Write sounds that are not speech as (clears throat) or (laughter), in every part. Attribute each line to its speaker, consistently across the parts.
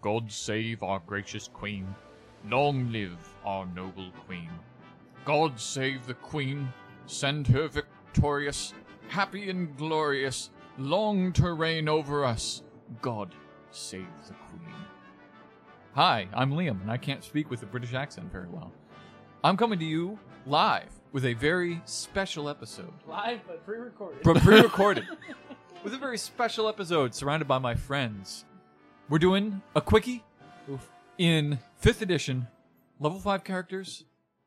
Speaker 1: God save our gracious Queen. Long live our noble Queen. God save the Queen. Send her victorious, happy and glorious, long to reign over us. God save the Queen. Hi, I'm Liam, and I can't speak with a British accent very well. I'm coming to you live with a very special episode.
Speaker 2: Live but pre-recorded.
Speaker 1: But pre-recorded. with a very special episode surrounded by my friends. We're doing a quickie in 5th edition, level 5 characters,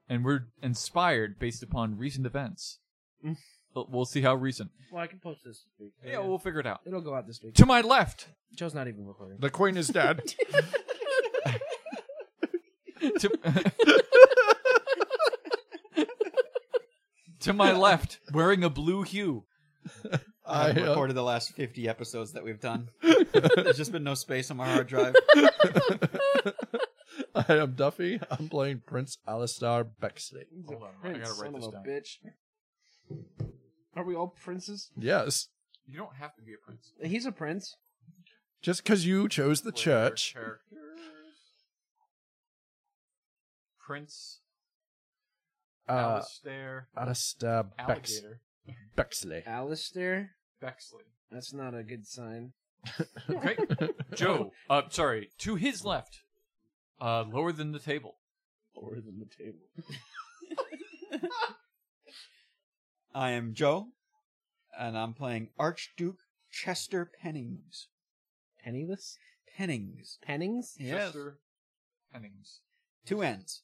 Speaker 1: and we're inspired based upon recent events. We'll we'll see how recent.
Speaker 2: (laughs) well, I can post this week.
Speaker 1: Yeah, we'll figure it out.
Speaker 2: It'll go out this week.
Speaker 1: To my left,
Speaker 2: Joe's not even recording.
Speaker 3: The queen is dead.
Speaker 1: to, (laughs) to my left, wearing a blue hue,
Speaker 3: I,
Speaker 4: I haven't
Speaker 3: uh,
Speaker 4: recorded the last 50 episodes that we've done. There's just been no space on my hard drive.
Speaker 3: (laughs) I am Duffy. I'm playing Prince Alistar Bexley.
Speaker 1: Hold on, I
Speaker 2: Prince,
Speaker 1: gotta write
Speaker 2: son
Speaker 1: this
Speaker 2: of a
Speaker 1: down.
Speaker 2: Bitch. Are we all princes?
Speaker 3: Yes.
Speaker 1: You don't have to be a prince.
Speaker 2: He's a prince.
Speaker 3: Just because you chose the church.
Speaker 1: Prince
Speaker 3: Uh,
Speaker 1: Alistair
Speaker 3: Alistair Bex-
Speaker 1: Alligator
Speaker 3: Bexley.
Speaker 2: Alistair.
Speaker 1: Bexley.
Speaker 2: That's not a good sign.
Speaker 1: Okay, Joe. Uh, sorry, to his left, uh, lower than the table.
Speaker 2: Lower than the table.
Speaker 4: I am Joe, and I'm playing Archduke Chester Pennings.
Speaker 2: Penniless.
Speaker 4: Pennings.
Speaker 2: Pennings.
Speaker 4: Yes.
Speaker 1: Chester Hennings.
Speaker 4: Two N's.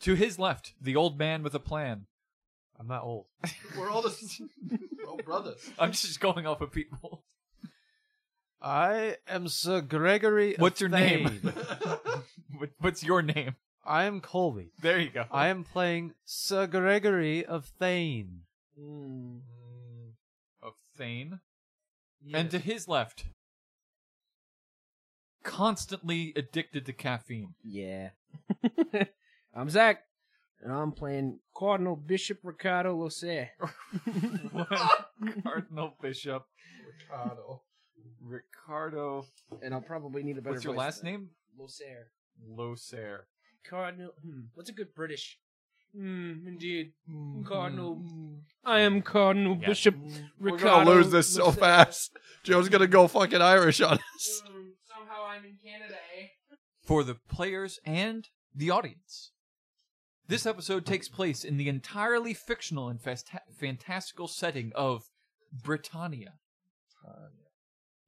Speaker 1: To his left, the old man with a plan. I'm not old.
Speaker 3: We're
Speaker 5: (laughs)
Speaker 3: all just oh, brothers.
Speaker 1: I'm just going off of people. (laughs)
Speaker 5: I am Sir Gregory. of
Speaker 1: What's your name?
Speaker 5: Thane.
Speaker 1: What- What's your name?
Speaker 5: I am Colby.
Speaker 1: There you go.
Speaker 5: I am playing Sir Gregory of Thane.
Speaker 2: Mm.
Speaker 1: of Thane. And to his left, constantly addicted to caffeine.
Speaker 2: Yeah. (laughs) I'm Zach, and I'm playing Cardinal Bishop Ricardo Losser.
Speaker 1: Cardinal Bishop. Ricardo.
Speaker 2: And I'll probably need a better.
Speaker 1: What's your
Speaker 2: voice
Speaker 1: last
Speaker 2: than
Speaker 1: name?
Speaker 2: that. Losser.
Speaker 1: Losair.
Speaker 2: Cardinal. Hmm. What's a good British? Hmm. Hmm. Indeed. Cardinal. I am Cardinal
Speaker 1: Yeah.
Speaker 2: Bishop
Speaker 3: We're gonna
Speaker 2: Ricardo.
Speaker 3: lose this so
Speaker 2: Losser.
Speaker 3: fast. Joe's gonna go fucking Irish on us.
Speaker 2: Somehow I'm in Canada, eh?
Speaker 1: For the players and the audience. This episode takes place in the entirely fictional and fast- fantastical setting of Britannia.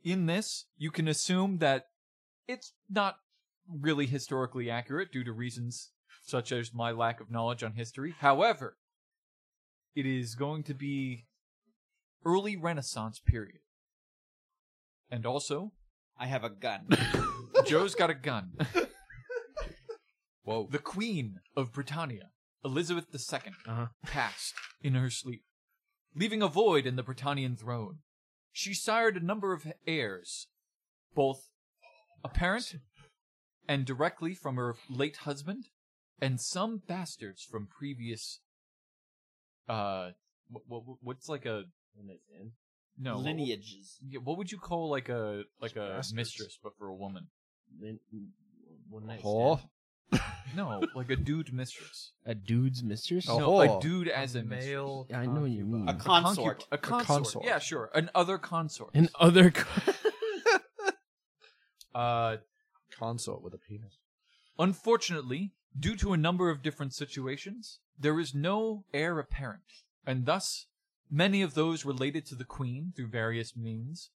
Speaker 1: in this, you can assume that it's not really historically accurate due to reasons such as my lack of knowledge on history. However, it is going to be early Renaissance period. And also,
Speaker 4: I have a gun.
Speaker 1: Joe's got a gun.
Speaker 3: Whoa.
Speaker 1: The Queen of Britannia, Elizabeth II,
Speaker 2: Uh-huh.
Speaker 1: passed in her sleep, leaving a void in the Britannian throne. She sired a number of heirs, both apparent and directly from her late husband, and some bastards from previous. Uh, what, what, what's like a no what-
Speaker 4: Lineages.
Speaker 1: yeah, What would you call like a like a
Speaker 3: Bastards.
Speaker 1: mistress, but for a woman?
Speaker 2: One
Speaker 3: Whore.
Speaker 1: No, like a dude mistress.
Speaker 2: A dude's mistress?
Speaker 3: Oh. A
Speaker 1: no,
Speaker 3: whore.
Speaker 1: a dude as a mistress.
Speaker 5: male.
Speaker 2: I know what you
Speaker 5: concubine.
Speaker 2: mean.
Speaker 4: A
Speaker 2: A
Speaker 4: consort.
Speaker 1: A consort.
Speaker 3: consort.
Speaker 1: Yeah, sure. An other consort.
Speaker 2: An other.
Speaker 1: uh,
Speaker 3: Consort with a penis.
Speaker 1: unfortunately, due to a number of different situations, there is no heir apparent, and thus many of those related to the queen through various means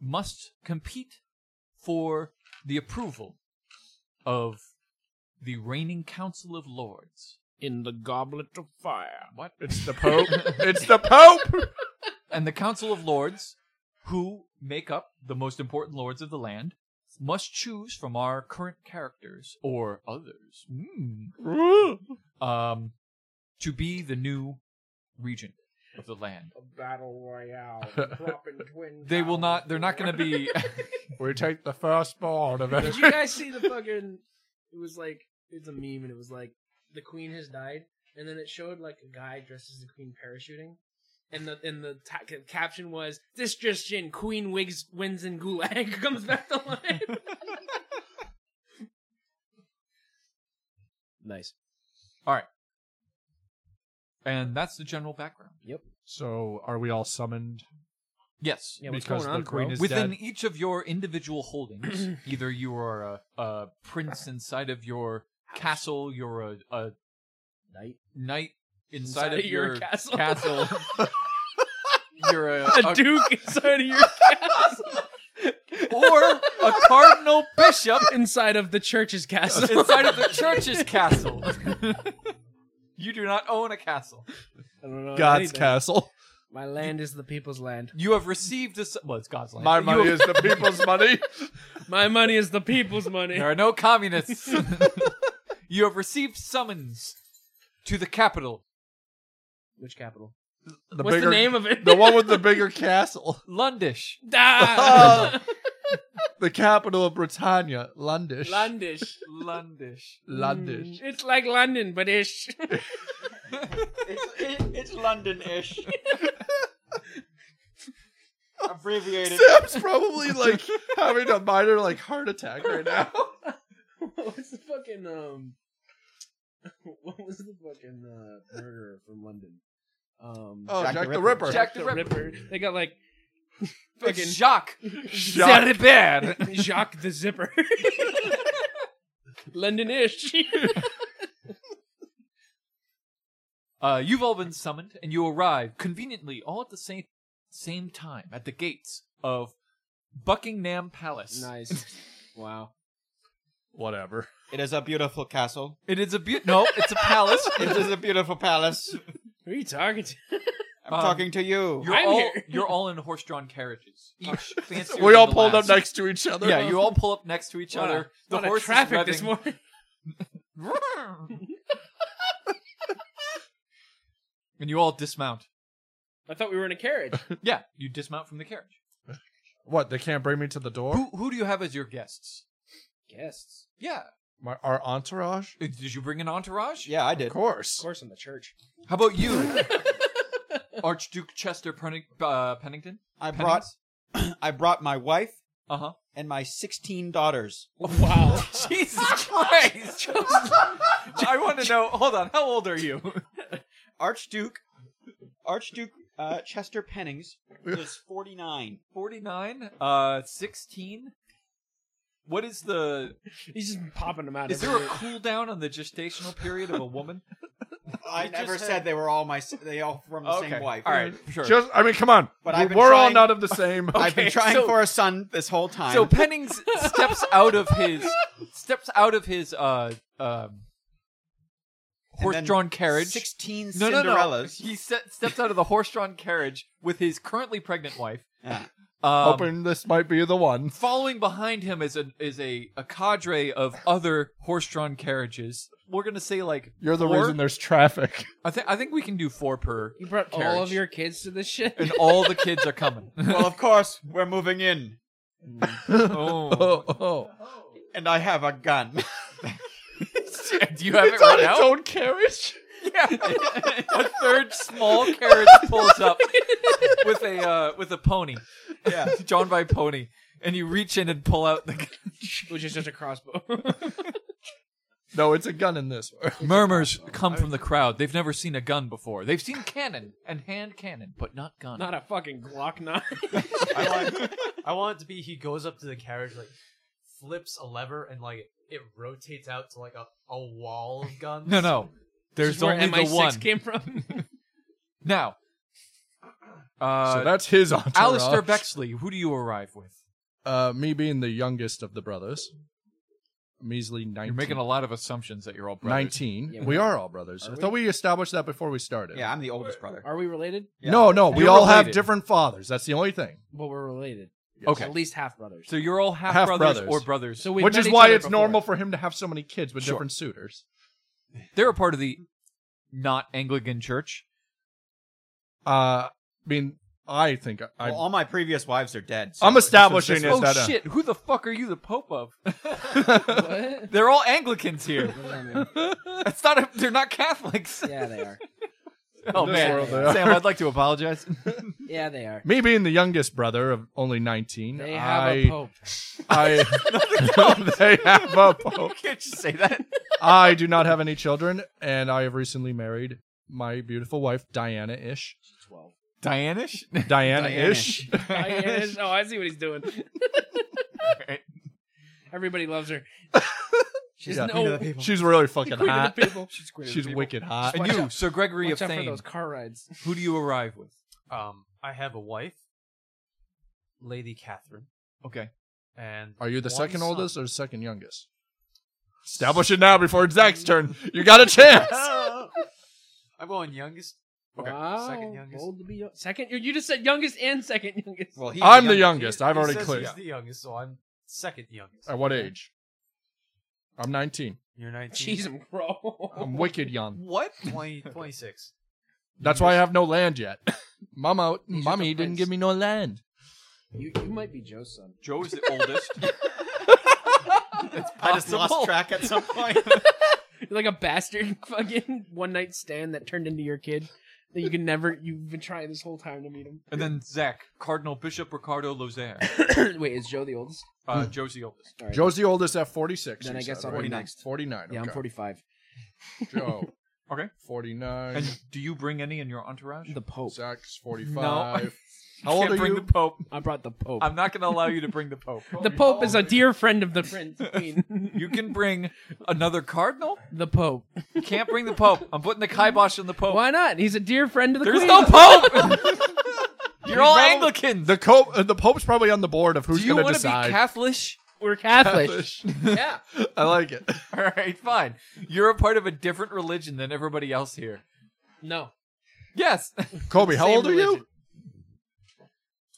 Speaker 1: must compete for the approval of the reigning council of lords.
Speaker 2: (laughs) in the goblet of fire.
Speaker 1: What?
Speaker 3: It's the Pope. it's the Pope.
Speaker 1: and the Council of Lords, who make up the most important lords of the land, must choose from our current characters or others mm, um, to be the new regent of the land.
Speaker 2: A battle
Speaker 1: (laughs)
Speaker 2: royale. dropping twin
Speaker 1: They will not. They're not going to (laughs) be.
Speaker 2: (laughs)
Speaker 3: we take the firstborn of
Speaker 2: Did you guys see the fucking? It was like it's a meme, and it was like the queen has died, and then it showed like a guy dressed as the queen parachuting, and the and the ta- ca- caption was, "This just in: Queen Wigs wins and Gulag (laughs) comes back to life."
Speaker 6: Nice.
Speaker 1: And that's the general background.
Speaker 3: So are we all summoned?
Speaker 1: Yes.
Speaker 6: Yeah, what's
Speaker 3: because
Speaker 6: going
Speaker 3: the
Speaker 6: on,
Speaker 3: queen
Speaker 6: bro?
Speaker 3: is
Speaker 1: Within
Speaker 3: dead.
Speaker 1: each of your individual (clears throat) holdings, either you are a, a prince inside of your castle, you're a, a
Speaker 6: Night.
Speaker 1: knight inside, of your,
Speaker 2: castle, (laughs)
Speaker 1: castle, (laughs) you're a,
Speaker 2: a
Speaker 1: a-
Speaker 2: duke inside of your castle,
Speaker 1: or a cardinal bishop
Speaker 2: inside of the church's castle,
Speaker 1: inside
Speaker 2: (laughs)
Speaker 3: (laughs)
Speaker 1: of the church's castle. you do not own a castle.
Speaker 6: I don't know
Speaker 3: God's
Speaker 6: anything.
Speaker 3: castle.
Speaker 2: My land is the people's land.
Speaker 1: You have received a s- well, it's God's land.
Speaker 3: My
Speaker 1: You
Speaker 3: money
Speaker 1: have-
Speaker 3: is the people's money.
Speaker 2: My money is the people's
Speaker 1: (laughs)
Speaker 2: money.
Speaker 1: There are no
Speaker 3: (laughs)
Speaker 1: communists. you have received summons to the capital,
Speaker 6: Which capital?
Speaker 3: The
Speaker 2: What's
Speaker 3: bigger,
Speaker 2: the name of it?
Speaker 3: The one with the bigger castle.
Speaker 1: Lundish.
Speaker 2: (laughs) Ah!
Speaker 3: The capital of Britannia, Lundish.
Speaker 2: Landish.
Speaker 1: Lundish.
Speaker 3: Lundish.
Speaker 2: Mm, It's like London, but ish.
Speaker 4: It's, it, it's London-ish. Abbreviated.
Speaker 3: Sam's probably like having a minor like heart attack right
Speaker 1: (laughs)
Speaker 3: now.
Speaker 6: (laughs) What's the fucking um? (laughs) What was the fucking uh, murderer from London? Um,
Speaker 3: Oh, Jack,
Speaker 4: Jack
Speaker 3: the
Speaker 4: the
Speaker 3: Ripper.
Speaker 1: Jack- the
Speaker 2: Ripper. They got
Speaker 6: (laughs)
Speaker 2: like
Speaker 1: Fucking
Speaker 2: fucking
Speaker 1: Jacques.
Speaker 3: Jacques.
Speaker 1: Zaribert.
Speaker 2: Jacques the
Speaker 6: (laughs)
Speaker 2: Zipper. Londonish.
Speaker 1: Uh, you've all been summoned, and you arrive conveniently all at the same same time at the gates of Buckingham Palace.
Speaker 6: nice. wow.
Speaker 3: Whatever.
Speaker 4: It is a beautiful castle.
Speaker 1: It is a beaut. No, it's a
Speaker 3: (laughs)
Speaker 1: palace.
Speaker 4: It is a beautiful palace.
Speaker 2: Who are you talking to?
Speaker 4: I'm
Speaker 1: Um,
Speaker 4: talking to you.
Speaker 1: You're
Speaker 2: I'm
Speaker 1: all
Speaker 2: here.
Speaker 1: you're all in horse-drawn carriages. Each
Speaker 3: (laughs)
Speaker 1: fancier
Speaker 3: Oh, We
Speaker 1: than
Speaker 3: all
Speaker 1: the
Speaker 3: pulled up
Speaker 1: last.
Speaker 3: next to each other.
Speaker 1: Yeah, you all pull up next to each
Speaker 2: What a-
Speaker 1: other. The
Speaker 2: Lot of
Speaker 1: horse
Speaker 2: traffic
Speaker 1: is
Speaker 2: this morning.
Speaker 1: morning. (laughs) and you all dismount.
Speaker 2: I thought we were in a carriage.
Speaker 1: Yeah, you dismount from the carriage.
Speaker 3: What? They can't bring me to the door?
Speaker 1: Who who do you have as your guests?
Speaker 6: Guests.
Speaker 1: Yeah,
Speaker 3: My, our entourage?
Speaker 1: Uh, did you bring an entourage?
Speaker 4: yeah, I
Speaker 3: Of
Speaker 4: did.
Speaker 6: Of
Speaker 3: course.
Speaker 6: course, in the church.
Speaker 1: How about you,
Speaker 3: (laughs)
Speaker 1: Archduke Chester Penning- uh, Pennington?
Speaker 4: I brought I brought (clears throat) my wife
Speaker 1: Uh huh.
Speaker 4: and my 16 daughters.
Speaker 2: wow.
Speaker 1: (laughs) Jesus Christ! I want to know. Hold on. How old are you?
Speaker 4: Archduke Archduke uh, Chester Pennings is 49.
Speaker 1: Forty nine. Uh, sixteen. What is the?
Speaker 2: He's just popping them out.
Speaker 1: Is there a
Speaker 2: everywhere.
Speaker 1: cooldown on the gestational period of a woman?
Speaker 4: I
Speaker 1: just
Speaker 4: never said,
Speaker 1: said-
Speaker 4: they were all my s- they all from (laughs) the same wife.
Speaker 1: All
Speaker 4: (laughs)
Speaker 1: right. Sure.
Speaker 3: Just, I mean, come on.
Speaker 4: But
Speaker 3: we're
Speaker 4: I've been
Speaker 3: we're all
Speaker 4: trying-
Speaker 3: not of the (laughs) same.
Speaker 4: I've been
Speaker 1: Okay,
Speaker 4: trying
Speaker 1: so-
Speaker 4: for a son this whole time.
Speaker 1: So Pennings steps out of his steps out of his uh um
Speaker 4: And then
Speaker 1: horse-drawn carriage.
Speaker 4: 16
Speaker 1: no, no, no.
Speaker 4: Cinderellas.
Speaker 1: He se- steps out of the horse-drawn carriage with his currently pregnant wife.
Speaker 4: Yeah.
Speaker 1: Um,
Speaker 3: Hoping this might be the one.
Speaker 1: following behind him is a is a, a cadre of other horse-drawn carriages. We're gonna say like
Speaker 3: You're the
Speaker 1: four.
Speaker 3: reason there's traffic.
Speaker 1: I think I think we can do four per,
Speaker 2: You brought all
Speaker 1: Carriage.
Speaker 2: of your kids to this shit? (laughs)
Speaker 1: and all the kids are coming.
Speaker 4: well, of course, we're moving in
Speaker 1: oh,
Speaker 3: (laughs) oh.
Speaker 4: and I have a gun.
Speaker 1: (laughs) do you have it right now?
Speaker 3: own carriage?
Speaker 1: (laughs) a third small carriage pulls up with a uh, with a pony,
Speaker 4: yeah.
Speaker 1: drawn by pony, and you reach in and pull out the gun.
Speaker 2: (laughs) Which is just a crossbow. (laughs)
Speaker 3: No, it's a gun in this.
Speaker 1: murmurs come from the crowd. They've never seen a gun before. They've seen cannon and hand cannon, but not gun.
Speaker 2: Not a fucking Glock 9.
Speaker 6: I
Speaker 3: (laughs)
Speaker 6: want, I want it to be he goes up to the carriage, like flips a lever, and like it rotates out to like a, a wall of guns.
Speaker 1: no, no. There's
Speaker 2: This is where
Speaker 1: only
Speaker 2: MI6
Speaker 1: the one.
Speaker 2: came (laughs) from.
Speaker 1: Now, uh,
Speaker 3: so that's his entourage.
Speaker 1: Alistair Bexley, who do you arrive with?
Speaker 3: Uh, me being the youngest of the brothers. Measly 19.
Speaker 1: You're making a lot of assumptions that you're all brothers.
Speaker 3: 19.
Speaker 6: Yeah,
Speaker 3: we are all brothers.
Speaker 6: Are
Speaker 3: I thought we established that before we started.
Speaker 4: Yeah, I'm the oldest brother.
Speaker 6: Are we related?
Speaker 3: No, no, we
Speaker 1: You're
Speaker 3: all have
Speaker 1: related.
Speaker 3: different fathers. That's the only thing.
Speaker 6: Well, we're related.
Speaker 1: Okay.
Speaker 6: At least half brothers.
Speaker 1: So you're all half, brothers,
Speaker 3: Half-brothers.
Speaker 1: or brothers.
Speaker 6: So we've
Speaker 3: Which
Speaker 6: met
Speaker 3: is
Speaker 6: each
Speaker 3: why
Speaker 6: other
Speaker 3: it's
Speaker 6: before.
Speaker 2: (laughs)
Speaker 3: normal for him to have so many kids with
Speaker 1: Sure.
Speaker 3: different suitors.
Speaker 1: They're a part of the not Anglican church.
Speaker 3: Uh, I mean, I think I,
Speaker 4: Well, all my previous wives are dead.
Speaker 3: I'm establishing
Speaker 1: Oh
Speaker 3: that a-
Speaker 1: shit! Who the fuck are you the pope of?
Speaker 3: (laughs)
Speaker 6: What?
Speaker 1: They're all Anglicans here.
Speaker 6: What does that mean?
Speaker 1: It's not. A, they're not Catholics.
Speaker 6: yeah, they are.
Speaker 1: Oh
Speaker 3: this
Speaker 1: man,
Speaker 3: world they are.
Speaker 1: Sam, I'd like to
Speaker 3: (laughs)
Speaker 1: apologize.
Speaker 7: Yeah, they are.
Speaker 3: Me being the youngest brother of only 19,
Speaker 7: They have
Speaker 3: I,
Speaker 7: a pope.
Speaker 3: I, (laughs) they have a pope.
Speaker 1: Can't you say that?
Speaker 3: I do not have any children, and I have recently married my beautiful wife, Diana ish.
Speaker 1: Dianish.
Speaker 3: Diana ish.
Speaker 2: Diana- oh, (laughs) I see what he's doing. Everybody loves
Speaker 3: (laughs)
Speaker 2: her.
Speaker 4: She's
Speaker 3: Yeah.
Speaker 4: the queen of the people.
Speaker 3: (laughs) She's really
Speaker 2: (laughs)
Speaker 3: fucking
Speaker 2: Queen of
Speaker 3: hot.
Speaker 2: the people. She's queen of the
Speaker 3: She's
Speaker 2: people.
Speaker 3: wicked
Speaker 1: (laughs)
Speaker 3: hot.
Speaker 1: And you, Sir Gregory
Speaker 2: Watch
Speaker 1: of
Speaker 2: out for
Speaker 1: Thane.
Speaker 2: those car rides.
Speaker 1: Who do you arrive with?
Speaker 6: Um, I have a wife, Lady Catherine,
Speaker 1: Okay.
Speaker 6: and
Speaker 3: Are you the
Speaker 6: one
Speaker 3: second
Speaker 6: son.
Speaker 3: oldest
Speaker 6: (laughs)
Speaker 3: or second youngest? Establish it now before it's Zach's turn. You got a chance.
Speaker 6: (laughs) I'm going youngest.
Speaker 1: Okay,
Speaker 2: Wow.
Speaker 6: second youngest.
Speaker 2: Bold to be yo- second. You- You just said youngest and second youngest.
Speaker 4: Well, he's
Speaker 3: I'm the
Speaker 4: youngest.
Speaker 3: youngest. I've
Speaker 6: It
Speaker 3: already
Speaker 6: says
Speaker 3: clicked.
Speaker 6: He's the youngest, so I'm second youngest.
Speaker 3: At what age? I'm 19.
Speaker 6: You're
Speaker 2: (laughs)
Speaker 3: (laughs)
Speaker 6: 19.
Speaker 2: Jeez, I'm bro.
Speaker 3: I'm wicked young.
Speaker 1: What?
Speaker 6: 20, 26.
Speaker 3: That's why I have no land yet. (laughs) Mama,
Speaker 2: He's
Speaker 3: mommy
Speaker 2: just a
Speaker 3: didn't
Speaker 2: prince.
Speaker 3: give me no land.
Speaker 7: (laughs) You, you might be Joe's son.
Speaker 1: Joe is the oldest.
Speaker 4: I just lost
Speaker 1: Possible.
Speaker 4: track at some point.
Speaker 2: (laughs) You're like a bastard (laughs) fucking one night stand that turned into your kid that you can never. You've been trying this whole time to meet
Speaker 1: and then Zach, Cardinal Bishop Ricardo
Speaker 7: (coughs)
Speaker 1: Lozere.
Speaker 7: Wait, is Joe the oldest?
Speaker 1: Uh, Joe's the oldest.
Speaker 7: All right.
Speaker 3: Joe's the oldest at 46.
Speaker 7: Then
Speaker 3: you
Speaker 7: I guess
Speaker 3: said,
Speaker 7: I'll
Speaker 3: right?
Speaker 7: be next.
Speaker 3: 49.
Speaker 7: Yeah, I'm
Speaker 3: okay.
Speaker 7: 45.
Speaker 3: (laughs) Joe.
Speaker 1: Okay.
Speaker 3: (laughs) 49.
Speaker 1: And do you bring any in your entourage?
Speaker 7: The Pope.
Speaker 3: Zach's 45. (laughs) How
Speaker 1: Can't
Speaker 3: old are
Speaker 1: bring
Speaker 3: you?
Speaker 1: the Pope.
Speaker 7: I brought the Pope.
Speaker 1: I'm not going to allow you to bring the Pope.
Speaker 2: him. The Pope is a dear friend of the Prince
Speaker 7: (laughs)
Speaker 2: Queen.
Speaker 1: You can bring another cardinal.
Speaker 2: the Pope.
Speaker 1: You can't bring the Pope. I'm putting the kibosh on the Pope.
Speaker 2: Why not? He's a dear friend of the
Speaker 1: There's
Speaker 2: Queen.
Speaker 1: no Pope. (laughs) You're all
Speaker 3: probably-
Speaker 1: Anglicans.
Speaker 3: the, co- uh, the Pope's probably on the board of who's
Speaker 1: do you
Speaker 3: going to
Speaker 1: want to be
Speaker 3: decide. (laughs)
Speaker 1: Catholic? (laughs)
Speaker 2: We're Catholic.
Speaker 1: yeah.
Speaker 3: I like (laughs) it.
Speaker 1: All right, fine. You're a part of a different religion than everybody else here.
Speaker 2: No.
Speaker 1: Yes.
Speaker 3: Kobe, how
Speaker 2: Same
Speaker 3: old are you?
Speaker 2: religion.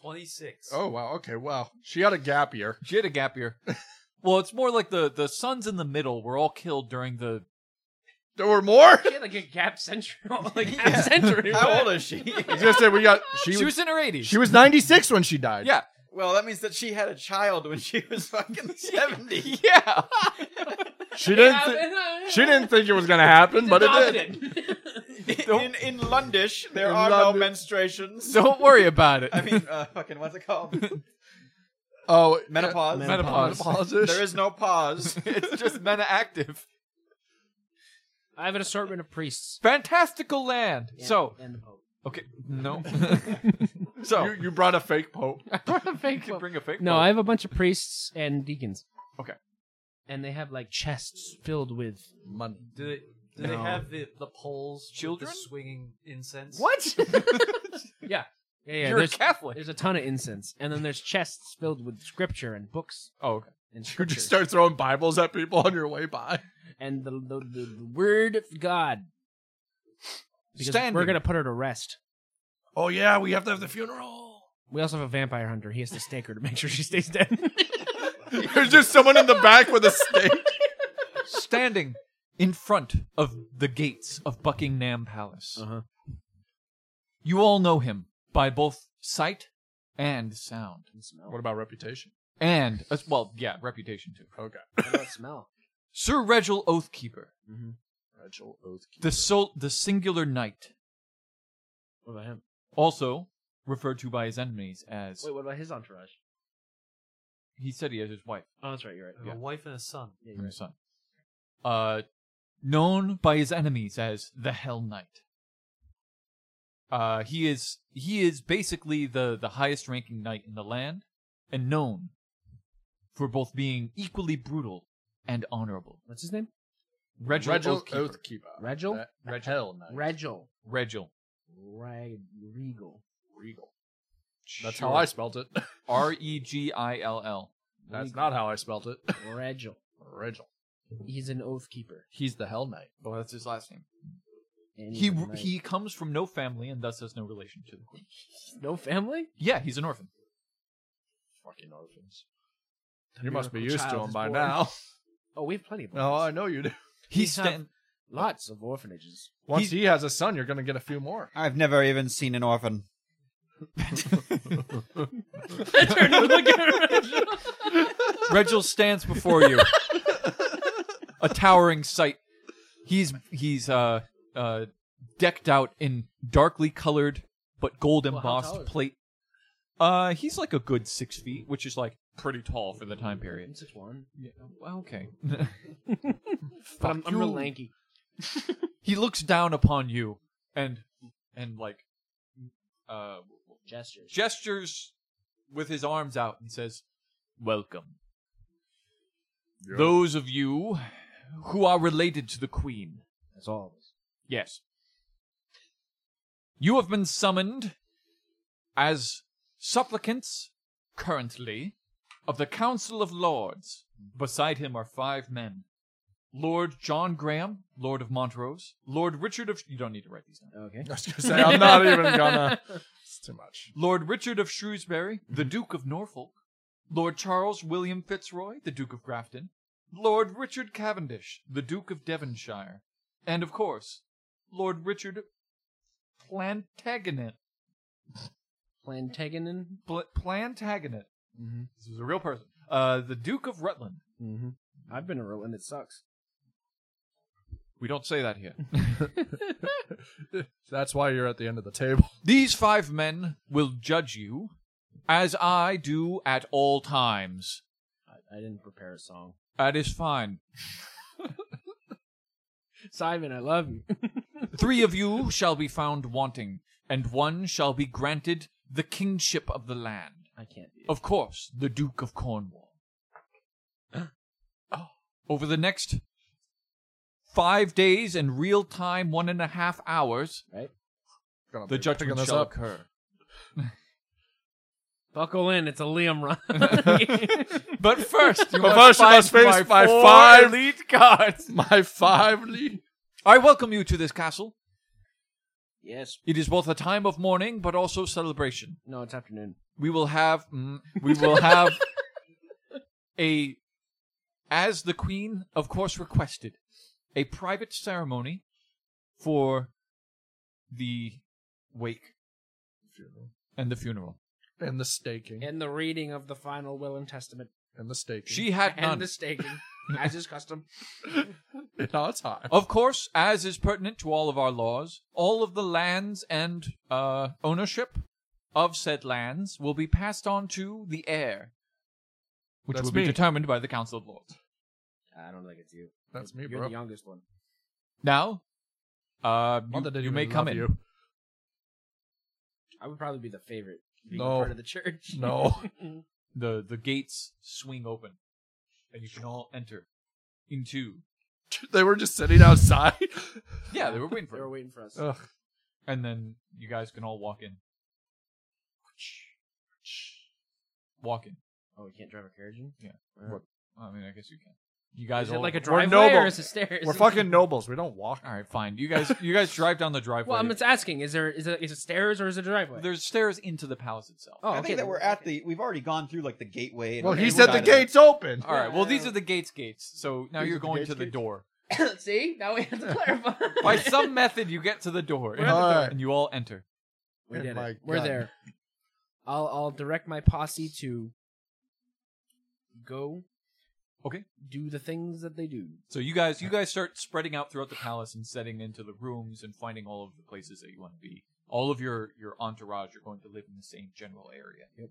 Speaker 6: 26.
Speaker 3: Oh, wow. Okay, wow. She had a gap year.
Speaker 1: She had a gap year. (laughs) Well, it's more like the the sons in the middle were all killed during the.
Speaker 3: There were (laughs) more?
Speaker 2: Yeah, like a gap central, (laughs) like half century.
Speaker 4: (laughs) How old is she?
Speaker 3: I was going to say, we got. She,
Speaker 1: She
Speaker 3: was, (laughs)
Speaker 1: was in her eighties.
Speaker 3: she was 96 when she died.
Speaker 1: Yeah.
Speaker 4: well, that means that she had a child when she was fucking 70.
Speaker 1: (laughs) Yeah.
Speaker 3: She didn't, thi- she (laughs) didn't think it was going to happen, but it did.
Speaker 4: In, in Lundish, there
Speaker 3: In
Speaker 4: are
Speaker 3: London.
Speaker 4: no menstruations.
Speaker 1: Don't worry about it.
Speaker 4: I mean, uh, fucking, what's it called?
Speaker 3: Oh,
Speaker 4: Menopause.
Speaker 1: Menopause.
Speaker 3: Menopause-ish.
Speaker 4: There is no pause.
Speaker 1: it's just men active.
Speaker 2: I have an assortment of priests.
Speaker 1: Fantastical land.
Speaker 7: And-
Speaker 1: So
Speaker 7: and the
Speaker 2: (laughs)
Speaker 7: Pope.
Speaker 1: okay, (laughs) no. so
Speaker 3: You, you brought a fake Pope. (laughs)
Speaker 1: you can bring a fake.
Speaker 2: No,
Speaker 1: boat.
Speaker 2: I have a bunch of priests and deacons.
Speaker 1: Okay.
Speaker 2: And they have like chests filled with
Speaker 3: Money.
Speaker 6: Do they, do they
Speaker 1: No.
Speaker 6: have the, the poles? with the
Speaker 1: Children?
Speaker 6: swinging incense?
Speaker 1: What?
Speaker 2: (laughs) yeah, yeah,
Speaker 1: You're a
Speaker 2: there's,
Speaker 1: Catholic.
Speaker 2: there's a ton of incense, and then there's chests filled with scripture and books
Speaker 1: Oh, okay.
Speaker 2: and
Speaker 3: You
Speaker 2: scripture
Speaker 3: just start throwing Bibles at people on your way by.
Speaker 2: and the, the the the word of God. Because
Speaker 1: Standing.
Speaker 2: we're gonna put her to rest.
Speaker 3: Oh yeah, we have to have the funeral.
Speaker 2: We also have a vampire hunter. He has to stake her to make sure she stays
Speaker 3: (laughs)
Speaker 2: dead. (laughs)
Speaker 3: There's just someone in the back with a (laughs) stake.
Speaker 1: standing in front of the gates of Buckingham Palace.
Speaker 7: Uh-huh.
Speaker 1: You all know him by both sight and sound,
Speaker 7: And smell.
Speaker 3: What about reputation?
Speaker 1: and as well, yeah, reputation too.
Speaker 3: Okay.
Speaker 7: What about smell?
Speaker 1: Sir Reginald Oathkeeper,
Speaker 3: Rachel Oathkeeper.
Speaker 1: the sol- the singular knight,
Speaker 2: what about him?
Speaker 1: also referred to by his enemies as
Speaker 2: Wait, what about his entourage?
Speaker 1: he said he has his wife
Speaker 2: Oh, that's right. You're right.
Speaker 6: I have
Speaker 1: Yeah.
Speaker 6: A wife and a son.
Speaker 1: and his son, uh, known by his enemies as the Hell Knight. Uh, he is he is basically the the highest ranking knight in the land, and known for both being equally brutal and honorable.
Speaker 2: What's his name?
Speaker 1: Regil,
Speaker 3: Regil
Speaker 1: Oathkeeper.
Speaker 3: Oathkeeper.
Speaker 2: Regil?
Speaker 3: That- Regil. Knight.
Speaker 7: Regil.
Speaker 1: Regil.
Speaker 7: Rag. Regal.
Speaker 3: Regal. That's how I spelt it.
Speaker 1: R E G I L L.
Speaker 3: That's not how I spelt it.
Speaker 7: Regil.
Speaker 3: Regil.
Speaker 7: He's an oath keeper.
Speaker 3: He's the Hell Knight.
Speaker 1: Oh, that's his last name.
Speaker 7: And
Speaker 1: He
Speaker 7: he's a knight.
Speaker 1: he comes from no family and thus has no relation to the queen.
Speaker 2: No family.
Speaker 1: Yeah, he's an orphan.
Speaker 3: Fucking orphans. You must be used to him by
Speaker 7: born.
Speaker 3: now. (laughs)
Speaker 7: Oh, we have plenty of
Speaker 3: No, I
Speaker 7: orphans.
Speaker 3: know you do.
Speaker 1: He's
Speaker 7: have-
Speaker 1: stand-
Speaker 7: Lots of orphanages.
Speaker 3: Once he has a son, you're gonna get a few (laughs) more.
Speaker 4: (laughs) I've never even seen an orphan.
Speaker 2: I turned to look at Regil.
Speaker 1: Regil stands before you, a towering sight. He's he's uh uh decked out in darkly colored but gold
Speaker 7: Well, how tall
Speaker 1: embossed
Speaker 7: is he?
Speaker 1: plate. Uh, he's like a good six feet, which is like pretty tall for the time period. (laughs)
Speaker 7: Six one.
Speaker 1: Yeah, okay.
Speaker 7: But I'm, I'm real
Speaker 1: you.
Speaker 7: lanky.
Speaker 1: he looks down upon you and and like uh
Speaker 7: Gestures.
Speaker 1: gestures with his arms out and says, "Welcome. Those of you who are related to the queen.
Speaker 7: That's all. of us.
Speaker 1: Yes. You have been summoned as supplicants currently of the Council of Lords. Beside him are five men. Lord John Graham, Lord of Montrose, Lord Richard of you don't need to write these down.
Speaker 7: Okay.
Speaker 3: I was gonna say I'm not even (laughs) gonna. It's too much.
Speaker 1: Lord Richard of Shrewsbury, the Duke of Norfolk, Lord Charles William Fitzroy, the Duke of Grafton, Lord Richard Cavendish, the Duke of Devonshire, and of course, Lord Richard Plantagenet.
Speaker 7: Plantagenin.
Speaker 1: Pl- Plantagenet.
Speaker 7: Mm-hmm.
Speaker 1: This is a real person. Uh, the Duke of Rutland.
Speaker 7: Mm-hmm. I've been a row and it sucks.
Speaker 1: We don't say that here.
Speaker 3: That's why you're at the end of the table. (laughs)
Speaker 1: These five men will judge you, as I do at all times.
Speaker 7: I, I didn't prepare a song.
Speaker 1: That is fine.
Speaker 7: Simon, I love you. (laughs)
Speaker 1: Three of you shall be found wanting, and one shall be granted the kingship of the land.
Speaker 7: I can't do
Speaker 1: Of course, the Duke of Cornwall. (gasps) Oh, Over the next five days and real time, one and a half hours,
Speaker 7: it, right?
Speaker 3: Gonna
Speaker 1: the
Speaker 3: be
Speaker 1: judgment
Speaker 3: picking this
Speaker 1: shall
Speaker 3: up.
Speaker 1: occur. (laughs)
Speaker 2: Buckle in, it's a Liam run.
Speaker 3: (laughs)
Speaker 2: (laughs)
Speaker 1: But first, you
Speaker 3: But
Speaker 1: must
Speaker 3: first you
Speaker 1: find
Speaker 3: must face my
Speaker 1: four
Speaker 3: five-
Speaker 1: elite cards.
Speaker 3: My five lead.
Speaker 1: I welcome you to this castle.
Speaker 7: Yes.
Speaker 1: It is both a time of mourning, but also celebration.
Speaker 7: No, it's afternoon.
Speaker 1: we will have mm, we will have
Speaker 2: (laughs)
Speaker 1: a as the queen of course requested a private ceremony for the wake and the funeral
Speaker 3: And the staking.
Speaker 2: and the reading of the final will and testament.
Speaker 3: And the staking. (laughs)
Speaker 1: she had none
Speaker 2: And the staking, as is custom.
Speaker 3: in our time.
Speaker 1: of course as is pertinent to all of our laws all of the lands and uh, ownership of said lands will be passed on to the heir which
Speaker 3: That's
Speaker 1: will be
Speaker 3: me.
Speaker 1: determined by the council of lords
Speaker 7: I don't think it's you.
Speaker 3: That's me,
Speaker 7: You're
Speaker 3: bro.
Speaker 7: the youngest one.
Speaker 1: Now, uh, you,
Speaker 3: Mother didn't
Speaker 1: you may
Speaker 3: even
Speaker 1: come
Speaker 3: love
Speaker 1: in.
Speaker 3: you.
Speaker 7: I would probably be the favorite. Being
Speaker 3: No.
Speaker 7: Part of the church. (laughs)
Speaker 3: No.
Speaker 1: The the gates swing open, and you can all enter into.
Speaker 3: (laughs) they were just sitting outside.
Speaker 1: Yeah, they were waiting
Speaker 3: (laughs)
Speaker 7: They
Speaker 1: for.
Speaker 7: were
Speaker 1: it.
Speaker 7: waiting for us.
Speaker 3: Ugh.
Speaker 1: And then you guys can all walk in. Walk in.
Speaker 7: Oh, we can't drive a carriage in?
Speaker 1: Yeah.
Speaker 7: Alright.
Speaker 1: I mean, I guess you can. You guys
Speaker 2: Is it
Speaker 1: all
Speaker 2: like a
Speaker 3: We're
Speaker 2: driveway
Speaker 3: noble.
Speaker 2: or is it stairs?
Speaker 3: We're
Speaker 2: (laughs)
Speaker 3: fucking nobles. We don't walk.
Speaker 1: All right, fine. You guys, you guys drive down the driveway.
Speaker 2: Well, I'm just asking, is there is it, is it stairs or is it a driveway?
Speaker 1: There's stairs into the palace itself.
Speaker 2: oh,
Speaker 4: I
Speaker 2: okay,
Speaker 4: think that we're
Speaker 2: then-
Speaker 4: at the. We've already gone through like the gateway. and
Speaker 3: Well, he
Speaker 4: we're
Speaker 3: said
Speaker 4: out
Speaker 3: the
Speaker 4: of
Speaker 3: gate's open.
Speaker 1: All right. Well, these are the gates. Gates. So now
Speaker 3: These
Speaker 1: you're
Speaker 3: are the
Speaker 1: going
Speaker 3: gates,
Speaker 1: to the
Speaker 3: gates?
Speaker 1: door.
Speaker 2: (laughs) See, now we have
Speaker 3: (laughs)
Speaker 2: to clarify.
Speaker 1: By some method, you get to the door,
Speaker 3: We're at the All door. right.
Speaker 1: and you all enter.
Speaker 7: We
Speaker 3: Oh
Speaker 7: did
Speaker 3: my
Speaker 7: it. We're
Speaker 3: God.
Speaker 7: there. I'll I'll direct my posse to go.
Speaker 1: Okay.
Speaker 7: Do the things that they do.
Speaker 1: So you guys, you guys start spreading out throughout the palace and setting into the rooms and finding all of the places that you want to be. All of your your entourage are going to live in the same general area. Yep.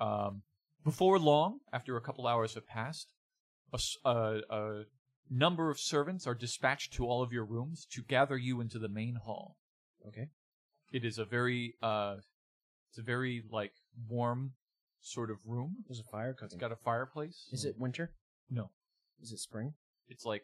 Speaker 1: Um, before long, after a couple hours have passed, a, s- a- a number of servants are dispatched to all of your rooms to gather you into the main hall.
Speaker 7: Okay.
Speaker 1: It is a very uh, it's a very like warm sort of room.
Speaker 7: There's a fire
Speaker 1: It's
Speaker 7: cooking.
Speaker 1: got a fireplace.
Speaker 7: Is it winter?
Speaker 1: No,
Speaker 7: Is it spring?
Speaker 1: it's like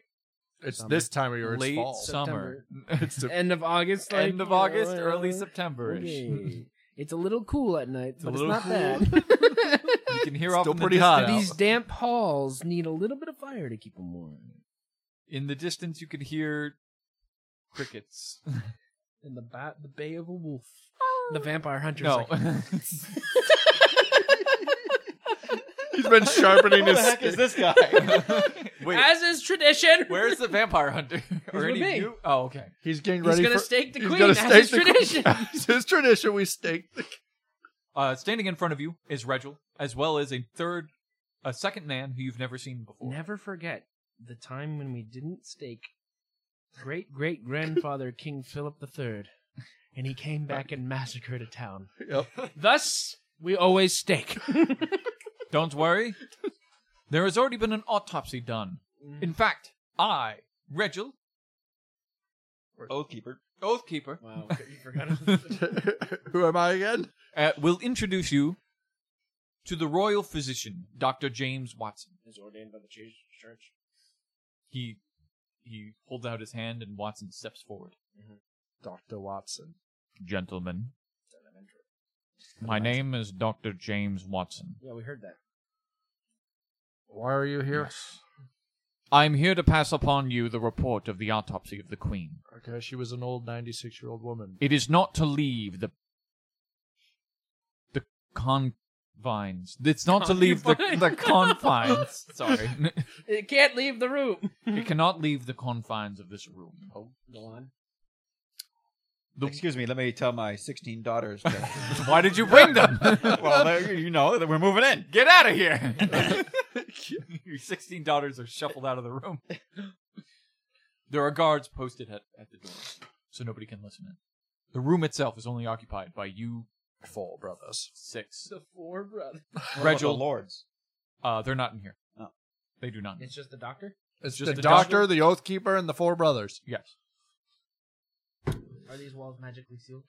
Speaker 3: It's
Speaker 7: Summer.
Speaker 3: this time of year. It's
Speaker 1: late
Speaker 3: fall.
Speaker 1: summer. (laughs)
Speaker 3: (laughs) It's the-
Speaker 2: End of August, like, uh,
Speaker 1: end of August, early
Speaker 2: September.
Speaker 1: September.
Speaker 7: Okay. it's a little cool at night,
Speaker 1: a
Speaker 7: but it's
Speaker 1: little
Speaker 7: not
Speaker 1: cool.
Speaker 7: bad.
Speaker 1: (laughs)
Speaker 7: (laughs)
Speaker 1: You can hear
Speaker 3: Still
Speaker 1: off in the
Speaker 3: pretty hot
Speaker 1: distance-
Speaker 7: These damp halls need a little bit of fire to keep them warm.
Speaker 1: In the distance, you can hear crickets. (laughs)
Speaker 2: In the, ba- the bay of a wolf. The vampire hunter's
Speaker 1: no,
Speaker 2: like,
Speaker 3: He's been
Speaker 4: (laughs)
Speaker 3: sharpening
Speaker 4: Who
Speaker 3: his.
Speaker 4: the heck is
Speaker 3: stick.
Speaker 4: this
Speaker 3: (laughs)
Speaker 4: guy?
Speaker 1: wait.
Speaker 2: as is tradition.
Speaker 1: Where's the vampire hunter? or
Speaker 2: with
Speaker 1: any
Speaker 2: me.
Speaker 1: of you? Oh, okay.
Speaker 3: He's getting
Speaker 2: He's
Speaker 3: ready
Speaker 2: gonna
Speaker 3: for.
Speaker 2: stake the
Speaker 3: he's
Speaker 2: queen.
Speaker 3: gonna
Speaker 2: As
Speaker 3: stake
Speaker 2: is
Speaker 3: the queen. (laughs)
Speaker 2: tradition.
Speaker 3: As his tradition. We stake. The...
Speaker 1: Uh, standing in front of you is Regil, as well as a third, a second man who you've never seen before.
Speaker 2: Never forget the time when we didn't stake great great grandfather King Philip III, and he came back and massacred a town.
Speaker 3: Yep.
Speaker 2: (laughs) Thus, we always
Speaker 3: (laughs)
Speaker 2: stake. (laughs)
Speaker 1: Don't worry. There has already been an autopsy done. In fact, I, Regil,
Speaker 4: Oathkeeper.
Speaker 1: Oathkeeper,
Speaker 6: Wow, you forgot. about that.
Speaker 3: (laughs) Who am I again?
Speaker 1: uh, will introduce you to the royal physician, Dr. James Watson.
Speaker 2: Is ordained by the church.
Speaker 1: He he holds out his hand and Watson steps forward.
Speaker 3: Dr. Watson.
Speaker 1: Gentlemen, my name is Dr. James Watson.
Speaker 7: Yeah, we heard that.
Speaker 3: Why are you here?
Speaker 1: I'm here to pass upon you the report of the autopsy of the Queen.
Speaker 3: Okay, she was an old 96 year old woman.
Speaker 1: It is not to leave the the confines. It's not to leave the, the confines. Sorry, (laughs)
Speaker 2: It can't leave the room.
Speaker 1: it cannot leave the confines of this room.
Speaker 7: Oh, go on.
Speaker 1: The,
Speaker 4: Excuse me, let me tell my 16
Speaker 3: (laughs)
Speaker 4: daughters. to-
Speaker 1: why did you bring them?
Speaker 4: (laughs) well, they're- you know, that we're moving in.
Speaker 3: (laughs)
Speaker 1: Get out of here! (laughs) Your sixteen daughters are shuffled out of the room. There are guards posted at, at the doors, so nobody can listen in. The room itself is only occupied by you
Speaker 3: Four brothers.
Speaker 1: six.
Speaker 2: The four brothers.
Speaker 4: What about Oh, the
Speaker 1: Regil.
Speaker 4: Lords.
Speaker 1: Uh, they're not in here.
Speaker 4: No.
Speaker 1: They do not.
Speaker 2: It's just the doctor.
Speaker 3: It's
Speaker 1: Just
Speaker 3: just
Speaker 1: the
Speaker 3: the doctor, the oath keeper, and the four
Speaker 1: (laughs)
Speaker 3: brothers. (laughs)
Speaker 1: Yes.
Speaker 2: Are these walls magically sealed?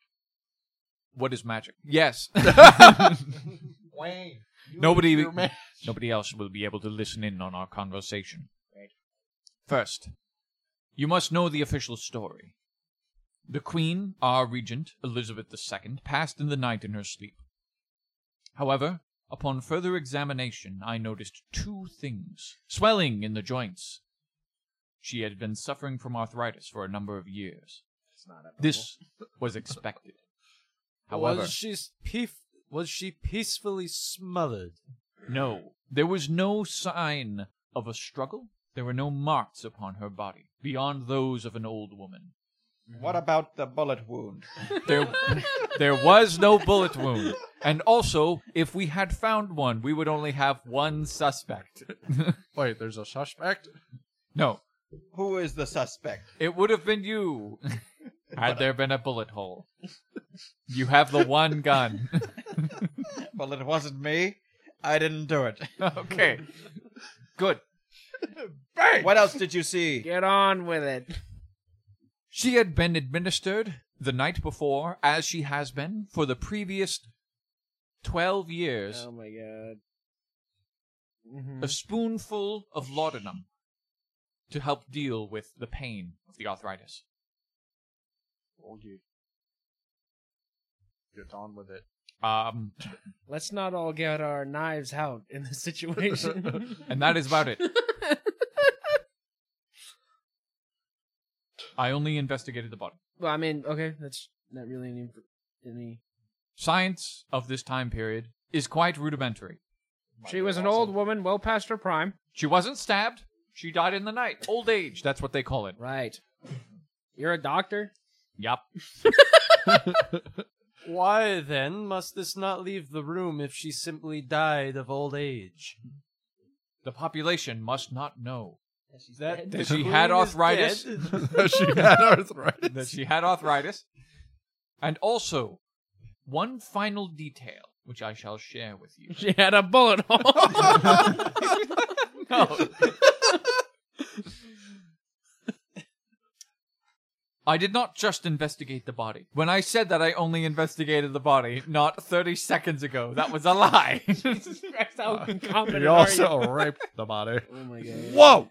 Speaker 1: What is magic? Yes.
Speaker 2: (laughs)
Speaker 1: (laughs)
Speaker 2: Wayne.
Speaker 1: nobody,
Speaker 3: e- (laughs)
Speaker 1: nobody else will be able to listen in on our conversation. First, you must know the official story. The Queen, our regent, Elizabeth II, passed in the night in her sleep. However, upon further examination, I noticed two things swelling in the joints. She had been suffering from arthritis for a number of years.
Speaker 7: It's not
Speaker 1: This was expected. However,
Speaker 5: was she peef- was she peacefully smothered?
Speaker 1: No, there was no sign of a struggle. There were no marks upon her body beyond those of an old woman.
Speaker 3: Mm-hmm.
Speaker 4: What about the bullet wound?
Speaker 1: There, there was no bullet wound. And also, if we had found one, we would only have one suspect.
Speaker 3: (laughs) Wait, there's a suspect?
Speaker 1: no,
Speaker 4: Who is the suspect?
Speaker 1: it would have been
Speaker 3: (laughs)
Speaker 1: you had there been a bullet hole. You have the one
Speaker 3: (laughs)
Speaker 1: gun.
Speaker 4: Well, it wasn't me. I didn't do it.
Speaker 1: okay, good.
Speaker 4: What else did you see?
Speaker 3: (laughs)
Speaker 2: Get on with it.
Speaker 1: She had been administered the night before, as she has been for the previous 12 years,
Speaker 2: Um,
Speaker 7: Oh my god.
Speaker 2: Mm-hmm.
Speaker 1: a spoonful of laudanum to help deal with the pain of the arthritis.
Speaker 3: Get on with it.
Speaker 1: Um,
Speaker 2: Let's not all get our knives out in this situation.
Speaker 1: and that is about it. I only investigated the body.
Speaker 2: (laughs) well, I mean, okay, that's not really any any
Speaker 1: Science of this time period is quite rudimentary.
Speaker 2: She was an old woman, well past her prime.
Speaker 1: She wasn't stabbed. She died in the night. Old age, that's what they call it.
Speaker 2: Right. You're a doctor?
Speaker 1: Yup.
Speaker 5: Why then must this not leave the room if she simply died of old age?
Speaker 1: The population must not know
Speaker 5: That,
Speaker 1: That she had arthritis?
Speaker 3: she had arthritis.
Speaker 1: that she had arthritis. And also, one final detail, which I shall share with
Speaker 2: (laughs)
Speaker 1: you.
Speaker 2: (laughs) She had a bullet hole. (laughs)
Speaker 1: No. I did not just investigate the body. When I said that I only investigated the body, not 30 seconds ago, that was a lie.
Speaker 2: Christ, how incompetent
Speaker 3: He
Speaker 2: are you?
Speaker 3: (laughs) also raped the body.
Speaker 7: Oh my god.
Speaker 3: Whoa!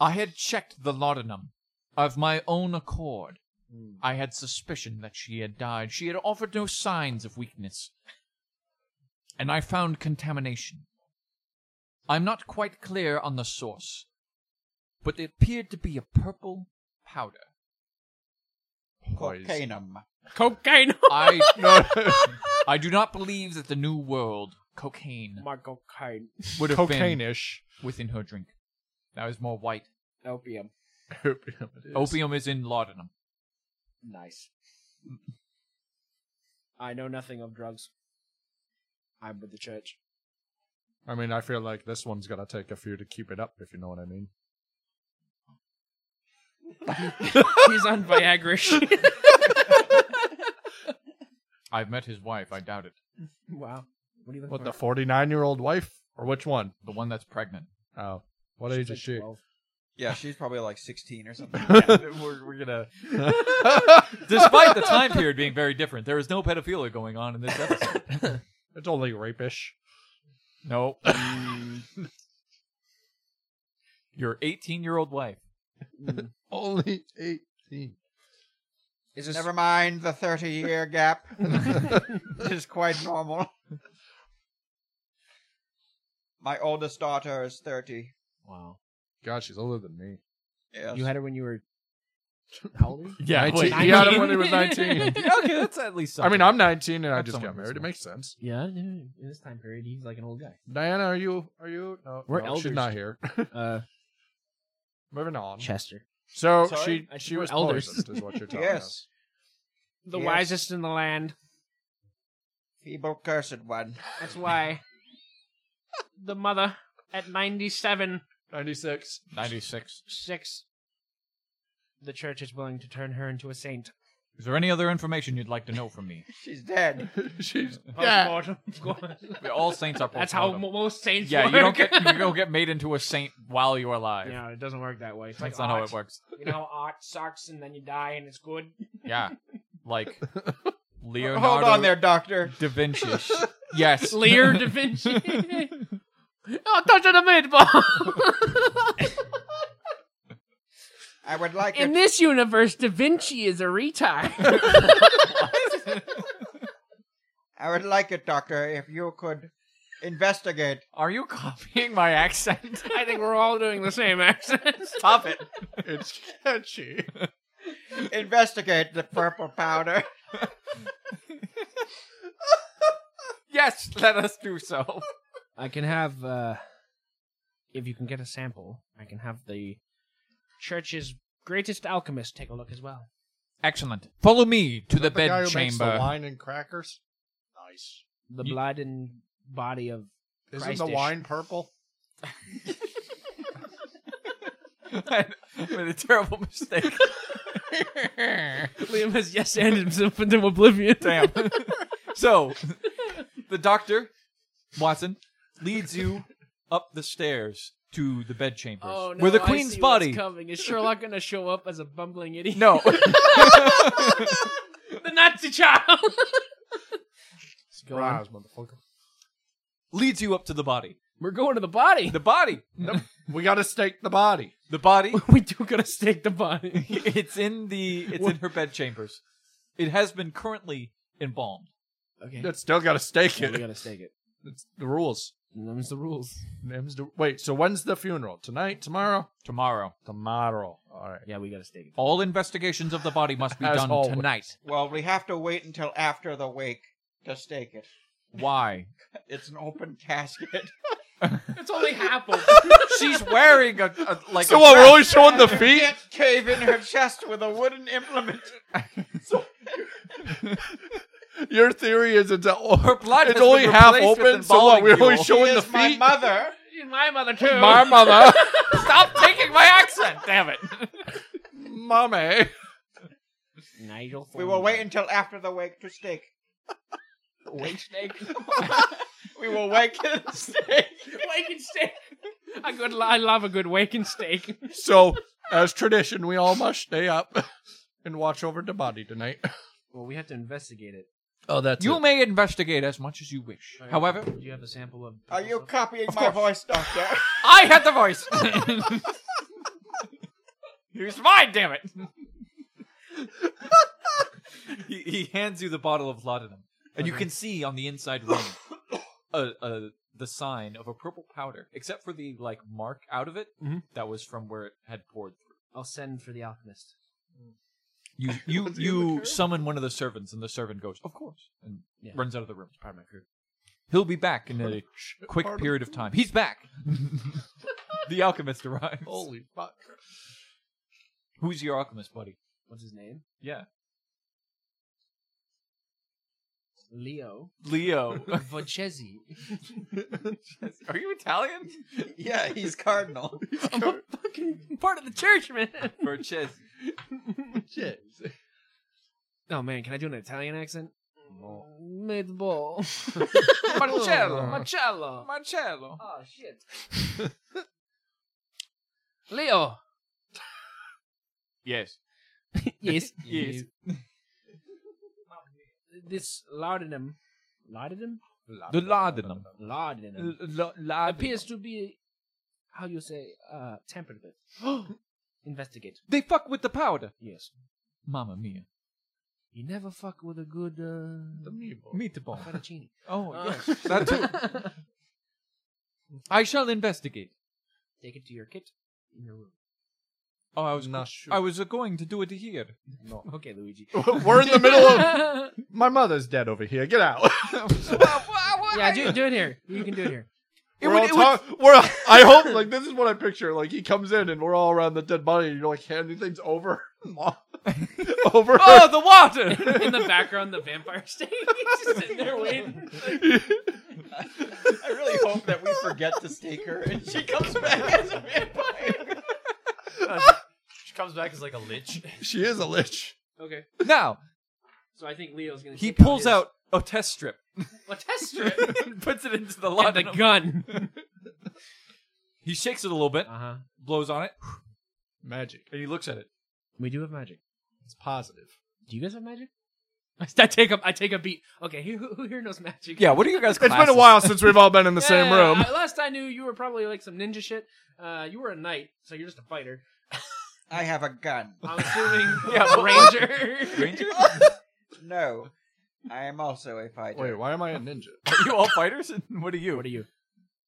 Speaker 1: I had checked the laudanum of my own accord. I had suspicion that she had died. She had offered no signs of weakness. And I found contamination. I'm not quite clear on the source, but it appeared to be a purple powder.
Speaker 4: Cocainum.
Speaker 2: Cocaine. (laughs)
Speaker 1: I
Speaker 3: (laughs) No,
Speaker 1: I do not believe that the new world cocaine
Speaker 2: My cocaine.
Speaker 1: would have been
Speaker 3: cocaine-ish.
Speaker 1: within her drink. That was more white.
Speaker 7: Opium.
Speaker 3: Opium it is.
Speaker 1: Opium is in laudanum.
Speaker 7: Nice. I know nothing of drugs. I'm with the church.
Speaker 3: I mean, I feel like this one's gonna take a few to keep it up, if you know what I mean.
Speaker 2: He's on Viagra. (laughs)
Speaker 1: I've met his wife. I doubt it.
Speaker 7: Wow. What, are you looking
Speaker 3: What
Speaker 7: for?
Speaker 3: the forty-nine-year-old wife or which one?
Speaker 1: The one that's (laughs) pregnant.
Speaker 3: Oh, what
Speaker 7: She's
Speaker 3: age
Speaker 7: like
Speaker 3: is she?
Speaker 7: 12.
Speaker 4: Yeah, she's probably like 16 or
Speaker 3: (laughs)
Speaker 4: something.
Speaker 1: we're, we're gonna. Despite the time period being very different, there is no pedophilia going on in this (laughs) episode.
Speaker 3: It's only rapish.
Speaker 1: No. (laughs) Your 18 year old wife.
Speaker 2: Mm.
Speaker 3: Only (laughs) eighteen.
Speaker 7: Is this
Speaker 4: Never mind the 30 year gap. it (laughs) is quite normal. My oldest daughter is 30.
Speaker 1: Wow.
Speaker 3: God, she's older than me.
Speaker 4: Yes.
Speaker 7: you had her when you
Speaker 2: (laughs)
Speaker 7: were how old? Were you?
Speaker 1: Yeah,
Speaker 3: 19.
Speaker 1: wait.
Speaker 3: He had him when he was nineteen. (laughs)
Speaker 1: okay, that's at least
Speaker 3: I
Speaker 1: something.
Speaker 3: mean, I'm nineteen and I
Speaker 1: That's
Speaker 3: just got
Speaker 1: somewhat
Speaker 3: married. It
Speaker 1: reasonable.
Speaker 3: makes sense.
Speaker 7: Yeah, yeah. In this time period, he's like an old guy. (laughs)
Speaker 3: Diana, are you? Are you? No,
Speaker 7: We're
Speaker 3: no, she's
Speaker 7: elders.
Speaker 3: not here.
Speaker 7: Uh,
Speaker 3: Moving on.
Speaker 7: Chester.
Speaker 3: So
Speaker 4: Sorry?
Speaker 3: she
Speaker 7: I
Speaker 3: she
Speaker 7: think we're
Speaker 3: was
Speaker 7: elders.
Speaker 3: poisoned, is
Speaker 4: (laughs)
Speaker 3: what you're telling
Speaker 4: Yes.
Speaker 3: us.
Speaker 2: the
Speaker 4: Yes.
Speaker 2: wisest in the land.
Speaker 4: Feeble cursed one. (laughs)
Speaker 2: That's (laughs) why the mother at 97
Speaker 3: Ninety-six. (laughs)
Speaker 1: 96.
Speaker 2: 6 the church is willing to turn her into a saint.
Speaker 1: Is there any other information you'd like to know from me?
Speaker 4: She's dead.
Speaker 3: she's
Speaker 2: Post-mortem, (laughs) of course.
Speaker 1: All saints are
Speaker 2: That's how
Speaker 1: postmortem.
Speaker 2: mo- most saints
Speaker 1: Yeah,
Speaker 2: work.
Speaker 1: you don't get you
Speaker 2: (laughs)
Speaker 1: don't get made into a saint while you're alive.
Speaker 2: Yeah, it doesn't work that way. It's
Speaker 1: That's
Speaker 2: like
Speaker 1: not how
Speaker 2: art.
Speaker 1: it works.
Speaker 2: You know, how art sucks, and then you die, and it's good.
Speaker 1: Yeah, (laughs) like Leonardo
Speaker 4: Hold on there, doctor.
Speaker 1: da (laughs) Vinci. Yes,
Speaker 2: Lear da Vinci. (laughs) oh, touch of the (laughs) meatball.
Speaker 4: I would like
Speaker 2: In
Speaker 4: it.
Speaker 2: this universe, da Vinci is a retard.
Speaker 4: I would like it, doctor, if you could investigate.
Speaker 1: (laughs) Are you copying my
Speaker 2: (laughs)
Speaker 1: accent?
Speaker 2: (laughs) I think we're all doing the same accents.
Speaker 1: Stop it.
Speaker 3: it's catchy.
Speaker 4: Investigate the purple powder. (laughs)
Speaker 1: Yes, let us do so.
Speaker 2: I can have, uh, if you can get a sample, I can have the church's greatest alchemist take a look as well.
Speaker 1: (laughs) Excellent. Follow me to the,
Speaker 3: The guy
Speaker 1: bed
Speaker 3: who makes the
Speaker 1: chamber.
Speaker 3: wine and crackers. Nice.
Speaker 2: The
Speaker 1: You-
Speaker 2: blood and body of.
Speaker 3: Isn't the
Speaker 2: Christ-ish.
Speaker 3: wine purple?
Speaker 1: I (laughs) made a terrible (laughs) mistake.
Speaker 2: Liam has yes and himself into oblivion.
Speaker 1: Damn. (laughs) so, the doctor, Watson, leads you up the stairs to the bed chambers
Speaker 2: Oh, no,
Speaker 1: where the
Speaker 2: I
Speaker 1: queen's (laughs)
Speaker 2: see what's
Speaker 1: body.
Speaker 2: coming. Is Sherlock going to show up as a bumbling idiot?
Speaker 1: No. (laughs)
Speaker 2: (laughs) the Nazi child.
Speaker 3: Surprise, motherfucker.
Speaker 1: leads you up to the body.
Speaker 2: We're going to the body.
Speaker 1: The body.
Speaker 3: We gotta stake the body.
Speaker 1: The body.
Speaker 2: (laughs) we do gotta stake the body.
Speaker 1: (laughs) it's in the it's in her bed chambers. It has been currently embalmed.
Speaker 7: Okay.
Speaker 3: It's still gotta stake
Speaker 7: Yeah, we
Speaker 3: it.
Speaker 7: gotta stake it.
Speaker 3: It's the rules.
Speaker 7: Them's the rules.
Speaker 3: Names do- Wait, so when's the funeral? Tonight? Tomorrow?
Speaker 1: Tomorrow.
Speaker 3: Tomorrow. All right.
Speaker 7: Yeah, we gotta stake it.
Speaker 1: All investigations of the body must be
Speaker 3: As
Speaker 1: done
Speaker 3: always.
Speaker 1: tonight.
Speaker 4: Well, we have to wait until after the wake to stake it.
Speaker 1: Why?
Speaker 4: It's an open casket.
Speaker 2: It's only half open.
Speaker 1: She's wearing a, a like
Speaker 3: So
Speaker 1: a
Speaker 3: what? We're
Speaker 1: dress.
Speaker 3: (laughs) only
Speaker 4: (laughs)
Speaker 3: showing the feet.
Speaker 4: Can't cave in her chest with a wooden implement.
Speaker 3: Your theory is it's, a,
Speaker 1: her blood
Speaker 3: it's
Speaker 1: has
Speaker 3: only
Speaker 1: been
Speaker 3: half
Speaker 1: replaced with
Speaker 3: open. So what?
Speaker 1: embalming
Speaker 3: We're only
Speaker 1: fuel.
Speaker 3: showing
Speaker 4: She
Speaker 3: the
Speaker 4: is my
Speaker 3: feet.
Speaker 4: mother.
Speaker 2: She's my mother too.
Speaker 3: My mother,
Speaker 1: Stop taking my accent, damn it.
Speaker 3: mommy.
Speaker 7: Nigel.
Speaker 4: We will
Speaker 7: (laughs)
Speaker 4: wait until after the wake to stake.
Speaker 2: Wake snake.
Speaker 4: We will wake and stake.
Speaker 2: Wake and steak. A good. I love a good wake and steak.
Speaker 3: So, as tradition, we all must stay up and watch over the body tonight.
Speaker 7: Well, we have to investigate it.
Speaker 3: Oh,
Speaker 1: (laughs)
Speaker 3: that's
Speaker 1: You may investigate as much as you wish. However,
Speaker 7: do you have a sample of?
Speaker 4: Are you copying
Speaker 1: Of
Speaker 4: my
Speaker 1: course.
Speaker 4: voice, Doctor?
Speaker 1: I had the voice. Here's mine, damn it. (laughs) he, he hands you the bottle of laudanum, and you can see on the inside ring uh, uh, the sign of a purple powder, except for the like mark out of it
Speaker 2: Mhm.
Speaker 1: that was from where it had poured through.
Speaker 7: I'll send for the alchemist.
Speaker 1: You you you summon one of the servants, and the servant goes, "Of course," and
Speaker 7: Yeah.
Speaker 1: runs out of the room.
Speaker 7: Part of my crew.
Speaker 1: He'll be back in a quick
Speaker 3: Pardon?
Speaker 1: period of time. He's back. (laughs) the alchemist arrives.
Speaker 3: Holy fuck!
Speaker 1: (laughs) Who's your alchemist buddy?
Speaker 7: What's his name?
Speaker 1: Yeah. (laughs)
Speaker 7: Leo
Speaker 1: Leo.
Speaker 7: Vocchesi.
Speaker 1: Are you Italian?
Speaker 4: (laughs) Yeah, he's (laughs) cardinal.
Speaker 2: I'm a fucking part of the church, man.
Speaker 1: Burchesi.
Speaker 2: Oh man, can I do an Italian accent?
Speaker 7: Mm, Meatball.
Speaker 1: (laughs) Marcello.
Speaker 2: (laughs) Marcello.
Speaker 1: Marcello.
Speaker 7: Oh shit.
Speaker 2: (laughs) Leo.
Speaker 1: Yes.
Speaker 2: (laughs)
Speaker 7: Yes.
Speaker 1: Yes.
Speaker 2: This laudanum, laudanum,
Speaker 1: (laughs) The laudanum.
Speaker 2: laudanum appears to be how you say uh, tampered with.
Speaker 1: (gasps)
Speaker 2: Investigate.
Speaker 1: They fuck with the powder.
Speaker 2: Yes.
Speaker 1: Mamma mia.
Speaker 2: You never fuck with a good uh,
Speaker 1: Meatball. (laughs)
Speaker 2: fettuccine.
Speaker 1: Oh,
Speaker 2: Uh.
Speaker 1: yes. That too. I shall investigate.
Speaker 2: (laughs) Take it to your kit in your room.
Speaker 1: Oh, I was
Speaker 3: Not
Speaker 1: I was uh, going to do it here.
Speaker 2: No. (laughs) Okay, Luigi.
Speaker 3: (laughs) We're in the middle of. My mother's dead over here.
Speaker 1: (laughs)
Speaker 3: Get out.
Speaker 2: yeah, do, do it here. You can do it here.
Speaker 3: we're all talk- we're all-
Speaker 1: (laughs)
Speaker 3: I hope like this is what I picture. Like he comes in and we're all around the dead body and you're like handing things over,
Speaker 1: (laughs)
Speaker 3: (laughs) over.
Speaker 1: (laughs) Oh, the water!
Speaker 2: (laughs) in the background, the vampire (laughs) sting. He's just sitting there waiting.
Speaker 4: I really hope that we forget to stake her and she comes back as a vampire.
Speaker 6: She comes back as like a lich.
Speaker 3: (laughs) she is a lich.
Speaker 2: Okay.
Speaker 1: (laughs) now,
Speaker 2: So I think Leo's gonna.
Speaker 1: he
Speaker 2: take
Speaker 1: pulls
Speaker 2: his-
Speaker 1: out a test strip
Speaker 2: a (laughs) test strip
Speaker 1: and puts it into the
Speaker 2: and the
Speaker 1: laudanum.
Speaker 2: gun.
Speaker 1: he shakes it a little bit,
Speaker 2: huh.
Speaker 1: blows on it,
Speaker 3: Magic.
Speaker 1: and he looks at it.
Speaker 2: We do have magic.
Speaker 3: It's positive.
Speaker 2: Do you guys have magic? (laughs) I take a I take a beat. Okay, who, who here knows magic?
Speaker 1: Yeah, what are you guys?
Speaker 3: It's been a while since we've all
Speaker 1: (laughs)
Speaker 3: been in the same
Speaker 2: Yeah,
Speaker 3: room.
Speaker 2: I- last I knew, you were probably like some ninja shit. Uh, you were a knight, so you're just a fighter.
Speaker 4: (laughs) I have a gun.
Speaker 2: I'm assuming
Speaker 1: Yeah,
Speaker 2: a ranger. (laughs)
Speaker 1: Ranger?
Speaker 4: No, I am also a fighter.
Speaker 3: Wait, why am I a ninja?
Speaker 1: (laughs) Are you all fighters? And what are you?
Speaker 2: What are you?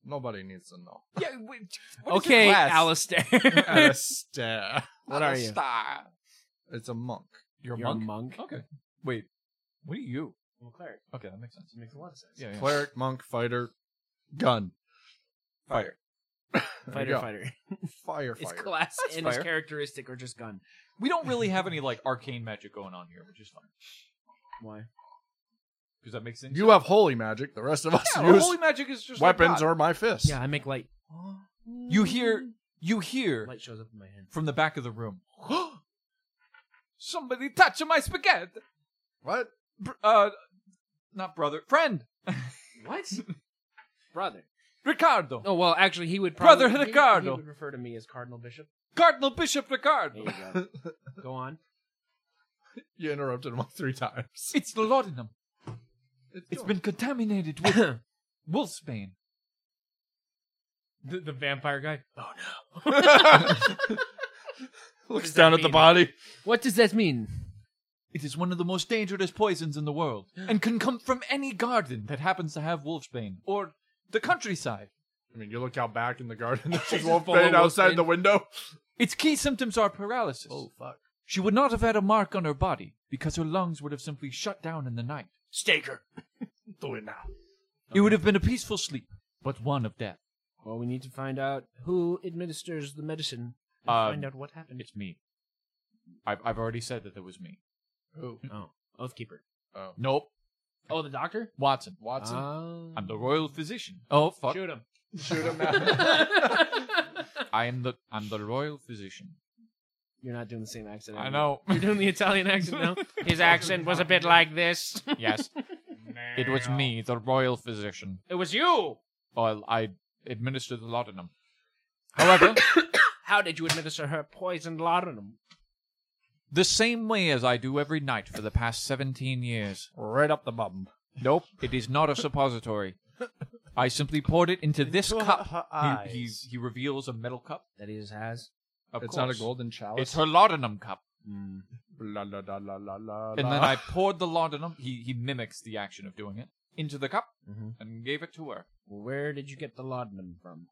Speaker 3: Nobody needs to (laughs) know.
Speaker 1: Yeah, wait, what is your
Speaker 2: Okay,
Speaker 1: class?
Speaker 2: Alistair.
Speaker 1: (laughs)
Speaker 3: Alistair.
Speaker 2: what are you?
Speaker 1: Alistair.
Speaker 3: It's a monk.
Speaker 1: You're a
Speaker 2: You're a
Speaker 1: monk?
Speaker 2: monk.
Speaker 1: Okay. Wait, what are you?
Speaker 2: I'm a cleric.
Speaker 1: Okay, that makes sense.
Speaker 2: Makes a lot of sense.
Speaker 1: Yeah, yeah.
Speaker 3: Cleric, monk, fighter, gun,
Speaker 4: Fire.
Speaker 3: There you
Speaker 2: Fighter,
Speaker 3: go.
Speaker 2: fighter.
Speaker 3: fire,
Speaker 2: His
Speaker 3: fire.
Speaker 2: class
Speaker 1: That's
Speaker 2: and his
Speaker 1: fire.
Speaker 2: characteristic are just gun.
Speaker 1: We don't really have any like arcane magic going on here, which is fine
Speaker 2: Why?
Speaker 1: because that makes sense.
Speaker 3: you have holy magic. The rest of us
Speaker 1: yeah,
Speaker 3: use
Speaker 1: holy magic is just like
Speaker 3: weapons
Speaker 1: God.
Speaker 3: or my fists.
Speaker 2: Yeah, I make light.
Speaker 1: you hear you hear
Speaker 2: Light shows up in my
Speaker 1: (laughs)
Speaker 2: hand.
Speaker 1: from the back of the room. Somebody touching my spaghetti.
Speaker 3: What?
Speaker 1: Br- uh, not brother, friend
Speaker 2: What? Brother.
Speaker 1: Ricardo,
Speaker 2: Oh well, actually, he would
Speaker 1: Brother
Speaker 2: probably, he-
Speaker 1: Ricardo.
Speaker 2: He, would refer to me as Cardinal Bishop.
Speaker 1: Cardinal Bishop
Speaker 2: There
Speaker 1: Ricardo.
Speaker 2: you go. go on.
Speaker 3: You interrupted him (laughs) like three times.
Speaker 1: It's the laudanum. It's (laughs) been contaminated with wolfsbane.
Speaker 2: The, the vampire guy. Oh
Speaker 3: (laughs) Looks
Speaker 2: that
Speaker 3: down at the
Speaker 2: mean?
Speaker 3: body.
Speaker 7: What does that mean?
Speaker 1: It is one of the most dangerous poisons in the world, and can come from any garden that happens to have wolfsbane or the countryside.
Speaker 3: I mean, you look out back in the garden. (laughs) There's
Speaker 2: Just
Speaker 3: just wolf
Speaker 2: full of
Speaker 3: pain outside
Speaker 2: wolfsbane.
Speaker 3: the window.
Speaker 1: Its key symptoms are paralysis.
Speaker 3: fuck.
Speaker 1: She would not have had a mark on her body because her lungs would have simply shut down in the night.
Speaker 3: Do it now.
Speaker 1: It would have been a peaceful sleep, but one of death.
Speaker 2: Well, we need to find out who administers the medicine. And
Speaker 1: Um,
Speaker 2: find out what (laughs) happened.
Speaker 1: It's me. I've, I've already said that it was me.
Speaker 3: Who?
Speaker 2: Oh, Oathkeeper.
Speaker 3: Oh.
Speaker 1: Nope.
Speaker 2: Oh, the doctor.
Speaker 1: Watson. Watson.
Speaker 2: Oh.
Speaker 1: I'm the royal physician. Oh fuck!
Speaker 2: Shoot him.
Speaker 3: Shoot him now.
Speaker 1: I am the I'm the royal physician.
Speaker 2: (laughs) You're not doing the same accent.
Speaker 1: I
Speaker 2: anymore.
Speaker 1: know.
Speaker 2: You're doing the Italian accent (laughs) now. His accent was a bit like this.
Speaker 1: (laughs)
Speaker 2: (laughs)
Speaker 1: yes, it was me, the royal physician.
Speaker 2: It was you.
Speaker 1: Well, I administered the laudanum. However,
Speaker 2: How did you administer her poisoned laudanum?
Speaker 1: the same way as I do every night for the past seventeen years.
Speaker 3: right up the bum.
Speaker 1: Nope, it is not a suppository. I simply poured it into this
Speaker 5: Into
Speaker 1: cup.
Speaker 5: her
Speaker 1: He,
Speaker 5: eyes.
Speaker 1: he, he reveals a metal cup.
Speaker 2: That he just has.
Speaker 1: Of
Speaker 3: it's
Speaker 1: course.
Speaker 3: not a golden chalice.
Speaker 1: It's her laudanum cup.
Speaker 3: La, la, la, la, la, la,
Speaker 1: And
Speaker 3: la.
Speaker 1: then I poured the laudanum. He he mimics the action of doing it into the cup
Speaker 2: Mhm.
Speaker 1: and gave it to her.
Speaker 2: Where did you get the laudanum from?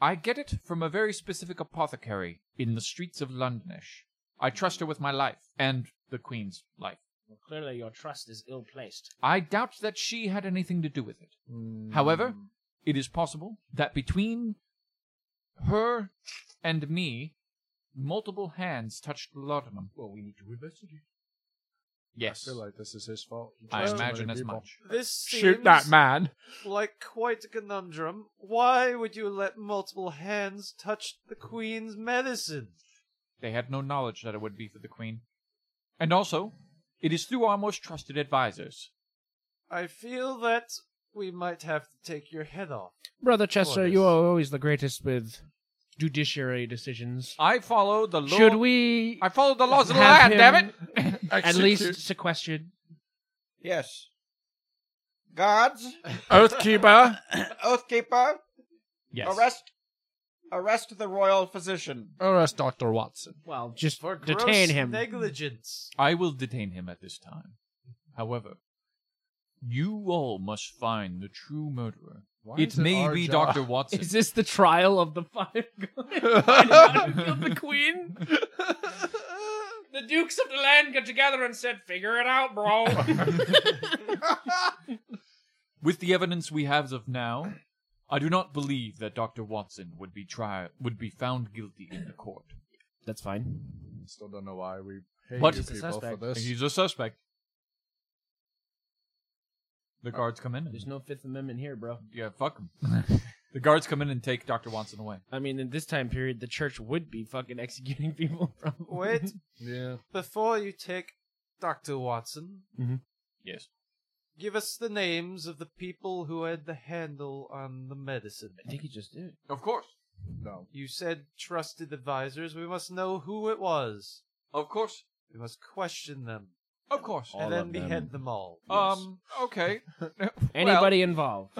Speaker 1: I get it from a very specific apothecary in the streets of Londonish. I trust her with my life and the Queen's life.
Speaker 2: Well, clearly your trust is ill placed.
Speaker 1: I doubt that she had anything to do with it.
Speaker 3: Hmm.
Speaker 1: However, it is possible that between her and me, multiple hands touched the laudanum.
Speaker 2: Well, we need to investigate.
Speaker 1: Yes.
Speaker 3: I feel like this is his fault. He
Speaker 1: I
Speaker 3: trusts too
Speaker 1: imagine
Speaker 3: many
Speaker 1: as
Speaker 3: people.
Speaker 1: much.
Speaker 5: This
Speaker 3: Shoot that
Speaker 5: seems
Speaker 3: man.
Speaker 5: like quite a conundrum. Why would you let multiple hands touch the queen's medicine?
Speaker 1: They had no knowledge that it would be for the queen. And also, it is through our most trusted advisors.
Speaker 5: I feel that we might have to take your head off.
Speaker 2: Brother Chester,
Speaker 5: Orders.
Speaker 2: you are always the greatest with judiciary decisions.
Speaker 1: I follow the law.
Speaker 2: Should we
Speaker 1: I follow the laws of the
Speaker 2: have
Speaker 1: land, damn
Speaker 2: him
Speaker 1: it!
Speaker 2: (laughs) at least
Speaker 3: (laughs)
Speaker 2: sequestered?
Speaker 4: Yes. Guards,
Speaker 3: (laughs) Oathkeeper.
Speaker 4: Oathkeeper,
Speaker 2: Yes.
Speaker 4: arrest, arrest the royal physician.
Speaker 3: Arrest Dr. Watson.
Speaker 2: Well, just
Speaker 5: For
Speaker 2: detain
Speaker 5: gross
Speaker 2: him.
Speaker 5: negligence.
Speaker 1: I will detain him at this time. However, you all must find the true murderer.
Speaker 3: Why
Speaker 1: it
Speaker 3: is it
Speaker 1: may
Speaker 3: our
Speaker 1: be
Speaker 3: job?
Speaker 1: Dr.
Speaker 3: (laughs)
Speaker 1: Watson.
Speaker 2: Is this the trial of the five God killed the
Speaker 3: (laughs)
Speaker 2: queen? the dukes of the land got together and said, "Figure it
Speaker 7: (laughs)
Speaker 2: out, bro."
Speaker 1: With the evidence we have as of now, I do not believe that Dr. Watson would be tried would be found guilty in the court.
Speaker 2: That's fine.
Speaker 3: Still don't know why we hate
Speaker 1: But
Speaker 3: you
Speaker 1: he's a
Speaker 3: people for
Speaker 2: suspect.
Speaker 3: this.
Speaker 1: He's a suspect. The guards come in.
Speaker 7: There's
Speaker 1: And,
Speaker 7: no Fifth Amendment here, bro.
Speaker 1: yeah, fuck 'em. the guards come in and take Dr. Watson away.
Speaker 7: I mean, in this time period, the church would be fucking executing (laughs) people. Probably.
Speaker 5: (laughs) Wait,
Speaker 3: Yeah.
Speaker 5: before you take Dr. Watson,
Speaker 1: Yes.
Speaker 5: give us the names of the people who had the handle on the medicine.
Speaker 7: I think he just did.
Speaker 1: Of course.
Speaker 3: No.
Speaker 5: You said trusted advisors. We must know who it was.
Speaker 1: Of course.
Speaker 5: We must question them
Speaker 1: Of course.
Speaker 7: All
Speaker 5: and then
Speaker 7: of them.
Speaker 5: behead them all.
Speaker 1: Um, okay.
Speaker 7: Anybody involved?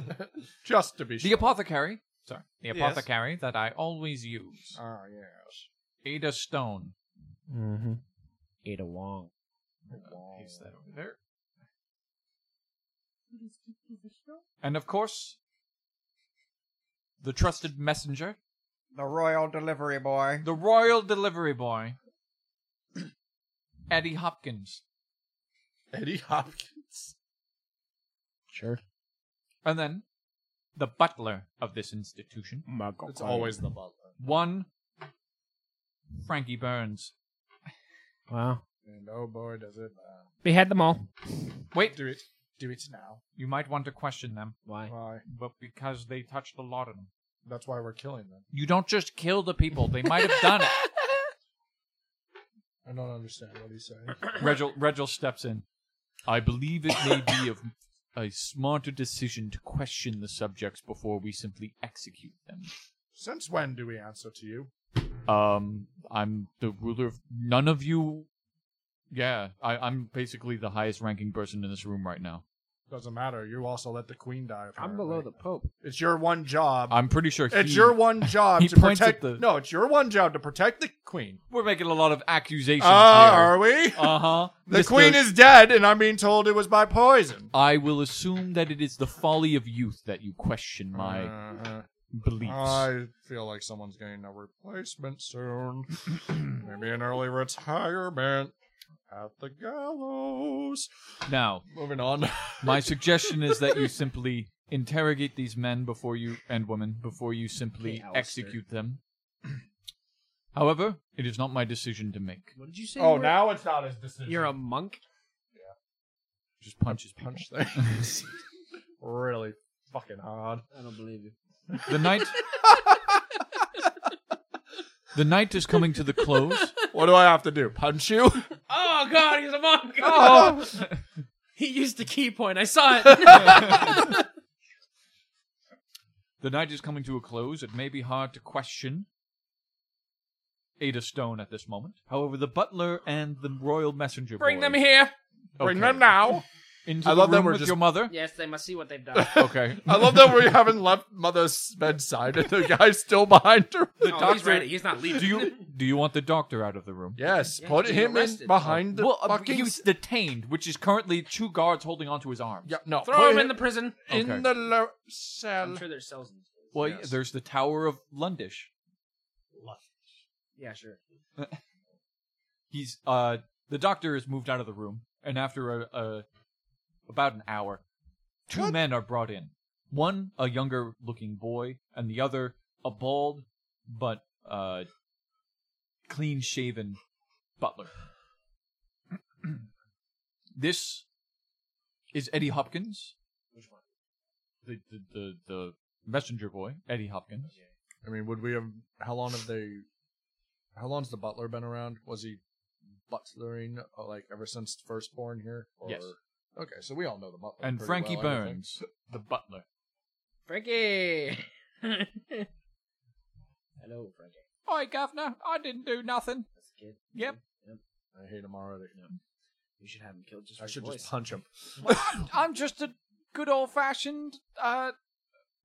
Speaker 3: (laughs) Just to be
Speaker 1: The
Speaker 3: sure.
Speaker 1: apothecary. Sorry. The
Speaker 5: Yes.
Speaker 1: apothecary that I always use.
Speaker 3: Oh, yes.
Speaker 1: Ada Stone.
Speaker 7: Mm-hmm. Ada Wong.
Speaker 1: Paste that over there. And of course, the trusted messenger,
Speaker 4: The royal delivery boy.
Speaker 1: the royal delivery boy, Eddie Hopkins.
Speaker 3: Eddie Hopkins.
Speaker 7: Sure.
Speaker 1: And then the butler of this institution,
Speaker 3: It's always the butler.
Speaker 1: one Frankie Burns.
Speaker 7: Wow.
Speaker 3: And oh boy, does it. Uh,
Speaker 2: Behead them all.
Speaker 1: Wait,
Speaker 3: do it. Do it now.
Speaker 1: you might want to question them,
Speaker 7: Why?
Speaker 3: Why?
Speaker 1: but because they touched the laudanum.
Speaker 3: That's why we're killing them.
Speaker 1: You don't just kill the people, they might have done
Speaker 3: (laughs)
Speaker 1: it.
Speaker 3: I don't understand what
Speaker 1: (laughs)
Speaker 3: he's saying.
Speaker 1: Regil, Regil steps in. I believe it may be of a smarter decision to question the subjects before we simply execute them.
Speaker 3: Since when do we answer to you?
Speaker 1: Um, I'm the ruler of none of you. Yeah, I, I'm basically the highest ranking person in this room right now.
Speaker 3: Doesn't matter. You also let the queen die.
Speaker 7: I'm below the
Speaker 3: apparently.
Speaker 7: Pope.
Speaker 3: It's your one job.
Speaker 1: I'm pretty sure
Speaker 3: it's
Speaker 1: he-
Speaker 3: your one
Speaker 1: (laughs)
Speaker 3: job
Speaker 1: he
Speaker 3: to
Speaker 1: points
Speaker 3: protect.
Speaker 1: at the-
Speaker 3: No, it's your one job to protect the queen.
Speaker 1: We're making a lot of accusations
Speaker 3: Ah,
Speaker 1: here.
Speaker 3: are we?
Speaker 1: Uh huh.
Speaker 3: (laughs) the queen is dead, and I'm being told it was by poison.
Speaker 1: I will assume that it is the folly of youth that you question my
Speaker 3: Uh-huh.
Speaker 1: beliefs.
Speaker 3: I feel like someone's getting a
Speaker 1: (clears throat)
Speaker 3: replacement soon. Maybe an early retirement at the gallows.
Speaker 1: now,
Speaker 3: Moving
Speaker 1: (laughs)
Speaker 3: on.
Speaker 1: My suggestion is that you simply interrogate these men before you and women before you simply
Speaker 7: Hey, Alistair.
Speaker 1: execute them. (clears throat) However, it is not my decision to make.
Speaker 7: What did you say?
Speaker 3: oh, now it's not his decision.
Speaker 7: you're a monk.
Speaker 1: Just punches people.
Speaker 3: punch
Speaker 1: (laughs)
Speaker 3: things really fucking hard.
Speaker 7: I don't believe you.
Speaker 1: The
Speaker 3: (laughs)
Speaker 1: night The night is coming to the close.
Speaker 3: What do I have to do? Punch you?
Speaker 2: Oh God, he's a monk.
Speaker 3: Oh.
Speaker 2: (laughs)
Speaker 7: He used the key point. I
Speaker 3: (laughs)
Speaker 7: saw it.
Speaker 1: The night is coming to a close. It may be hard to question Ada Stone at this moment. However, the butler and the royal messenger
Speaker 2: Bring
Speaker 1: boy-
Speaker 2: them here.
Speaker 3: Bring
Speaker 1: Okay.
Speaker 3: them now.
Speaker 1: Into
Speaker 3: I
Speaker 1: the
Speaker 3: love that
Speaker 1: room
Speaker 3: we're
Speaker 1: with
Speaker 3: just-
Speaker 1: your mother.
Speaker 2: Yes, they must see what
Speaker 3: (laughs)
Speaker 2: they've done.
Speaker 1: Okay.
Speaker 3: I love that we haven't left Mother's bedside and the guy's still behind her.
Speaker 1: The
Speaker 2: Oh, he's
Speaker 1: doctor-
Speaker 2: ready. He's not leaving.
Speaker 1: Do
Speaker 2: (laughs)
Speaker 1: you do you want the doctor out of the room?
Speaker 3: Yes,
Speaker 2: Yeah,
Speaker 3: put
Speaker 2: he
Speaker 3: him in
Speaker 2: arrested.
Speaker 3: behind the
Speaker 1: well, uh,
Speaker 3: fucking.
Speaker 1: he was detained, which is currently two guards holding onto his arms.
Speaker 3: yeah, no.
Speaker 2: Throw
Speaker 3: put
Speaker 2: him in the prison.
Speaker 3: in
Speaker 1: Okay.
Speaker 3: the lo- cell.
Speaker 2: I'm sure there's cells. In this place.
Speaker 1: Well,
Speaker 3: Yes.
Speaker 1: there's the Tower of Lundish.
Speaker 2: yeah, sure.
Speaker 1: He's uh the doctor is moved out of the room, and after a, a about an hour, two
Speaker 3: What?
Speaker 1: men are brought in. One a younger looking boy, and the other a bald but uh clean shaven butler. (clears throat) This is Eddie Hopkins.
Speaker 6: Which one?
Speaker 1: The the the, the messenger boy, Eddie Hopkins.
Speaker 3: I mean, would we have? How long have they? How long's the butler been around? Was he butlering uh, like ever since firstborn here? Or,
Speaker 1: Yes.
Speaker 3: Okay, so we all know the butler
Speaker 1: And
Speaker 3: pretty
Speaker 1: Frankie
Speaker 3: well, I would think.
Speaker 1: Burns, the butler.
Speaker 2: Frankie. (laughs) Hello, Frankie.
Speaker 1: Oi, Governor, I didn't do nothing.
Speaker 2: That's a kid.
Speaker 1: Yep.
Speaker 3: I hate him already.
Speaker 2: You should have him killed just for
Speaker 3: I
Speaker 2: his
Speaker 3: should
Speaker 2: voice. (laughs)
Speaker 3: just punch him.
Speaker 1: (laughs) I'm just a good old fashioned uh,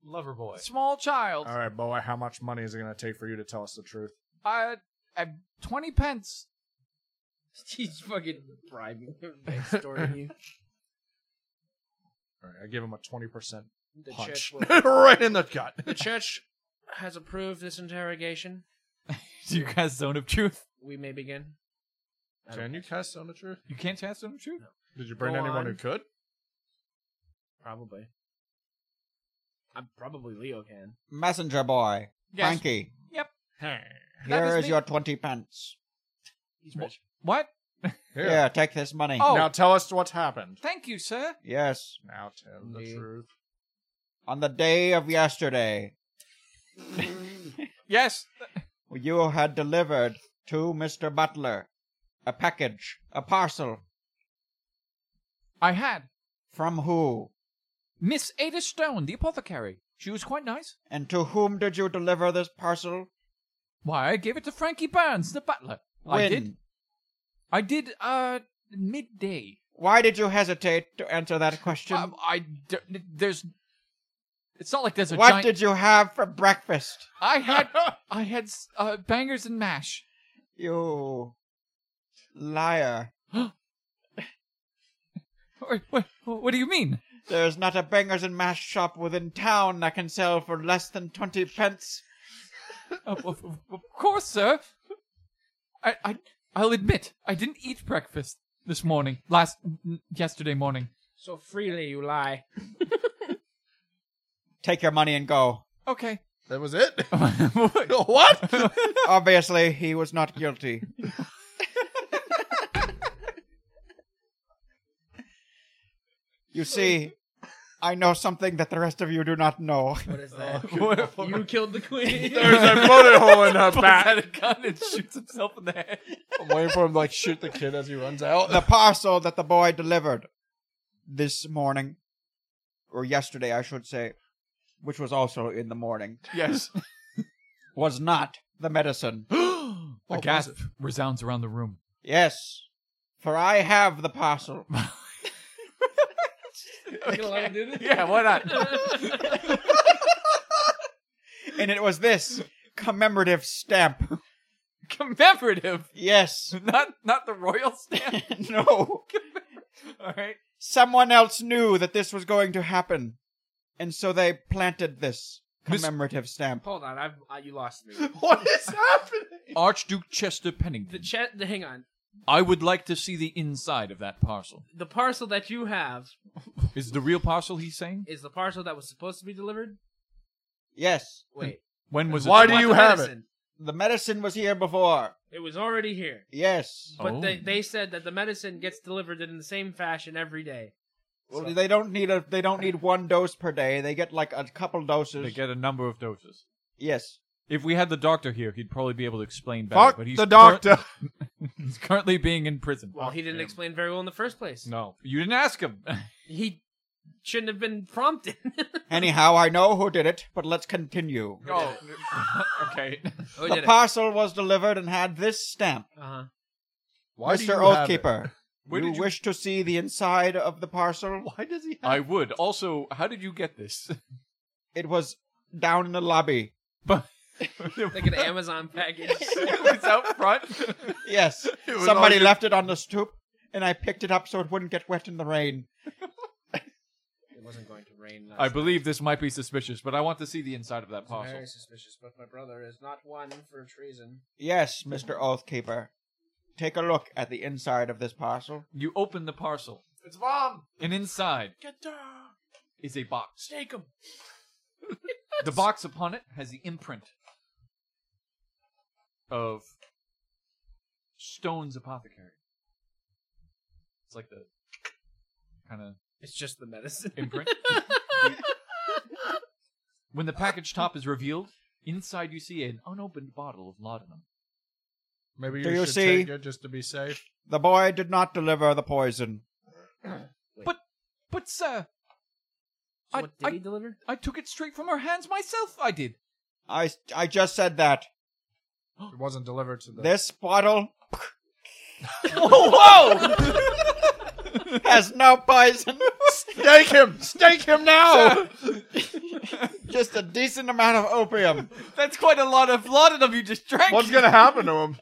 Speaker 6: Lover boy.
Speaker 1: small child.
Speaker 3: All right, boy. How much money is it going to take for you to tell us the truth?
Speaker 1: I, I, 20 pence.
Speaker 2: He's fucking bribing,
Speaker 3: (laughs)
Speaker 2: extorting you.
Speaker 3: All right, I give him a twenty percent
Speaker 2: The
Speaker 3: punch
Speaker 2: church,
Speaker 3: (laughs)
Speaker 2: will,
Speaker 3: right in
Speaker 2: (laughs)
Speaker 3: the gut.
Speaker 2: the church has approved this interrogation.
Speaker 1: Do (laughs) you cast Zone of Truth?
Speaker 2: We may begin. I don't
Speaker 3: (laughs) Can you cast on the truth?
Speaker 1: You can't cast Zone of Truth?
Speaker 3: Did you bring
Speaker 2: Go
Speaker 3: anyone who
Speaker 2: on.
Speaker 3: could?
Speaker 2: Probably. I'm probably Leo can.
Speaker 4: Messenger boy,
Speaker 1: Yes.
Speaker 4: Frankie.
Speaker 1: Yep. That
Speaker 4: Here
Speaker 1: is
Speaker 4: is
Speaker 1: me.
Speaker 4: your twenty pence.
Speaker 2: He's rich.
Speaker 1: What?
Speaker 3: Here.
Speaker 4: Here, take this money.
Speaker 1: Oh.
Speaker 3: Now tell us what's happened.
Speaker 1: Thank you, sir.
Speaker 4: Yes,
Speaker 3: Now tell the
Speaker 2: Me.
Speaker 3: truth.
Speaker 4: on the day of yesterday,
Speaker 1: Yes.
Speaker 4: you had delivered to Mister Butler a package, a parcel
Speaker 1: I had
Speaker 4: from who
Speaker 1: Miss Ada Stone, the apothecary. She was quite nice.
Speaker 4: and to whom did you deliver this parcel?
Speaker 1: Why, I gave it to Frankie Burns, the butler.
Speaker 4: When?
Speaker 1: I did. I did, uh, midday.
Speaker 4: Why did you hesitate to answer that question?
Speaker 1: Um, I, d- there's, it's not like there's a
Speaker 4: what
Speaker 1: giant.
Speaker 4: did you have for breakfast?
Speaker 1: I
Speaker 4: (laughs)
Speaker 1: had, I had, s- uh, bangers and mash.
Speaker 4: You liar.
Speaker 1: What, what, what do you mean?
Speaker 4: There's not a bangers and mash shop within town that can sell for less than twenty pence.
Speaker 1: of, of, of- of course, sir. I, I, I'll admit, I didn't eat breakfast this morning. Last, n- yesterday morning.
Speaker 2: So freely you lie.
Speaker 4: Take your money and go.
Speaker 1: (laughs) Okay.
Speaker 3: That was (laughs) it.
Speaker 1: what?
Speaker 4: Obviously, he was not guilty. you see, I know something that the rest of you do not know.
Speaker 2: What
Speaker 3: (laughs) Oh,
Speaker 2: is that? (laughs) you killed the queen.
Speaker 3: There's a bullet hole in her (laughs) back.
Speaker 1: a gun and shoots himself in the head.
Speaker 3: I'm waiting for him to like shoot the kid as he runs out.
Speaker 4: The parcel that the boy delivered this morning, or yesterday, I should say, which was also in the morning,
Speaker 1: Yes.
Speaker 4: (laughs) was not the medicine. (gasps)
Speaker 1: a gasp resounds around the room.
Speaker 4: Yes, for I have the parcel. (laughs)
Speaker 2: You
Speaker 3: (laughs)
Speaker 2: gonna let him do
Speaker 1: (laughs)
Speaker 2: this?
Speaker 1: Yeah, why not?
Speaker 4: and it was this commemorative stamp.
Speaker 1: (laughs) Commemorative,
Speaker 4: Yes.
Speaker 1: not not the royal stamp.
Speaker 4: no.
Speaker 1: All right.
Speaker 4: Someone else knew that this was going to happen. And so they planted this
Speaker 1: Miss-
Speaker 4: commemorative
Speaker 2: (laughs)
Speaker 4: stamp.
Speaker 2: Hold on, I've I, you lost
Speaker 3: (laughs)
Speaker 2: me.
Speaker 3: What is happening?
Speaker 1: (laughs) Archduke Chester Pennington.
Speaker 2: The chat. The, hang on.
Speaker 1: I would like to see the inside of that parcel.
Speaker 2: The parcel that you have
Speaker 1: Is the real parcel he's saying?
Speaker 2: is the parcel that was supposed to be delivered.
Speaker 4: Yes.
Speaker 2: Wait,
Speaker 1: When was
Speaker 3: (laughs) Why
Speaker 1: it?
Speaker 3: do
Speaker 2: Not
Speaker 3: you
Speaker 2: the
Speaker 3: have it?
Speaker 2: medicine.
Speaker 4: The medicine was here before.
Speaker 2: It was already here,
Speaker 4: Yes.
Speaker 2: but
Speaker 1: Oh.
Speaker 2: they, they said that the medicine gets delivered in the same fashion every day.
Speaker 4: Well, they don't need a they don't need one dose per day. They get like a couple doses.
Speaker 1: They get a number of doses.
Speaker 4: yes.
Speaker 1: If we had the doctor here, he'd probably be able to explain better.
Speaker 3: Fuck
Speaker 1: but he's
Speaker 3: the doctor.
Speaker 1: curr- (laughs) he's currently being in prison.
Speaker 2: Well, he didn't explain very well in the first place.
Speaker 1: No, you didn't ask
Speaker 2: (laughs)
Speaker 1: him. (laughs)
Speaker 2: He shouldn't have been
Speaker 3: (laughs)
Speaker 2: prompted. (laughs)
Speaker 4: Anyhow, I know who did it, but let's continue.
Speaker 1: oh, (laughs) okay.
Speaker 2: Who
Speaker 4: the
Speaker 2: did it?
Speaker 4: parcel was delivered and had this stamp.
Speaker 2: Uh-huh.
Speaker 3: Why do
Speaker 4: Mr.
Speaker 3: you have it?
Speaker 4: Oathkeeper,
Speaker 1: Where
Speaker 4: you,
Speaker 1: did you-
Speaker 4: wish to see the inside of the parcel?
Speaker 3: Why does he?
Speaker 1: I would. Also, how did you get this? (laughs)
Speaker 4: It was down in the lobby.
Speaker 1: But
Speaker 2: (laughs) Like an Amazon (laughs) package.
Speaker 1: it was out front.
Speaker 3: (laughs)
Speaker 4: Yes.
Speaker 3: was
Speaker 4: Somebody
Speaker 3: on your-
Speaker 4: left it on the stoop, and I picked it up so it wouldn't get wet in the rain.
Speaker 2: it wasn't going to rain.
Speaker 1: (laughs) I believe this might be suspicious, but I want to see the inside of that parcel.
Speaker 2: Very suspicious, but my brother is not one for treason.
Speaker 4: Yes, Mr. Oathkeeper. Take a look at the inside of this parcel.
Speaker 1: You open the parcel,
Speaker 6: It's mom.
Speaker 1: and inside
Speaker 6: Get down.
Speaker 1: is a box.
Speaker 6: Take him.
Speaker 1: (laughs) The box upon it has the imprint of Stone's apothecary. It's like the kind of
Speaker 2: It's just the (laughs) medicine.
Speaker 1: imprint. (laughs) when the package top is revealed, inside you see an unopened bottle of laudanum.
Speaker 3: Maybe you
Speaker 4: Do you
Speaker 3: should
Speaker 4: see-
Speaker 3: take it just to be safe. (gasps)
Speaker 4: The boy did not deliver the poison.
Speaker 1: But sir,
Speaker 2: So
Speaker 1: I-
Speaker 2: what did
Speaker 1: I-
Speaker 2: he deliver?
Speaker 1: I took it straight from her hands myself. I did.
Speaker 4: I, I just said that.
Speaker 3: It wasn't delivered to the.
Speaker 4: This
Speaker 3: (laughs)
Speaker 4: bottle
Speaker 1: Whoa!
Speaker 4: has no poison.
Speaker 3: Stake him! Stake him now!
Speaker 4: just a decent amount of opium.
Speaker 1: That's quite a lot of laudanum you just drank.
Speaker 3: What's gonna happen to him?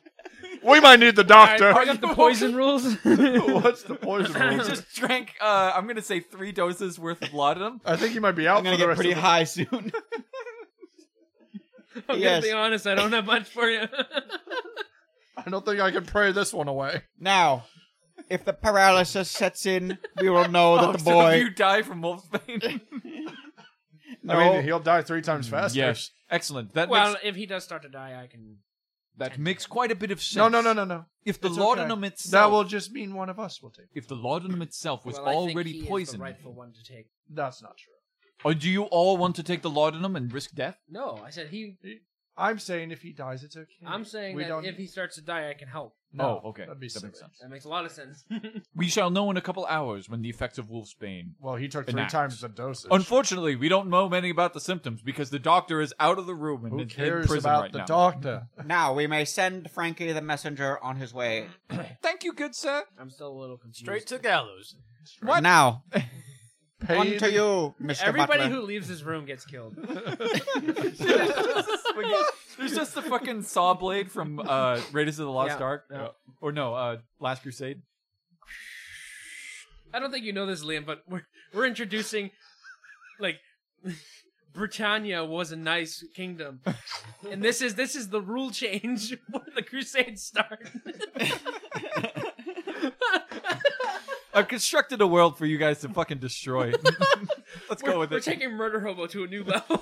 Speaker 3: We might need (laughs) the doctor.
Speaker 2: I got the poison rules. (laughs)
Speaker 3: What's the poison?
Speaker 1: (laughs) You
Speaker 3: rule?
Speaker 1: just drank. Uh, I'm gonna say three doses worth of
Speaker 3: (laughs)
Speaker 1: laudanum.
Speaker 3: I think he might be out
Speaker 4: I'm gonna
Speaker 3: for the
Speaker 4: get
Speaker 3: rest
Speaker 4: pretty
Speaker 3: of the-
Speaker 4: high soon.
Speaker 3: (laughs)
Speaker 2: I'm
Speaker 4: Yes.
Speaker 2: gonna be honest, I don't have much for
Speaker 1: (laughs)
Speaker 2: you.
Speaker 3: I don't think I can pray this one away.
Speaker 4: Now, if the paralysis sets in, we will know that
Speaker 1: Oh,
Speaker 4: the
Speaker 1: so
Speaker 4: boy.
Speaker 1: you die from
Speaker 2: (laughs)
Speaker 1: wolfsbane.
Speaker 4: no,
Speaker 3: I mean, he'll die three times faster.
Speaker 1: yes, excellent. That
Speaker 2: well,
Speaker 1: makes,
Speaker 2: if he does start to die, I can.
Speaker 1: that makes quite a bit of sense.
Speaker 3: No, no, no, no, no.
Speaker 1: If the
Speaker 3: It's okay.
Speaker 1: laudanum
Speaker 3: That
Speaker 1: itself,
Speaker 3: will just mean one of us will take. it.
Speaker 1: if the laudanum itself was
Speaker 2: well, I think he
Speaker 1: already
Speaker 2: is the
Speaker 1: poisoned,
Speaker 2: rightful one to take.
Speaker 3: That's not true.
Speaker 1: or do you all want to take the laudanum and risk death?
Speaker 2: No, I said he.
Speaker 3: I'm saying if he dies, it's okay.
Speaker 2: I'm saying
Speaker 3: We
Speaker 2: that
Speaker 3: don't-
Speaker 2: if he starts to die, I can help.
Speaker 3: No,
Speaker 1: oh, okay,
Speaker 3: That'd be
Speaker 1: that
Speaker 3: silly.
Speaker 1: makes sense.
Speaker 2: That makes a lot of sense. (laughs)
Speaker 1: We shall know in a couple hours when the effects of wolfsbane.
Speaker 3: Well, he took
Speaker 1: An
Speaker 3: three
Speaker 1: act.
Speaker 3: times the dosage.
Speaker 1: Unfortunately, we don't know many about the symptoms because the doctor is out of the room and
Speaker 3: Who
Speaker 1: in- in
Speaker 3: cares
Speaker 1: prison
Speaker 3: about
Speaker 1: right
Speaker 3: the
Speaker 1: now.
Speaker 3: doctor?
Speaker 4: now we may send Frankie the messenger on his way.
Speaker 1: Thank you, good sir.
Speaker 2: I'm still a little confused.
Speaker 6: Straight to gallows.
Speaker 1: What?
Speaker 4: Now,
Speaker 3: Pay
Speaker 4: on to
Speaker 3: the-
Speaker 4: you, Mr.
Speaker 2: Everybody
Speaker 4: Butler.
Speaker 2: who leaves this room gets killed.
Speaker 1: There's just the fucking saw blade from uh, Raiders of the Lost
Speaker 2: Yeah,
Speaker 1: Ark,
Speaker 2: yeah.
Speaker 1: or no, uh, Last Crusade.
Speaker 2: I don't think you know this, Liam, but we're we're introducing like (laughs) Britannia was a nice kingdom, and this is this is the rule change (laughs) when the Crusades start.
Speaker 1: I've constructed a world for you guys to fucking
Speaker 2: (laughs)
Speaker 1: destroy. Let's
Speaker 2: we're,
Speaker 1: go with
Speaker 2: we're
Speaker 1: it.
Speaker 2: taking murder hobo to a new (laughs) level.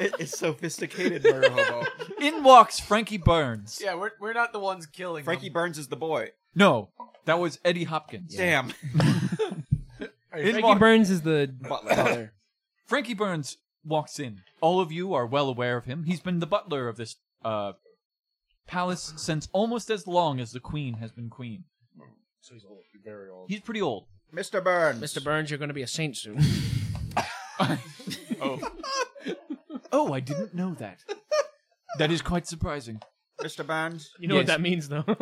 Speaker 4: It is sophisticated, murder hobo. (laughs)
Speaker 1: In walks Frankie Burns.
Speaker 6: Yeah, we're, we're not the ones killing
Speaker 4: Frankie
Speaker 6: them.
Speaker 4: Burns is the boy.
Speaker 1: No, that was Eddie Hopkins.
Speaker 4: Damn.
Speaker 1: In walk-
Speaker 2: Burns is the
Speaker 4: Butler.
Speaker 1: Frankie Burns walks in. All of you are well aware of him. He's been the butler of this uh, palace since almost as long as the queen has been queen.
Speaker 3: So he's old, very old.
Speaker 1: He's pretty old.
Speaker 4: Mr. Burns.
Speaker 2: Mr. Burns. You're going to be a saint soon.
Speaker 1: Oh, I didn't know
Speaker 3: (laughs)
Speaker 1: that. That is quite surprising.
Speaker 4: Mr. Burns.
Speaker 2: (laughs) You know what
Speaker 1: Yes.
Speaker 2: that means, though. (laughs)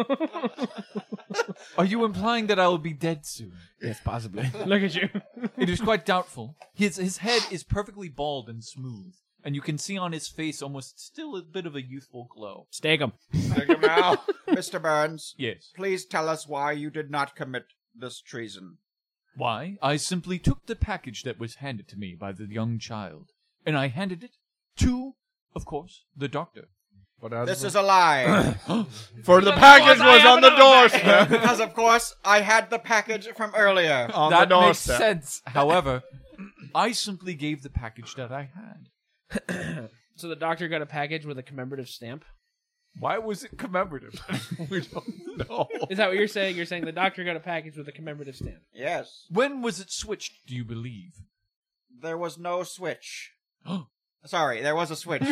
Speaker 1: Are you implying that I will be dead soon?
Speaker 7: Yes, possibly.
Speaker 2: Look at you.
Speaker 1: (laughs) It is quite doubtful. His his head is perfectly bald and smooth, and you can see on his face almost still a bit of a youthful glow.
Speaker 2: Stake him.
Speaker 4: Mr. Burns,
Speaker 1: Yes.
Speaker 4: please tell us why you did not commit this treason.
Speaker 1: Why? I simply took the package that was handed to me by the young child, and I handed it to, of course, the doctor.
Speaker 3: But as
Speaker 4: This
Speaker 3: for-
Speaker 4: is a
Speaker 1: (coughs)
Speaker 4: lie.
Speaker 3: for the package was on the doorstep.
Speaker 4: because, of course, I had the package from earlier.
Speaker 3: (laughs) on
Speaker 1: that
Speaker 3: the
Speaker 1: makes
Speaker 3: doorstep.
Speaker 1: sense. However, I simply gave the package that I had.
Speaker 2: (clears throat) So the doctor got a package with a commemorative stamp.
Speaker 1: Why was it commemorative?
Speaker 3: We don't know.
Speaker 2: Is that what you're saying? You're saying the doctor got a package with a commemorative stamp.
Speaker 4: Yes.
Speaker 1: (laughs) when was it switched? Do you believe?
Speaker 4: There was no switch. Sorry, there was a switch.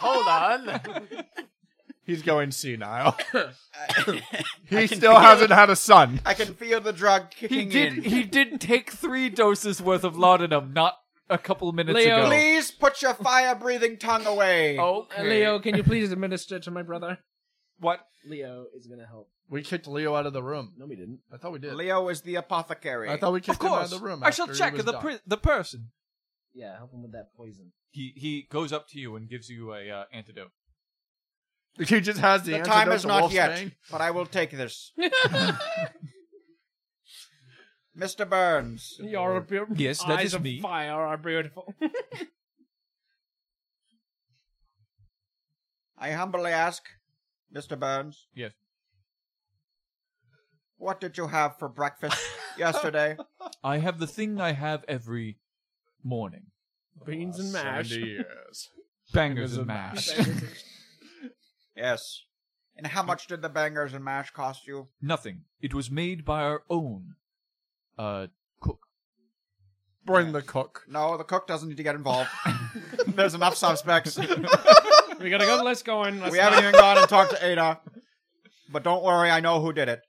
Speaker 6: Hold on.
Speaker 3: (laughs) He's
Speaker 2: (laughs)
Speaker 3: going senile. (laughs) he still hasn't had a son.
Speaker 4: I can feel the drug
Speaker 1: He
Speaker 4: kicking
Speaker 1: did.
Speaker 4: in.
Speaker 1: He did take three doses worth of laudanum not a couple minutes
Speaker 2: Leo.
Speaker 1: ago.
Speaker 4: Please put your fire-breathing tongue away.
Speaker 1: Oh,
Speaker 2: Uh, Leo, can you please administer to my brother?
Speaker 1: What?
Speaker 2: Leo is gonna help.
Speaker 3: We kicked Leo out of the room.
Speaker 2: No, we didn't.
Speaker 3: I thought we did.
Speaker 4: Leo is the apothecary.
Speaker 3: I thought we
Speaker 1: Of
Speaker 3: kicked him out of
Speaker 1: course.
Speaker 3: the room.
Speaker 1: I shall
Speaker 3: after he
Speaker 1: check
Speaker 3: was
Speaker 1: the
Speaker 3: done.
Speaker 1: per- the person.
Speaker 2: Yeah, help him with that poison.
Speaker 1: He he goes up to you and gives you a uh, antidote.
Speaker 3: (laughs) He just has the,
Speaker 4: the
Speaker 3: antidote
Speaker 4: time is
Speaker 3: to
Speaker 4: not
Speaker 3: Wolf's
Speaker 4: yet,
Speaker 3: Bane.
Speaker 4: but I will take this. Mr. Burns,
Speaker 2: Your beau-
Speaker 1: Yes, that
Speaker 2: eyes
Speaker 1: is
Speaker 2: of
Speaker 1: me.
Speaker 2: Fire are beautiful.
Speaker 4: I humbly ask, Mr. Burns.
Speaker 1: Yes.
Speaker 4: What did you have for breakfast yesterday?
Speaker 1: I have the thing I have every morning:
Speaker 2: (laughs) Beans and mash. (laughs)
Speaker 3: 70 years.
Speaker 1: bangers and mash. (laughs)
Speaker 4: Yes. And how much did the bangers and mash cost you?
Speaker 1: Nothing. It was made by our own uh,
Speaker 3: Bring the cook.
Speaker 4: No, the cook doesn't need to get involved. There's enough suspects.
Speaker 8: We got a good list going. Let's
Speaker 4: we haven't even gone and talked to Ada. But don't worry, I know who did it.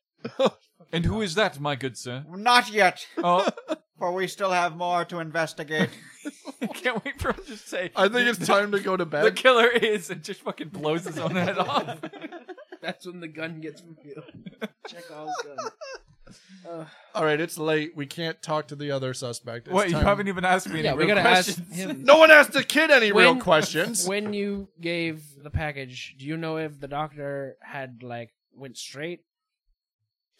Speaker 1: and who is that, my good (laughs) sir?
Speaker 4: Not yet,
Speaker 1: Oh,
Speaker 4: for we still have more to investigate.
Speaker 1: I can't wait for him to say.
Speaker 3: I think
Speaker 1: (laughs)
Speaker 3: it's time to go to
Speaker 1: the
Speaker 3: bed.
Speaker 1: killer is, and just fucking blows his own head off.
Speaker 2: That's when the gun
Speaker 1: (laughs)
Speaker 2: gets revealed. Check all guns.
Speaker 3: All right, it's late. We can't talk to the other suspect. It's
Speaker 1: Wait, you
Speaker 3: time-
Speaker 1: haven't e- even asked me any
Speaker 2: Yeah, we
Speaker 1: real
Speaker 2: gotta
Speaker 1: questions. (laughs)
Speaker 2: ask him.
Speaker 3: No one asked the kid any
Speaker 8: When-
Speaker 3: real questions.
Speaker 2: (laughs) When you gave the package, do you know if the doctor had like went straight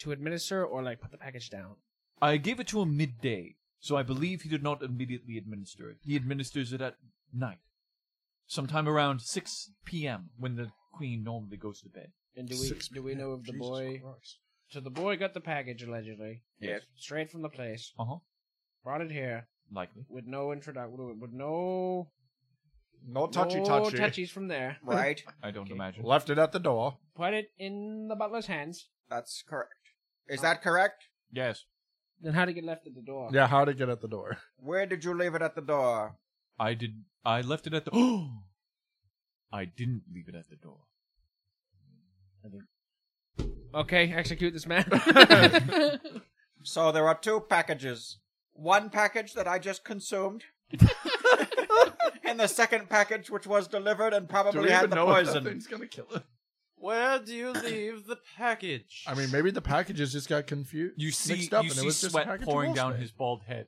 Speaker 2: to administer or like put the package down?
Speaker 1: I gave it to him midday, so I believe he did not immediately administer it. He administers it at night, sometime around 6 p.m., when the queen normally goes to bed.
Speaker 2: And do we do we know if the boy? So the boy got the package allegedly.
Speaker 4: Yes.
Speaker 2: Straight from the place,
Speaker 1: Uh huh.
Speaker 2: brought it here
Speaker 1: Likely.
Speaker 2: with no introduction, with no
Speaker 3: No touchy
Speaker 2: no
Speaker 3: touchy.
Speaker 2: touchies from there.
Speaker 4: (laughs) right?
Speaker 1: I don't imagine.
Speaker 3: Left it at the door.
Speaker 2: Put it in the butler's hands.
Speaker 4: That's correct. Is that correct?
Speaker 1: Yes.
Speaker 2: Then how to get left at the door?
Speaker 3: Yeah, how to get at the door.
Speaker 4: Where did you leave it at the door?
Speaker 1: I did. I left it at the. (gasps) I didn't leave it at the door.
Speaker 2: Okay, execute this man. (laughs)
Speaker 4: So there are two packages. One package that I just (laughs) consumed, and the second package which was delivered and
Speaker 3: Do
Speaker 4: probably
Speaker 3: we
Speaker 4: had
Speaker 3: even
Speaker 4: the
Speaker 3: know if that
Speaker 4: poison.
Speaker 3: thing's gonna kill it?
Speaker 6: Where do you leave the package?
Speaker 3: I mean, maybe the packages just got confused.
Speaker 1: You see,
Speaker 3: mixed up
Speaker 1: you
Speaker 3: and
Speaker 1: see
Speaker 3: it was just a
Speaker 1: sweat
Speaker 3: package of
Speaker 1: pouring
Speaker 3: wolf's
Speaker 1: down
Speaker 3: head.
Speaker 1: his bald head.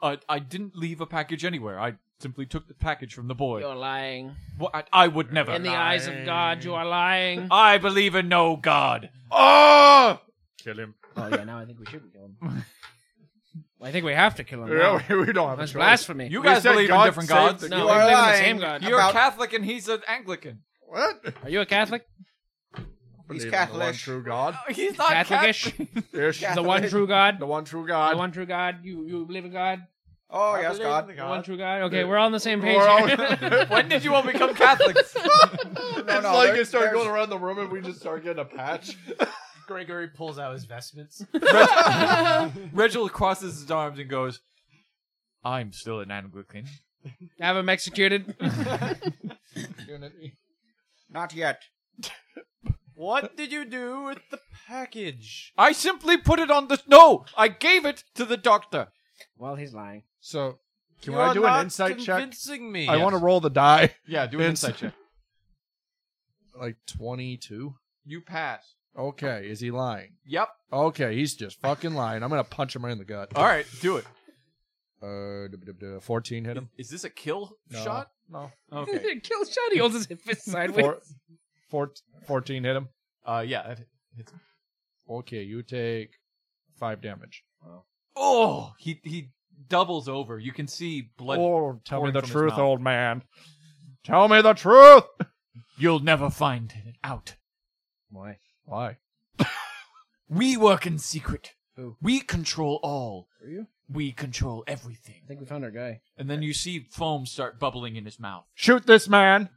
Speaker 1: Uh, I didn't leave a package anywhere. I simply took the package from the boy.
Speaker 2: You're lying.
Speaker 1: Wha- I, I would never.
Speaker 2: In the eyes of God, you are lying.
Speaker 1: I believe in no God.
Speaker 3: Oh! Kill him.
Speaker 2: oh yeah, now I think we shouldn't kill him. Well, I think we have to kill him. now.
Speaker 3: Yeah, (laughs) we, we don't have a
Speaker 2: That's
Speaker 3: choice.
Speaker 2: blasphemy.
Speaker 1: You
Speaker 3: We
Speaker 1: guys
Speaker 3: said
Speaker 1: believe in
Speaker 3: God
Speaker 1: different
Speaker 3: saved
Speaker 1: gods.
Speaker 3: the
Speaker 2: no,
Speaker 4: you
Speaker 2: we
Speaker 4: are
Speaker 2: believe in the
Speaker 4: lying.
Speaker 2: same God.
Speaker 1: You're
Speaker 4: about-
Speaker 1: a Catholic and he's an Anglican.
Speaker 3: What?
Speaker 2: Are you a Catholic?
Speaker 3: Believe in The one
Speaker 4: Catholic.
Speaker 3: true God.
Speaker 1: He's not
Speaker 2: Catholicish?
Speaker 1: Catholic.
Speaker 3: Ish.
Speaker 2: The one true God.
Speaker 3: The one true God.
Speaker 2: The one true God. You you believe in God?
Speaker 4: Oh
Speaker 6: I
Speaker 4: yes,
Speaker 6: believe
Speaker 4: God.
Speaker 6: in
Speaker 2: The one
Speaker 6: God.
Speaker 2: true God. Okay, we're all on the same page.
Speaker 3: We're
Speaker 2: (laughs)
Speaker 3: all- (laughs)
Speaker 2: here.
Speaker 1: when did you all become Catholics?
Speaker 3: it's
Speaker 4: no,
Speaker 3: like
Speaker 4: there-
Speaker 3: it started
Speaker 4: there's-
Speaker 3: going around the room and we just start getting
Speaker 4: (laughs)
Speaker 3: a patch.
Speaker 9: Gregory pulls out his vestments.
Speaker 1: Reginald crosses his arms and goes, "I'm still an Anglican."
Speaker 2: Have
Speaker 7: (laughs)
Speaker 2: him executed.
Speaker 4: Not yet.
Speaker 6: What did you do with the package?
Speaker 1: I simply put it on the no. I gave it to the doctor.
Speaker 2: well, he's lying.
Speaker 3: so, can
Speaker 6: You
Speaker 3: I
Speaker 6: are
Speaker 3: do
Speaker 6: not
Speaker 3: an insight check?
Speaker 6: Convincing me.
Speaker 3: I want to roll the die.
Speaker 1: Yeah, do
Speaker 3: Vince.
Speaker 1: an insight check.
Speaker 3: Like 22?
Speaker 1: You pass.
Speaker 3: Okay, is he lying?
Speaker 1: Yep.
Speaker 3: Okay, he's just fucking lying. I'm going to punch him right in the gut.
Speaker 1: All right, do it.
Speaker 3: Uh, duh, duh, duh, 14 hit
Speaker 1: Is,
Speaker 3: him.
Speaker 1: is this a kill
Speaker 3: No.
Speaker 1: shot?
Speaker 3: No.
Speaker 1: Okay.
Speaker 7: (laughs)
Speaker 2: kill shot. He holds his (laughs) fist sideways.
Speaker 3: Four, four, 14 hit him.
Speaker 1: Uh, yeah. that hits.
Speaker 3: Okay, you take five damage.
Speaker 1: Oh, he he doubles over. You can see blood.
Speaker 3: oh, tell me
Speaker 1: pouring
Speaker 3: the
Speaker 1: from his
Speaker 3: truth,
Speaker 1: mouth.
Speaker 3: old man. Tell me the truth.
Speaker 1: You'll never find it out.
Speaker 2: Why?
Speaker 3: Why?
Speaker 1: We work in secret.
Speaker 2: Who?
Speaker 1: We control all.
Speaker 2: Are you?
Speaker 1: We control everything.
Speaker 2: I think we found our guy.
Speaker 1: And then you see foam start bubbling in his
Speaker 4: (laughs)
Speaker 1: mouth.
Speaker 3: Shoot
Speaker 1: (laughs)
Speaker 3: this man.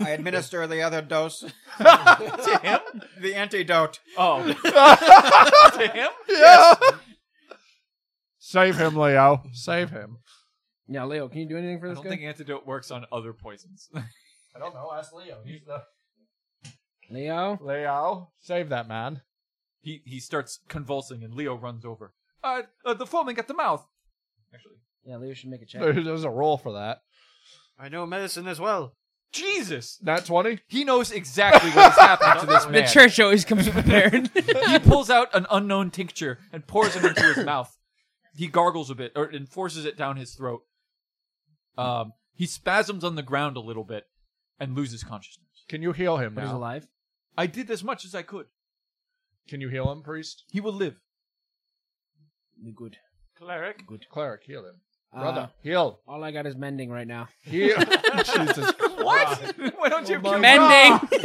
Speaker 4: I administer the other dose. The antidote.
Speaker 1: Oh,
Speaker 4: (laughs)
Speaker 1: to him?
Speaker 3: Yeah. Save him, Leo. Save him.
Speaker 2: Now, Leo, can you do anything for
Speaker 1: I
Speaker 2: this
Speaker 1: don't
Speaker 2: guy?
Speaker 1: think antidote works on other poisons. (laughs)
Speaker 9: I don't know. Ask Leo. He's the
Speaker 2: Leo,
Speaker 3: Leo, save that man.
Speaker 1: he he starts convulsing, and Leo runs over. Uh, uh the foaming at the mouth. Actually,
Speaker 2: yeah, Leo should make a check.
Speaker 3: There- There's a roll for that.
Speaker 6: I know medicine as well.
Speaker 1: Jesus,
Speaker 3: Not 20?
Speaker 1: he knows exactly what has happened to this
Speaker 2: (laughs) the
Speaker 1: man.
Speaker 2: church always (laughs) comes prepared.
Speaker 1: He pulls out an unknown tincture and pours it into his mouth. He gargles a bit, or and forces it down his throat. Um, he spasms on the ground a little bit, and loses consciousness.
Speaker 3: Can you heal him
Speaker 2: but he's
Speaker 3: now?
Speaker 2: alive.
Speaker 1: I did as much as I could.
Speaker 3: Can you heal him, priest?
Speaker 1: He will live.
Speaker 2: Be good.
Speaker 6: Cleric.
Speaker 3: Cleric, heal him.
Speaker 2: Uh,
Speaker 3: Brother, heal.
Speaker 2: All I got is mending right now.
Speaker 1: (laughs)
Speaker 3: Heal. Jesus. (laughs)
Speaker 1: What? Why don't you kill
Speaker 2: Mending.
Speaker 1: What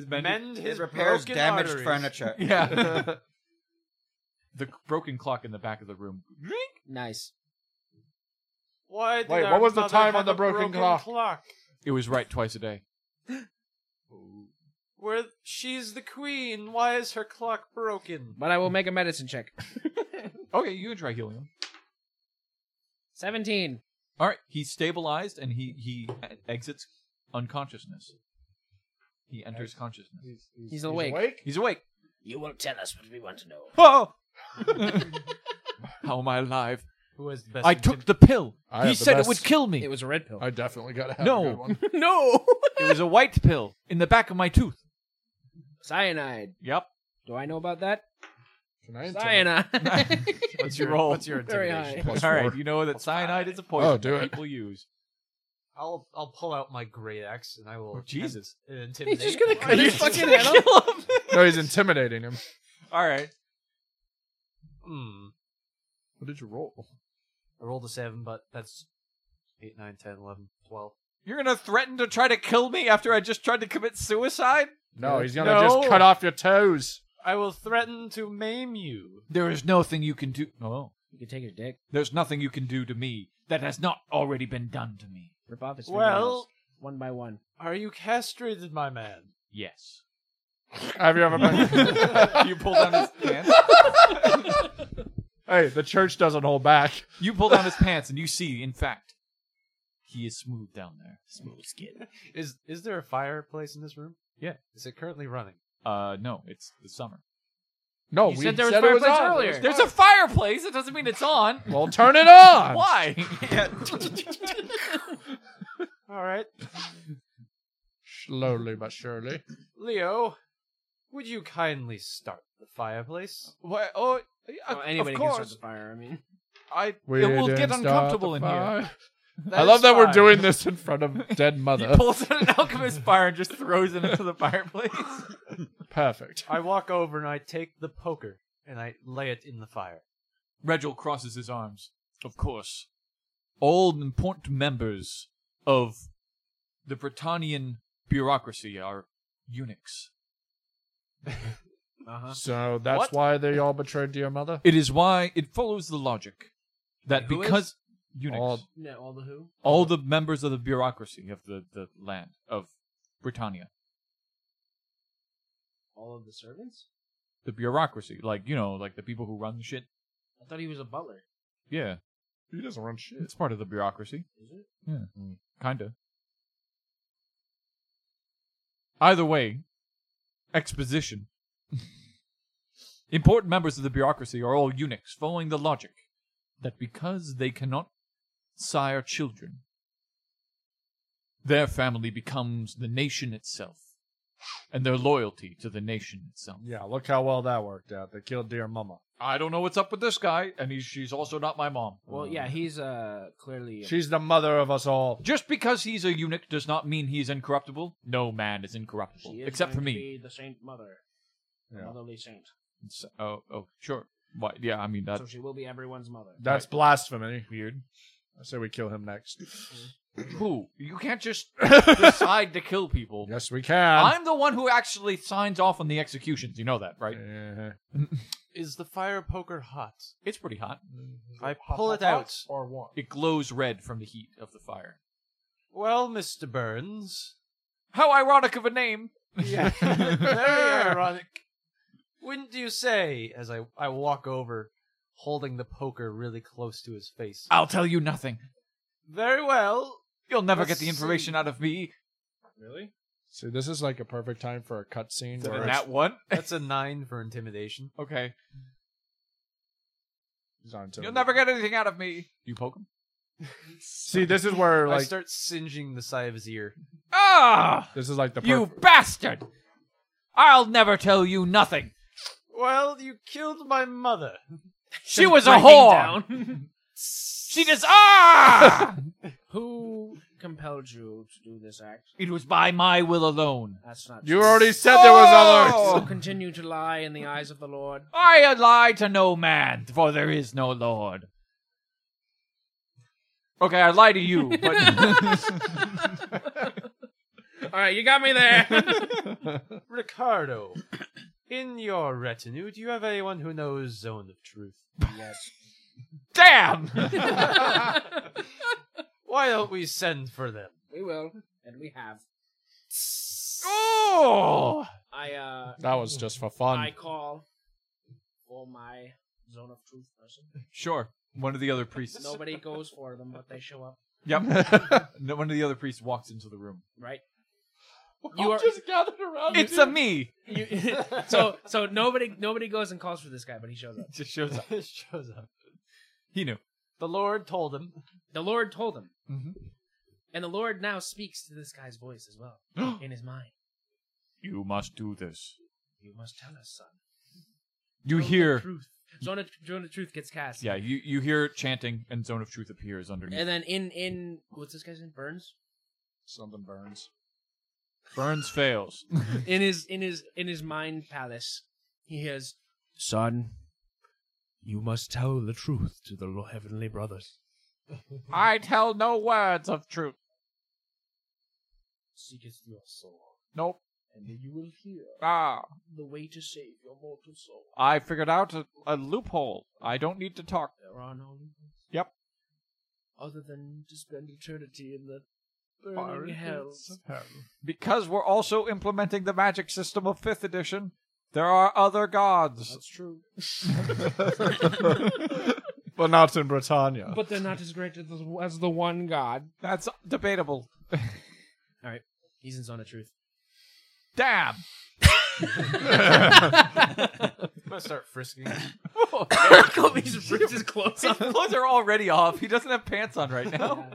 Speaker 1: is mending?
Speaker 6: Mend his
Speaker 4: It repairs
Speaker 6: broken
Speaker 4: damaged
Speaker 1: (laughs)
Speaker 6: arteries.
Speaker 4: furniture.
Speaker 3: (laughs)
Speaker 1: Yeah. the c- broken clock in the back of the room.
Speaker 2: (laughs) nice.
Speaker 6: Why did
Speaker 3: Wait,
Speaker 6: our
Speaker 3: what was the
Speaker 6: mother
Speaker 3: time
Speaker 6: have
Speaker 3: on the
Speaker 6: a
Speaker 3: broken clock?
Speaker 1: It was right twice a day.
Speaker 5: Where she's the queen. Why is her clock broken?
Speaker 7: But I will make a medicine check.
Speaker 1: Okay, you can try healing him.
Speaker 7: 17.
Speaker 1: All right, he's stabilized and he he e- exits unconsciousness. He enters consciousness.
Speaker 7: He's awake.
Speaker 1: He's awake.
Speaker 7: You will tell us what we want to know.
Speaker 3: (laughs)
Speaker 1: Oh! How am I alive?
Speaker 6: Who has the best?
Speaker 1: I took the pill.
Speaker 3: I
Speaker 1: he
Speaker 3: have the
Speaker 1: said it
Speaker 3: best-
Speaker 1: would kill me.
Speaker 7: It
Speaker 1: It was,
Speaker 7: was a red
Speaker 3: (laughs)
Speaker 7: pill.
Speaker 3: I definitely gotta have
Speaker 1: No.
Speaker 3: a good one.
Speaker 2: (laughs)
Speaker 7: no!
Speaker 1: a white pill in the back of my tooth.
Speaker 7: Cyanide.
Speaker 1: Yep.
Speaker 7: Do I know about that?
Speaker 1: (laughs)
Speaker 3: Can I intimidate?
Speaker 7: Cyanide.
Speaker 2: (laughs)
Speaker 1: What's your roll?
Speaker 6: What's your
Speaker 7: Very
Speaker 6: intimidation?
Speaker 7: high.
Speaker 3: Plus
Speaker 1: All
Speaker 3: four.
Speaker 1: right, you know that cyanide is a poison
Speaker 3: Oh, do
Speaker 1: that
Speaker 3: it.
Speaker 1: people
Speaker 3: (laughs)
Speaker 1: use. (laughs)
Speaker 6: I'll I'll pull out my great axe and I will.
Speaker 1: Oh, Jesus.
Speaker 6: An intimidate.
Speaker 7: He's just gonna cut
Speaker 3: you
Speaker 7: his
Speaker 3: fucking
Speaker 7: fucking head off.
Speaker 3: No, he's intimidating him.
Speaker 1: All right.
Speaker 6: Hmm.
Speaker 3: What did you roll?
Speaker 6: I rolled a seven, but that's eight, nine, ten, eleven, twelve.
Speaker 1: You're going to threaten to try to kill me after I just tried to commit suicide?
Speaker 3: No, he's gonna
Speaker 5: No.
Speaker 3: just cut off your toes.
Speaker 5: I will threaten to maim you.
Speaker 1: There is nothing you can do. Oh.
Speaker 7: You can take his dick,
Speaker 1: There's nothing you can do to me that has not already been done to me.
Speaker 7: rip off his fingernails,
Speaker 5: Well,
Speaker 7: one by one.
Speaker 5: are you castrated, my man?
Speaker 1: Yes.
Speaker 3: Have you ever
Speaker 1: (laughs)
Speaker 3: been?
Speaker 1: you pull down his pants.
Speaker 3: hey, the church doesn't hold back.
Speaker 1: (laughs) You pull down his pants and you see, in fact, he is smooth down there. Smooth skin.
Speaker 6: Is is there a fireplace in this room?
Speaker 1: Yeah.
Speaker 6: Is it currently running?
Speaker 1: Uh, no, it's the summer.
Speaker 3: No,
Speaker 7: You
Speaker 3: we
Speaker 7: said there was
Speaker 3: it was
Speaker 7: fireplace
Speaker 3: on.
Speaker 7: earlier.
Speaker 1: There's a fireplace. That doesn't mean it's on.
Speaker 3: Well, turn it
Speaker 1: (laughs)
Speaker 3: on.
Speaker 1: Why?
Speaker 5: All right,
Speaker 3: Slowly but surely.
Speaker 5: Leo, would you kindly start the fireplace?
Speaker 1: Why? Oh,
Speaker 6: Uh,
Speaker 7: Oh, anybody can start the fire. I mean,
Speaker 1: I.
Speaker 3: We
Speaker 1: it will
Speaker 3: didn't
Speaker 1: get
Speaker 3: start
Speaker 1: uncomfortable
Speaker 3: the
Speaker 1: in here.
Speaker 3: fire. I love
Speaker 5: is
Speaker 3: that we're
Speaker 5: fine.
Speaker 3: doing this in front of dead
Speaker 1: He
Speaker 3: mother.
Speaker 1: pulls out an alchemist fire and just throws it into the fireplace.
Speaker 3: Perfect.
Speaker 6: I walk over and I take the poker and I lay it in the fire.
Speaker 1: Regil crosses his arms. Of course. All important members of the Britannian bureaucracy are eunuchs.
Speaker 3: Uh-huh. So that's
Speaker 6: What?
Speaker 3: why they all betrayed your mother.
Speaker 1: It is why it follows the logic that
Speaker 6: Who is?
Speaker 1: because eunuchs, all,
Speaker 3: All-
Speaker 7: no, all the who?
Speaker 1: the members of the bureaucracy of the, the land of Britannia,
Speaker 7: All of the servants?
Speaker 1: the bureaucracy, like you know, like the people who run the shit.
Speaker 7: I thought he was a butler.
Speaker 1: Yeah,
Speaker 3: He doesn't run shit.
Speaker 1: it's part of the bureaucracy.
Speaker 7: Is it? Hmm.
Speaker 1: Yeah, kinda. Either way,
Speaker 7: (laughs)
Speaker 1: exposition. Important members of the bureaucracy are all eunuchs, following the logic that because they cannot sire children, their family becomes the nation itself, and their loyalty to the nation itself.
Speaker 3: Yeah, look how well that worked out. They killed dear mama.
Speaker 1: I don't know what's up with this guy, and he's, she's also not my mom.
Speaker 7: Well, yeah, he's uh clearly.
Speaker 3: She's the mother of us all.
Speaker 1: Just because he's a eunuch does not mean he's incorruptible. No man is incorruptible,
Speaker 7: she is
Speaker 1: except
Speaker 7: going
Speaker 1: for
Speaker 7: to
Speaker 1: me.
Speaker 7: be the saint mother, the
Speaker 3: Yeah.
Speaker 7: motherly saint.
Speaker 1: S- Oh, oh, sure. Why? Yeah, I mean that's
Speaker 7: so she will be everyone's mother.
Speaker 3: That's blasphemy.
Speaker 1: weird.
Speaker 3: I say we kill him next.
Speaker 1: Who? You
Speaker 7: (laughs)
Speaker 1: can't just
Speaker 3: (laughs)
Speaker 1: decide to kill people.
Speaker 3: yes, we can.
Speaker 1: I'm the one who actually signs off on the executions. You know that, right?
Speaker 3: Yeah.
Speaker 6: Is the fire poker hot?
Speaker 1: It's pretty hot.
Speaker 6: I pull it out. Or what?
Speaker 1: It glows red from the heat of the fire.
Speaker 5: Well, Mr. Burns,
Speaker 1: How ironic of a name!
Speaker 6: (laughs)
Speaker 5: Yeah.
Speaker 6: Very ironic. Wouldn't you say? As I, I walk over, holding the poker really close to his face.
Speaker 1: I'll tell you nothing.
Speaker 5: very well.
Speaker 1: You'll never
Speaker 5: Let's
Speaker 1: get the information out of me.
Speaker 7: Really?
Speaker 3: See, this is like a perfect time for a cutscene.
Speaker 6: So
Speaker 3: where
Speaker 1: Than
Speaker 6: that's-
Speaker 3: it's-
Speaker 1: that one.
Speaker 6: That's a nine for intimidation.
Speaker 1: Okay.
Speaker 3: he's on to
Speaker 1: You'll
Speaker 3: it.
Speaker 1: never get anything out of me. You poke him.
Speaker 3: See, this is where
Speaker 6: I
Speaker 3: like
Speaker 6: start singeing the side of his ear.
Speaker 1: Ah!
Speaker 3: this is like the
Speaker 1: You
Speaker 3: perfect.
Speaker 1: bastard! I'll never tell you nothing.
Speaker 5: Well, you killed my mother.
Speaker 1: She was a
Speaker 7: Breaking
Speaker 1: whore. (laughs)
Speaker 7: down.
Speaker 1: She does. Ah!
Speaker 7: who compelled you to do this act?
Speaker 1: (laughs) It was by my will alone.
Speaker 7: That's not.
Speaker 3: You
Speaker 7: true.
Speaker 3: already said there was
Speaker 7: So
Speaker 3: others.
Speaker 7: continue to lie in the eyes of the
Speaker 1: (laughs)
Speaker 7: Lord.
Speaker 1: I lie to no man, for there is no Lord. Okay, I lie to you, (laughs) but
Speaker 7: All right, you got me
Speaker 1: (laughs)
Speaker 7: there.
Speaker 5: Ricardo,
Speaker 6: In your retinue, do you have anyone who knows Zone of Truth?
Speaker 7: yes.
Speaker 1: (laughs) damn!
Speaker 6: Why don't we send for them?
Speaker 7: We will, and we have.
Speaker 3: Oh!
Speaker 2: I uh,
Speaker 3: That was just for fun.
Speaker 2: I call for my zone of truth person.
Speaker 1: Sure. One of the other priests.
Speaker 2: Nobody goes for them, but they show up. (laughs)
Speaker 1: Yep. No, One of the other priests walks into the room.
Speaker 2: Right.
Speaker 3: you
Speaker 2: You are-
Speaker 3: just gathered around.
Speaker 1: Oh, It's a me.
Speaker 6: (laughs)
Speaker 2: You, so so nobody nobody goes and calls for this guy, but he shows up.
Speaker 1: Just shows up.
Speaker 2: (laughs)
Speaker 6: It shows up.
Speaker 1: He knew.
Speaker 6: The Lord told him.
Speaker 2: The Lord told him,
Speaker 1: Mhm.
Speaker 2: and the Lord now speaks to this guy's voice as
Speaker 1: (gasps)
Speaker 2: well in his mind.
Speaker 1: You must do this.
Speaker 2: You must tell us, son.
Speaker 1: You
Speaker 2: Zone of
Speaker 1: hear.
Speaker 2: truth. Zone of, zone of truth gets cast.
Speaker 1: Yeah, you, you hear chanting, and Zone of Truth appears underneath.
Speaker 2: And then in in what's this guy's name? Burns.
Speaker 3: Something burns.
Speaker 1: Burns fails.
Speaker 2: in his in his in his mind palace, he hears, "Son, you must tell the truth to the lo- heavenly brothers.
Speaker 1: I tell no words of truth.
Speaker 2: Seekest your soul,
Speaker 1: Nope.
Speaker 2: and then you will hear
Speaker 1: Ah.
Speaker 2: the way to save your mortal soul.
Speaker 1: I figured out a, a loophole. I don't need to talk.
Speaker 2: There are no loopholes.
Speaker 1: Yep.
Speaker 2: Other than to spend eternity in the
Speaker 1: Fire
Speaker 2: burning
Speaker 1: and
Speaker 2: hells.
Speaker 1: Because we're also implementing the magic system of 5th edition, there are other gods.
Speaker 2: That's true,
Speaker 3: (laughs) but not in Britannia.
Speaker 2: but they're not as great as the, as the one God.
Speaker 1: That's debatable.
Speaker 2: He's in zone of (laughs) truth.
Speaker 1: (laughs) Damn! (laughs)
Speaker 6: I'm gonna start frisking.
Speaker 2: He's ripped his clothes
Speaker 1: His
Speaker 2: off.
Speaker 1: clothes are already off. He doesn't have pants on right now.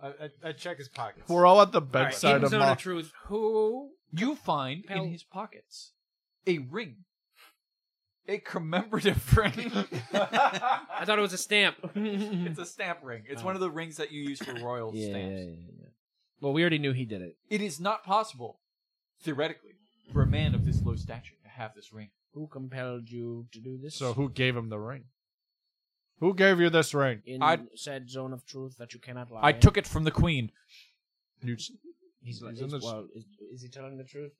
Speaker 6: I, I, I check his
Speaker 3: (laughs)
Speaker 6: pockets.
Speaker 3: We're all at the
Speaker 2: All right,
Speaker 3: bedside
Speaker 2: in
Speaker 3: of
Speaker 2: zone
Speaker 3: Ma.
Speaker 2: of truth. Who?
Speaker 1: (laughs) You find
Speaker 2: Pal-
Speaker 1: in his pockets a ring, a commemorative (laughs) ring.
Speaker 2: I thought it was a stamp. (laughs)
Speaker 1: it's a stamp ring. It's one of the rings that you use for royal stamps.
Speaker 2: Well, we already knew he did it.
Speaker 1: It is not possible, theoretically, for a man of this low stature to have this ring.
Speaker 2: Who compelled you to do this?
Speaker 3: So who gave him the ring? Who gave you this ring?
Speaker 2: in
Speaker 1: I-
Speaker 2: said zone of truth that you cannot lie.
Speaker 1: I took it from the queen.
Speaker 3: You
Speaker 2: He's,
Speaker 3: He's
Speaker 2: like,
Speaker 3: in
Speaker 2: is-
Speaker 3: this-
Speaker 2: well, is, is he telling the truth?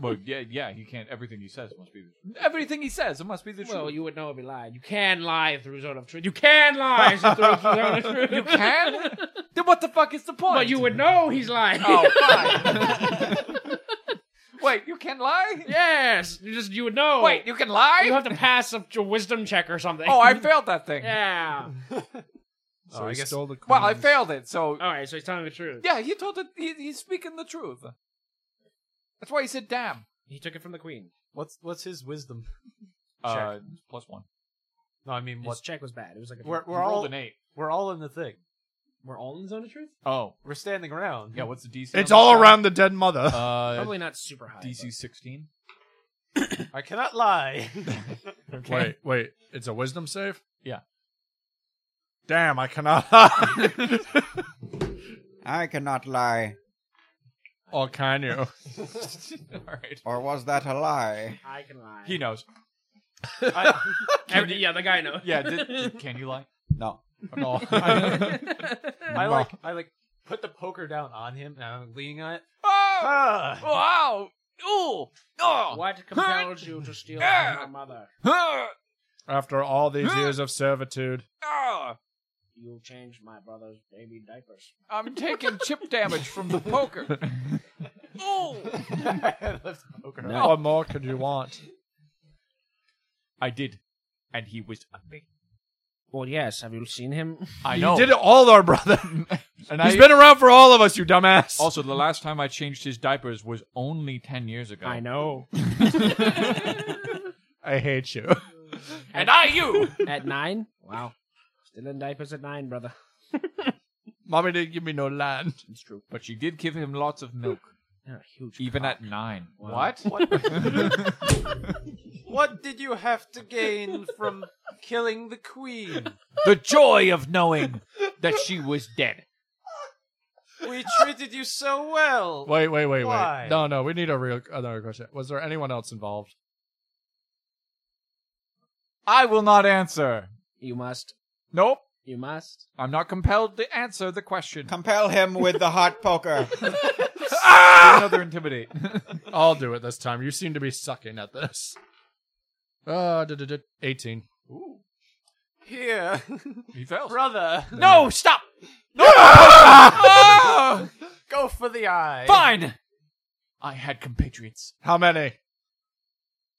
Speaker 1: Well, yeah, yeah, he can't. Everything he says must be the Everything he says, it must be the
Speaker 2: well,
Speaker 1: truth.
Speaker 2: you would know if he lied. You can lie through zone of truth. You can lie through zone
Speaker 1: (laughs)
Speaker 2: of truth.
Speaker 1: You can? then what the fuck is the point?
Speaker 2: but you would know he's lying.
Speaker 1: Oh, fine. Wait, you can lie?
Speaker 2: (laughs)
Speaker 1: Oh.
Speaker 2: yes, you just you would know.
Speaker 1: Wait, you can lie?
Speaker 2: you have to pass a, a wisdom check or something.
Speaker 1: (laughs) Oh, (laughs) I failed that thing.
Speaker 2: (laughs) yeah.
Speaker 6: So I guess
Speaker 3: the queen.
Speaker 1: Well, Oh, I failed it, so.
Speaker 2: All right, so he's telling the truth.
Speaker 1: Yeah, he told it. He, he's speaking the truth. That's why he said damn.
Speaker 2: He took it from the queen.
Speaker 6: what's what's his wisdom?
Speaker 1: Uh, plus one.
Speaker 6: No, I mean
Speaker 2: His
Speaker 6: what?
Speaker 2: check was bad. It was like a,
Speaker 6: We're
Speaker 1: You
Speaker 2: we're,
Speaker 6: we're
Speaker 1: rolled
Speaker 6: all
Speaker 1: an eight.
Speaker 6: we're all in the thing.
Speaker 2: we're all in the zone of truth.
Speaker 1: Oh,
Speaker 6: We're standing around.
Speaker 1: yeah, what's the DC?
Speaker 3: It's
Speaker 1: on
Speaker 3: all
Speaker 1: this guy?
Speaker 3: around the dead mother.
Speaker 1: Uh,
Speaker 2: Probably not super high. but-
Speaker 1: DC (laughs) 16.
Speaker 6: I cannot lie.
Speaker 3: Wait, wait. It's a wisdom save?
Speaker 1: Yeah.
Speaker 3: Damn, I (laughs) cannot.
Speaker 4: I cannot lie.
Speaker 3: or can you?
Speaker 1: all right. (laughs)
Speaker 4: Or was that a lie?
Speaker 2: I can lie.
Speaker 1: He knows.
Speaker 6: I,
Speaker 2: Every, yeah, the guy knows.
Speaker 1: Yeah, did, can you (laughs) lie?
Speaker 4: No.
Speaker 3: No. (laughs)
Speaker 1: Oh!
Speaker 6: I like I like put the poker down on him and I'm leaning on it.
Speaker 1: Oh!
Speaker 6: Ah!
Speaker 1: Wow! Ooh! Oh!
Speaker 2: (laughs) what compelled you to steal
Speaker 1: Yeah.
Speaker 2: from my mother?
Speaker 1: Huh!
Speaker 3: After all these years of servitude,
Speaker 1: Ah!
Speaker 2: You changed my brother's baby diapers.
Speaker 1: I'm taking chip damage from the
Speaker 2: (laughs)
Speaker 1: poker. Ooh!
Speaker 6: (laughs) I left the poker.
Speaker 3: what more could you want?
Speaker 1: I did. And he was ugly.
Speaker 2: Well, yes. Have you seen him?
Speaker 1: I
Speaker 3: You
Speaker 1: know.
Speaker 3: did it all, our brother.
Speaker 1: and
Speaker 3: He's
Speaker 1: I,
Speaker 3: been around for all of us, you
Speaker 1: (laughs)
Speaker 3: dumbass.
Speaker 1: also, the last time I changed his diapers was only 10 years ago.
Speaker 7: (laughs)
Speaker 2: I know.
Speaker 3: I hate you.
Speaker 1: (laughs) And I you!
Speaker 2: at nine? Wow. Still in diapers at nine, brother.
Speaker 3: Mommy didn't give me no land.
Speaker 2: It's true.
Speaker 1: But you did give him lots of milk,
Speaker 2: Yeah, huge.
Speaker 1: even at nine.
Speaker 2: Wow.
Speaker 1: What?
Speaker 10: What did you have to gain from killing the queen?
Speaker 1: (laughs) the joy of knowing that she was dead.
Speaker 10: We treated you so well.
Speaker 3: Wait, wait, wait,
Speaker 6: Why?
Speaker 3: wait. No, no, we need a real another question. Was there anyone else involved?
Speaker 1: I will not answer.
Speaker 2: You must.
Speaker 1: Nope.
Speaker 2: You must.
Speaker 1: I'm not compelled to answer the
Speaker 2: (laughs)
Speaker 1: question.
Speaker 4: Compel him with the hot poker.
Speaker 1: Another intimidate. (laughs)
Speaker 3: I'll do it this time. You seem to be sucking at this. Uh, duh, duh, duh, 18.
Speaker 10: Here,
Speaker 6: (laughs)
Speaker 1: he fails.
Speaker 3: (laughs)
Speaker 10: brother.
Speaker 1: No, stop! No!
Speaker 6: Go for the
Speaker 1: Ah,
Speaker 6: eye.
Speaker 1: Fine! I had compatriots.
Speaker 3: How many?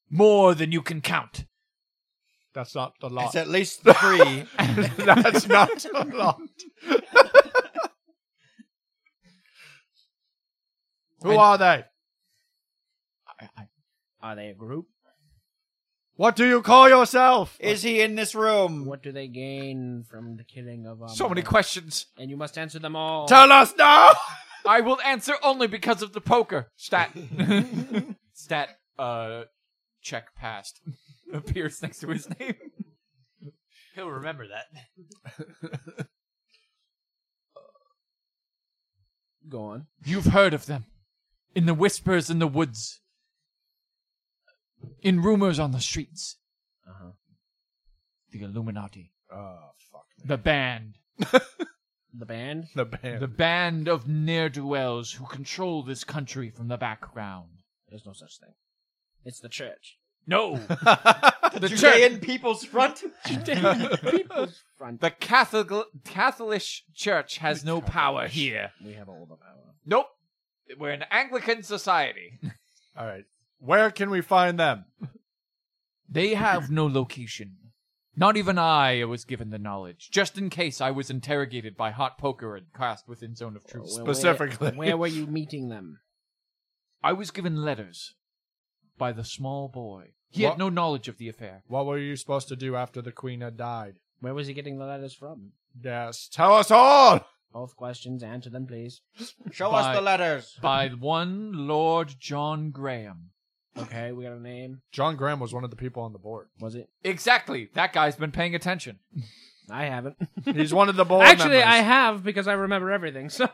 Speaker 1: More than you can
Speaker 3: (laughs)
Speaker 1: count.
Speaker 3: That's not a lot.
Speaker 4: It's at least three.
Speaker 3: (laughs) That's not a
Speaker 1: (laughs)
Speaker 3: lot. Who
Speaker 1: And-
Speaker 3: are they?
Speaker 1: I, I,
Speaker 7: Are they a group?
Speaker 3: What do you call yourself?
Speaker 4: Is he in this room?
Speaker 7: What do they gain from the killing of our
Speaker 1: so many
Speaker 7: mother?
Speaker 1: questions.
Speaker 7: And you must answer them all.
Speaker 3: Tell us now.
Speaker 1: I will answer only because of the poker. Stat. (laughs) Stat uh check passed (laughs) appears next to his name.
Speaker 6: He'll remember that.
Speaker 7: Go on.
Speaker 1: You've heard of them. In the whispers in the woods. In rumors on the streets.
Speaker 7: Uh-huh.
Speaker 1: The Illuminati.
Speaker 3: Oh fuck.
Speaker 1: The band.
Speaker 7: The band?
Speaker 3: The band.
Speaker 1: The band of ne'er do wells who control this country from the background.
Speaker 7: There's no such thing. It's the
Speaker 1: (laughs)
Speaker 7: church.
Speaker 1: No! the
Speaker 4: Judean People's Front?
Speaker 7: People's front.
Speaker 1: The Catholic Catholic Church has no power here.
Speaker 7: We have all the power.
Speaker 1: Nope. We're an Anglican society.
Speaker 3: All right. Where can we find them?
Speaker 1: They have no location. Not even I was given the knowledge, just in case I was interrogated by Hot Poker and cast within Zone of Truth.
Speaker 7: Where-
Speaker 3: Specifically.
Speaker 7: Where, where were you meeting them?
Speaker 1: I was given letters by the small boy. He
Speaker 3: What?
Speaker 1: had no knowledge of the affair.
Speaker 3: What were you supposed to do after the queen had died?
Speaker 7: Where was he getting the letters from?
Speaker 3: Yes. Tell us all.
Speaker 7: Both questions, answer them, please.
Speaker 4: Show
Speaker 1: Bye.
Speaker 4: us the letters.
Speaker 1: By one Lord John Graham.
Speaker 7: Okay, we got a name.
Speaker 3: John Graham was one of the people on the board.
Speaker 7: Was it?
Speaker 1: Exactly. That guy's been paying attention.
Speaker 7: I
Speaker 1: (laughs)
Speaker 7: haven't.
Speaker 3: He's one of the
Speaker 2: (laughs)
Speaker 3: board.
Speaker 2: Actually,
Speaker 3: members.
Speaker 2: I have because I remember
Speaker 1: (laughs)
Speaker 2: everything. So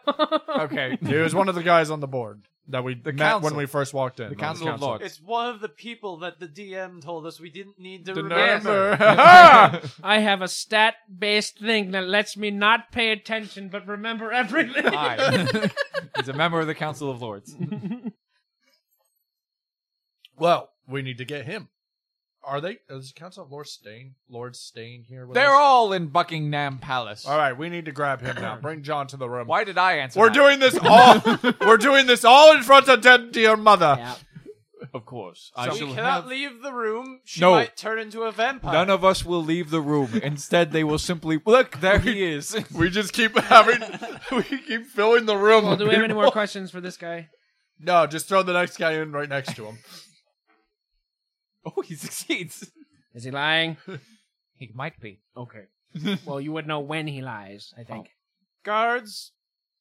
Speaker 1: Okay.
Speaker 3: He was one of the guys on the board
Speaker 1: (laughs)
Speaker 3: that we met
Speaker 1: council.
Speaker 3: when we first walked in.
Speaker 1: The
Speaker 3: on
Speaker 1: Council of Lords.
Speaker 6: It's one of the people that the DM told us we didn't need to
Speaker 3: The
Speaker 6: remember.
Speaker 3: number.
Speaker 2: I have a stat-based thing that lets me not pay attention but
Speaker 1: (laughs)
Speaker 2: remember everything. (laughs)
Speaker 1: Hi. He's a member of the Council of Lords.
Speaker 3: (laughs) well, we need to get him. Are they? Is Council of Lords staying? Lords staying here? With
Speaker 1: They're
Speaker 3: us?
Speaker 1: all in Buckingham Palace.
Speaker 3: All right, we need to grab him
Speaker 1: (clears throat)
Speaker 3: now. Bring John to the room.
Speaker 1: Why did I answer?
Speaker 3: We're
Speaker 1: that?
Speaker 3: doing this all. we're doing this all in front of dead dear mother.
Speaker 7: Yeah.
Speaker 1: Of course.
Speaker 6: So
Speaker 1: I
Speaker 6: we
Speaker 1: shall
Speaker 6: cannot
Speaker 1: have-
Speaker 6: leave the room. She
Speaker 1: No.
Speaker 6: might turn into a vampire.
Speaker 1: None of us will leave the room. Instead, they will simply look. (laughs) There he is.
Speaker 3: (laughs) We just keep having. we keep filling the room.
Speaker 2: Well,
Speaker 3: with
Speaker 2: do we have any
Speaker 3: people.
Speaker 2: more questions for this guy?
Speaker 3: (laughs) No, just throw the next guy in right next to him.
Speaker 1: Oh, he succeeds.
Speaker 7: Is he
Speaker 1: (laughs)
Speaker 7: lying?
Speaker 1: He might be.
Speaker 7: Okay. well, you would know when he lies, I think.
Speaker 1: Oh.
Speaker 6: guards.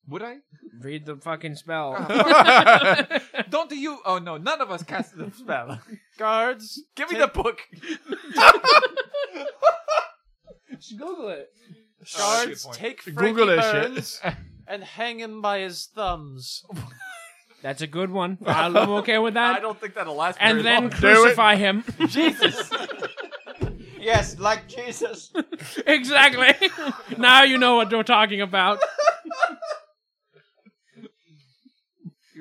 Speaker 1: Would I?
Speaker 7: Read the fucking spell.
Speaker 1: (laughs)
Speaker 2: (laughs)
Speaker 1: Don't you? Oh no, none of us cast the (laughs) spell.
Speaker 6: Guards.
Speaker 1: Give me the book.
Speaker 2: Google it.
Speaker 1: Oh,
Speaker 6: Guards. take Frankie
Speaker 3: Google this shit.
Speaker 6: Burns and hang him by his thumbs.
Speaker 7: That's a good one.
Speaker 1: (laughs)
Speaker 7: I'm okay with
Speaker 1: I
Speaker 7: that.
Speaker 1: don't think that'll last.
Speaker 2: And
Speaker 1: very
Speaker 2: then
Speaker 1: long.
Speaker 2: crucify him.
Speaker 4: Yes, like
Speaker 6: (laughs)
Speaker 4: Jesus.
Speaker 2: (laughs) exactly.
Speaker 1: (laughs)
Speaker 2: now you know what we're talking about.
Speaker 1: (laughs)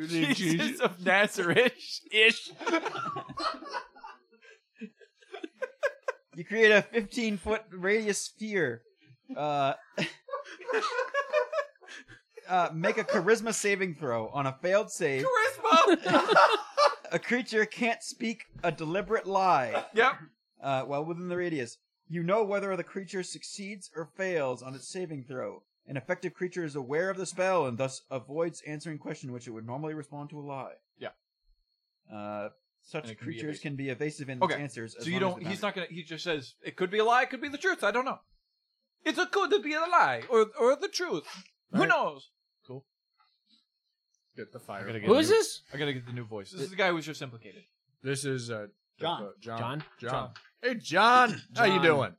Speaker 1: Jesus (laughs) of Nazareth.
Speaker 2: Ish.
Speaker 4: You create a 15 foot radius sphere. Uh, (laughs) uh, make a charisma saving throw on a failed save. (laughs) a creature can't speak a deliberate lie.
Speaker 1: Yep.
Speaker 4: Uh, well, within the radius. You know whether the creature succeeds or fails on its saving throw. An effective creature is aware of the spell and thus avoids answering question which it would normally respond to a lie.
Speaker 1: Yeah.
Speaker 4: Uh,
Speaker 1: And it
Speaker 4: such
Speaker 1: can be
Speaker 4: creatures
Speaker 1: evasive.
Speaker 4: can be evasive in
Speaker 1: Okay,
Speaker 4: its answers. As
Speaker 1: So you
Speaker 4: long as
Speaker 1: don't.
Speaker 4: they're
Speaker 1: He's not gonna. He just says it could be a lie. It could be the truth. I don't know. It's a could be a lie or or the truth. Who
Speaker 3: Right.
Speaker 1: knows?
Speaker 3: Get the fire.
Speaker 1: gotta get
Speaker 7: Who is this?
Speaker 1: I gotta get the new voice. This is the guy who was just implicated.
Speaker 3: This is uh,
Speaker 4: John.
Speaker 3: uh, John.
Speaker 7: John?
Speaker 3: John. Hey, John. How you
Speaker 7: John.
Speaker 3: doing?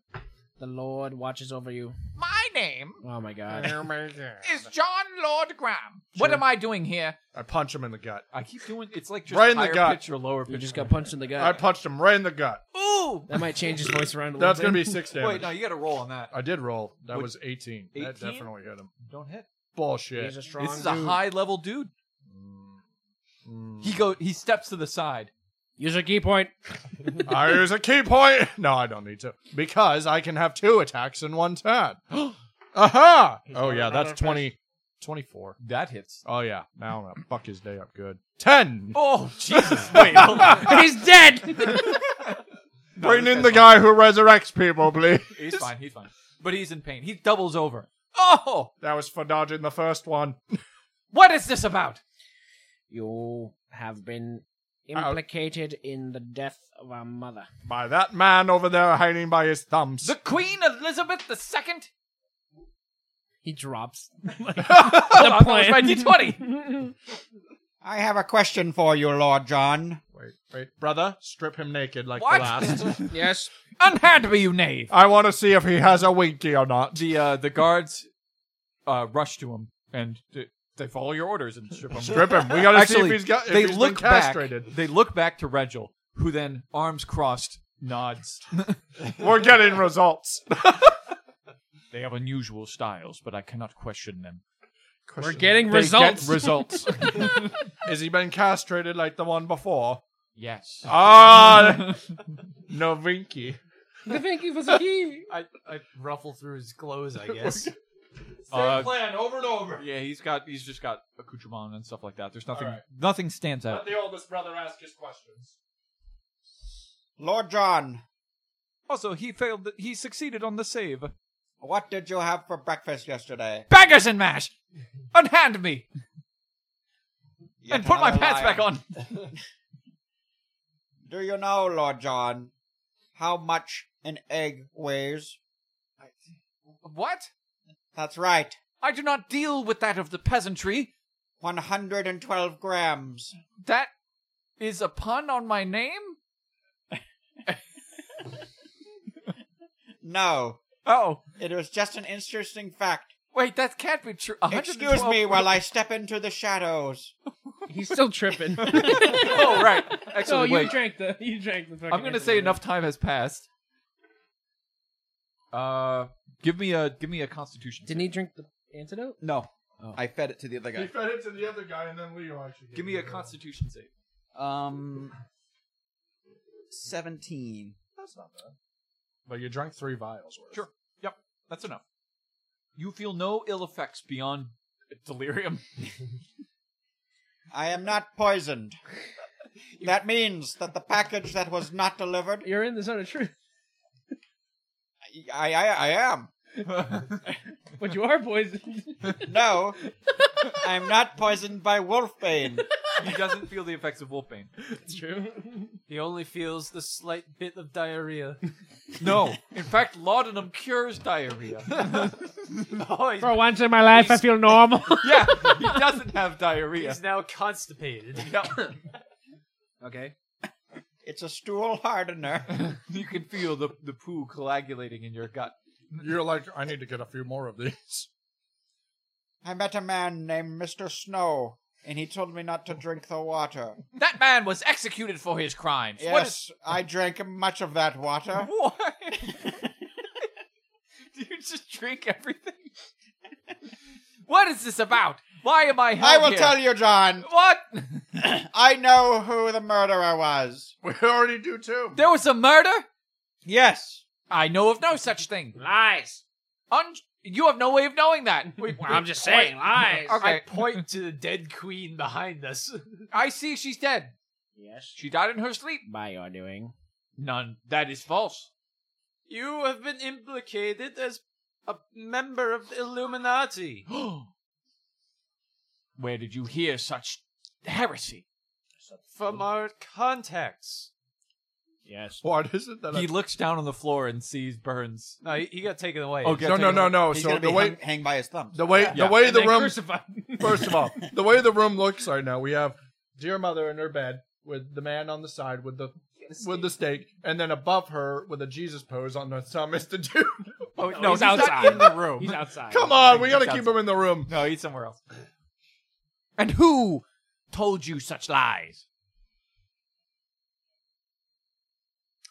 Speaker 7: The Lord watches over you.
Speaker 1: My name
Speaker 7: Oh my god.
Speaker 1: is John Lord Graham. What am I doing here?
Speaker 3: I punch him in the gut.
Speaker 1: I keep doing. It's like just
Speaker 3: Right in the
Speaker 1: higher
Speaker 3: gut.
Speaker 1: pitch or lower pitch.
Speaker 7: You just got punched in the
Speaker 3: I
Speaker 7: gut.
Speaker 3: punched him right in the gut.
Speaker 1: Ooh.
Speaker 7: That might change his voice around a little
Speaker 3: That's
Speaker 7: bit.
Speaker 3: gonna be six damage.
Speaker 1: Wait, no, you got to roll on that.
Speaker 3: I did roll. That
Speaker 1: Would-
Speaker 3: was 18. That
Speaker 1: 18?
Speaker 3: definitely hit him.
Speaker 1: Don't hit.
Speaker 3: Bullshit.
Speaker 7: He's a strong
Speaker 1: this is a
Speaker 7: dude.
Speaker 1: high level dude.
Speaker 3: Mm.
Speaker 1: He go. He steps to the side.
Speaker 7: Use a key point.
Speaker 3: I use a key point. No, I don't need to
Speaker 1: (gasps)
Speaker 3: because I can have two attacks in one turn. Aha! Oh yeah, that's 20, 24.
Speaker 1: That hits.
Speaker 3: Oh, yeah. Now I'm going to fuck his day up good. 10!
Speaker 1: Oh (laughs) Jesus! Wait, hold on.
Speaker 7: He's dead. (laughs)
Speaker 3: Bring in the guy who resurrects people, please.
Speaker 1: he's fine. He's fine. But he's in pain. He doubles over. Oh,
Speaker 3: That was for dodging the first one.
Speaker 1: what is this about?
Speaker 7: you have been implicated in the death of our mother.
Speaker 3: By that man over there hiding by his thumbs.
Speaker 1: The Queen Elizabeth II.
Speaker 7: He drops.
Speaker 1: Hold on, that was my (laughs) D20.
Speaker 4: I have a question for you, Lord John.
Speaker 3: Wait, wait. Brother, strip him naked like
Speaker 1: What?
Speaker 3: the last.
Speaker 7: (laughs) yes.
Speaker 1: (laughs) Unhand me, you knave.
Speaker 3: I want to see if he has a winky or not.
Speaker 1: The uh, the guards uh, rush to him and th- they follow your orders and strip him.
Speaker 3: Strip him. We got to see if
Speaker 1: Actually,
Speaker 3: he's got. If
Speaker 1: they
Speaker 3: he's been
Speaker 1: look back.
Speaker 3: castrated.
Speaker 1: They look back to Regil, who then arms crossed nods.
Speaker 3: We're getting results.
Speaker 1: they have unusual styles, but I cannot question them.
Speaker 7: We're getting
Speaker 3: They get
Speaker 7: results.
Speaker 1: (laughs)
Speaker 3: results. Has he been castrated like the one before? (laughs)
Speaker 1: Yes.
Speaker 3: Ah, no winky.
Speaker 7: (laughs) Thank you for the key.
Speaker 6: I, I ruffle through his clothes, I guess.
Speaker 1: (laughs) Uh,
Speaker 6: plan over and over.
Speaker 1: yeah, he's got he's just got accoutrement and stuff like that. There's nothing
Speaker 3: Alright.
Speaker 1: nothing stands out.
Speaker 3: the oldest brother ask his questions.
Speaker 4: Lord John,
Speaker 1: Also, he failed. The, he succeeded on the save.
Speaker 4: what did you have for breakfast yesterday?
Speaker 1: Bangers and mash. Unhand me and
Speaker 4: Yet
Speaker 1: put my
Speaker 4: another
Speaker 1: pants
Speaker 4: lion.
Speaker 1: back on.
Speaker 4: Do you know, Lord John, how much an egg weighs?
Speaker 1: What?
Speaker 4: That's right,
Speaker 1: I do not deal with that of the peasantry.
Speaker 4: 112 grams.
Speaker 1: That is a pun on my name.
Speaker 4: No,
Speaker 1: Oh,
Speaker 4: it was just an interesting fact.
Speaker 1: wait, that can't be true.
Speaker 4: Excuse me while I step into the shadows.
Speaker 7: He's still tripping.
Speaker 1: (laughs) oh, right.
Speaker 7: so
Speaker 1: Actually,
Speaker 7: you
Speaker 1: wait.
Speaker 7: drank the you drank the fucking
Speaker 1: I'm gonna
Speaker 7: egg
Speaker 1: say
Speaker 7: over
Speaker 1: enough time has passed. Uh, give me a give me a Constitution.
Speaker 7: there. Didn't he drink the antidote?
Speaker 4: No,
Speaker 7: Oh.
Speaker 4: I fed it to the other
Speaker 3: He
Speaker 4: guy.
Speaker 3: fed it to the other guy, and then Leo actually.
Speaker 1: Give me a Constitution save.
Speaker 4: Um, 17.
Speaker 3: That's not bad. But you drank three vials worth.
Speaker 1: Sure. Yep. That's enough. You feel no ill effects beyond delirium. (laughs)
Speaker 4: I am not poisoned. that means that the package that was not delivered.
Speaker 7: You're in the zone of truth,
Speaker 4: I, I, I am.
Speaker 7: but you are poisoned.
Speaker 4: No, I'm not poisoned by wolfbane.
Speaker 1: he doesn't feel the effects of wolfbane.
Speaker 7: It's true.
Speaker 6: He only feels the slight bit of diarrhea.
Speaker 1: No. In fact, laudanum cures diarrhea.
Speaker 6: oh, he's,
Speaker 7: For once in my life, I feel normal.
Speaker 1: yeah, he doesn't have diarrhea.
Speaker 6: he's now constipated.
Speaker 1: Yep.
Speaker 7: okay.
Speaker 4: It's a stool hardener.
Speaker 1: you can feel the the poo coagulating in your gut.
Speaker 3: You're like, I need to get a few more of these.
Speaker 4: I met a man named Mr. Snow, and he told me not to drink the water.
Speaker 1: That man was executed for his crimes. What is
Speaker 4: Yes, I drank much of that
Speaker 1: (laughs)
Speaker 4: water.
Speaker 1: Why? Do you just drink everything? what is this about? Why am I held
Speaker 4: I will
Speaker 1: here?
Speaker 4: tell you, John.
Speaker 1: What?
Speaker 4: I know who the murderer was.
Speaker 3: We already do two.
Speaker 1: There was a murder?
Speaker 4: Yes.
Speaker 1: I know of no such thing.
Speaker 7: Lies.
Speaker 1: Un- you have no way of knowing that.
Speaker 7: Well, I'm just saying, lies.
Speaker 1: Okay.
Speaker 6: I point to the dead queen behind us.
Speaker 1: I see she's dead.
Speaker 7: Yes.
Speaker 1: She died in her sleep.
Speaker 7: By your doing.
Speaker 1: None. That is false. (gasps)
Speaker 5: You have been implicated as a member of the Illuminati.
Speaker 1: Where did you hear such heresy?
Speaker 5: From our contacts.
Speaker 7: Yes.
Speaker 3: (laughs) What is it that I-
Speaker 1: He looks down on the floor and sees
Speaker 6: (laughs)
Speaker 1: Burns.
Speaker 6: No, he, he got taken away.
Speaker 1: Okay.
Speaker 3: No, no, no, no.
Speaker 4: He's
Speaker 3: Oh, So
Speaker 4: gonna
Speaker 3: the
Speaker 4: be
Speaker 3: way
Speaker 4: hung, hang by his thumb.
Speaker 3: the way the
Speaker 1: Yeah.
Speaker 3: way the
Speaker 7: then
Speaker 3: room
Speaker 7: crucified.
Speaker 1: (laughs)
Speaker 3: First of all, (laughs) the way the room looks right now, we have dear mother in her bed with the man on the side with the with the stake, and then above her with a Jesus pose on the thumb is the dude.
Speaker 1: Oh
Speaker 7: no, he's outside.
Speaker 1: in the room.
Speaker 7: He's outside.
Speaker 3: Come on, we gotta
Speaker 1: Sounds-
Speaker 3: keep him in the room.
Speaker 1: No, he's somewhere else. And who told you such lies?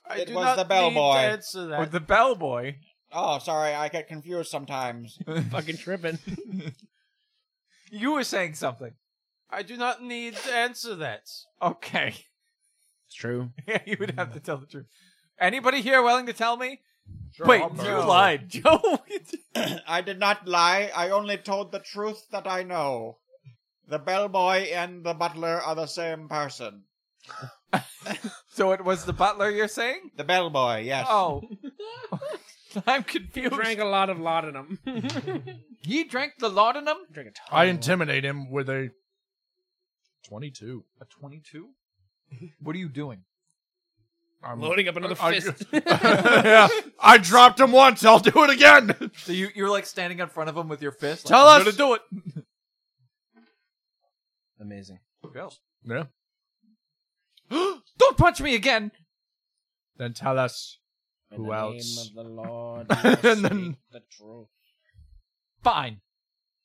Speaker 5: I
Speaker 4: It
Speaker 5: do
Speaker 4: was
Speaker 5: not
Speaker 4: the bellboy.
Speaker 5: need to answer that.
Speaker 1: Or the bellboy?
Speaker 4: Oh, sorry, I get confused sometimes.
Speaker 7: Fucking
Speaker 2: (laughs)
Speaker 7: tripping.
Speaker 1: You were saying something.
Speaker 5: I do not need to answer that.
Speaker 1: Okay.
Speaker 7: It's true.
Speaker 1: Yeah, you would have to tell the truth. Anybody here willing to tell me?
Speaker 3: Sure,
Speaker 1: Wait,
Speaker 3: I'll
Speaker 1: you
Speaker 3: burn it.
Speaker 6: (laughs)
Speaker 1: lied, Joe.
Speaker 4: (clears throat) I did not lie. I only told the truth that I know. The bellboy and the butler are the same person.
Speaker 1: so it was the butler you're saying?
Speaker 4: The bellboy, yes.
Speaker 6: (laughs)
Speaker 1: Oh. I'm confused.
Speaker 2: Drank a lot of laudanum. Drink
Speaker 1: He drank the laudanum?
Speaker 2: a ton.
Speaker 3: I intimidate him with a twenty-two.
Speaker 1: A 22? What are you doing?
Speaker 3: I'm
Speaker 2: Loading up another (laughs)
Speaker 3: I- (laughs)
Speaker 2: fist.
Speaker 3: yeah, I dropped him once. I'll do it again.
Speaker 1: So you, you're like standing in front of him with your fist? like,
Speaker 3: Tell
Speaker 1: "I'm
Speaker 3: us-
Speaker 1: Gonna do it.
Speaker 11: Amazing.
Speaker 1: Who else?
Speaker 3: Yeah.
Speaker 1: Don't punch me again.
Speaker 3: Then tell us.
Speaker 2: In
Speaker 3: Who
Speaker 2: the
Speaker 3: else?
Speaker 2: Name of the Lord,
Speaker 3: And
Speaker 2: and
Speaker 3: then-
Speaker 2: then the truth.
Speaker 1: Fine.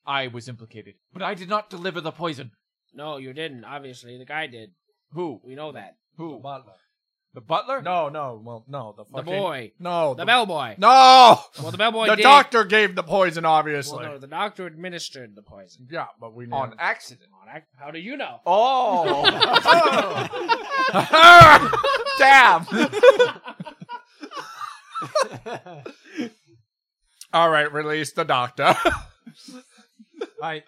Speaker 1: I was implicated, but I did not deliver the poison.
Speaker 2: No, you didn't. Obviously, the guy did.
Speaker 1: Who?
Speaker 2: We know that.
Speaker 1: Who? The butler?
Speaker 3: No, no, well, no, the fucking
Speaker 2: the boy,
Speaker 3: No,
Speaker 2: the
Speaker 3: (laughs)
Speaker 2: bellboy.
Speaker 3: No,
Speaker 2: Well, the bellboy.
Speaker 3: the
Speaker 2: did.
Speaker 3: doctor gave the poison,
Speaker 2: Well,
Speaker 3: obviously.
Speaker 2: no, the doctor administered the poison.
Speaker 3: Yeah, but we
Speaker 1: On
Speaker 3: know.
Speaker 1: accident.
Speaker 2: Come on, I- How do you know?
Speaker 1: Oh. (laughs) Damn.
Speaker 3: (laughs) All right, release
Speaker 1: (laughs)
Speaker 3: the doctor.
Speaker 1: I,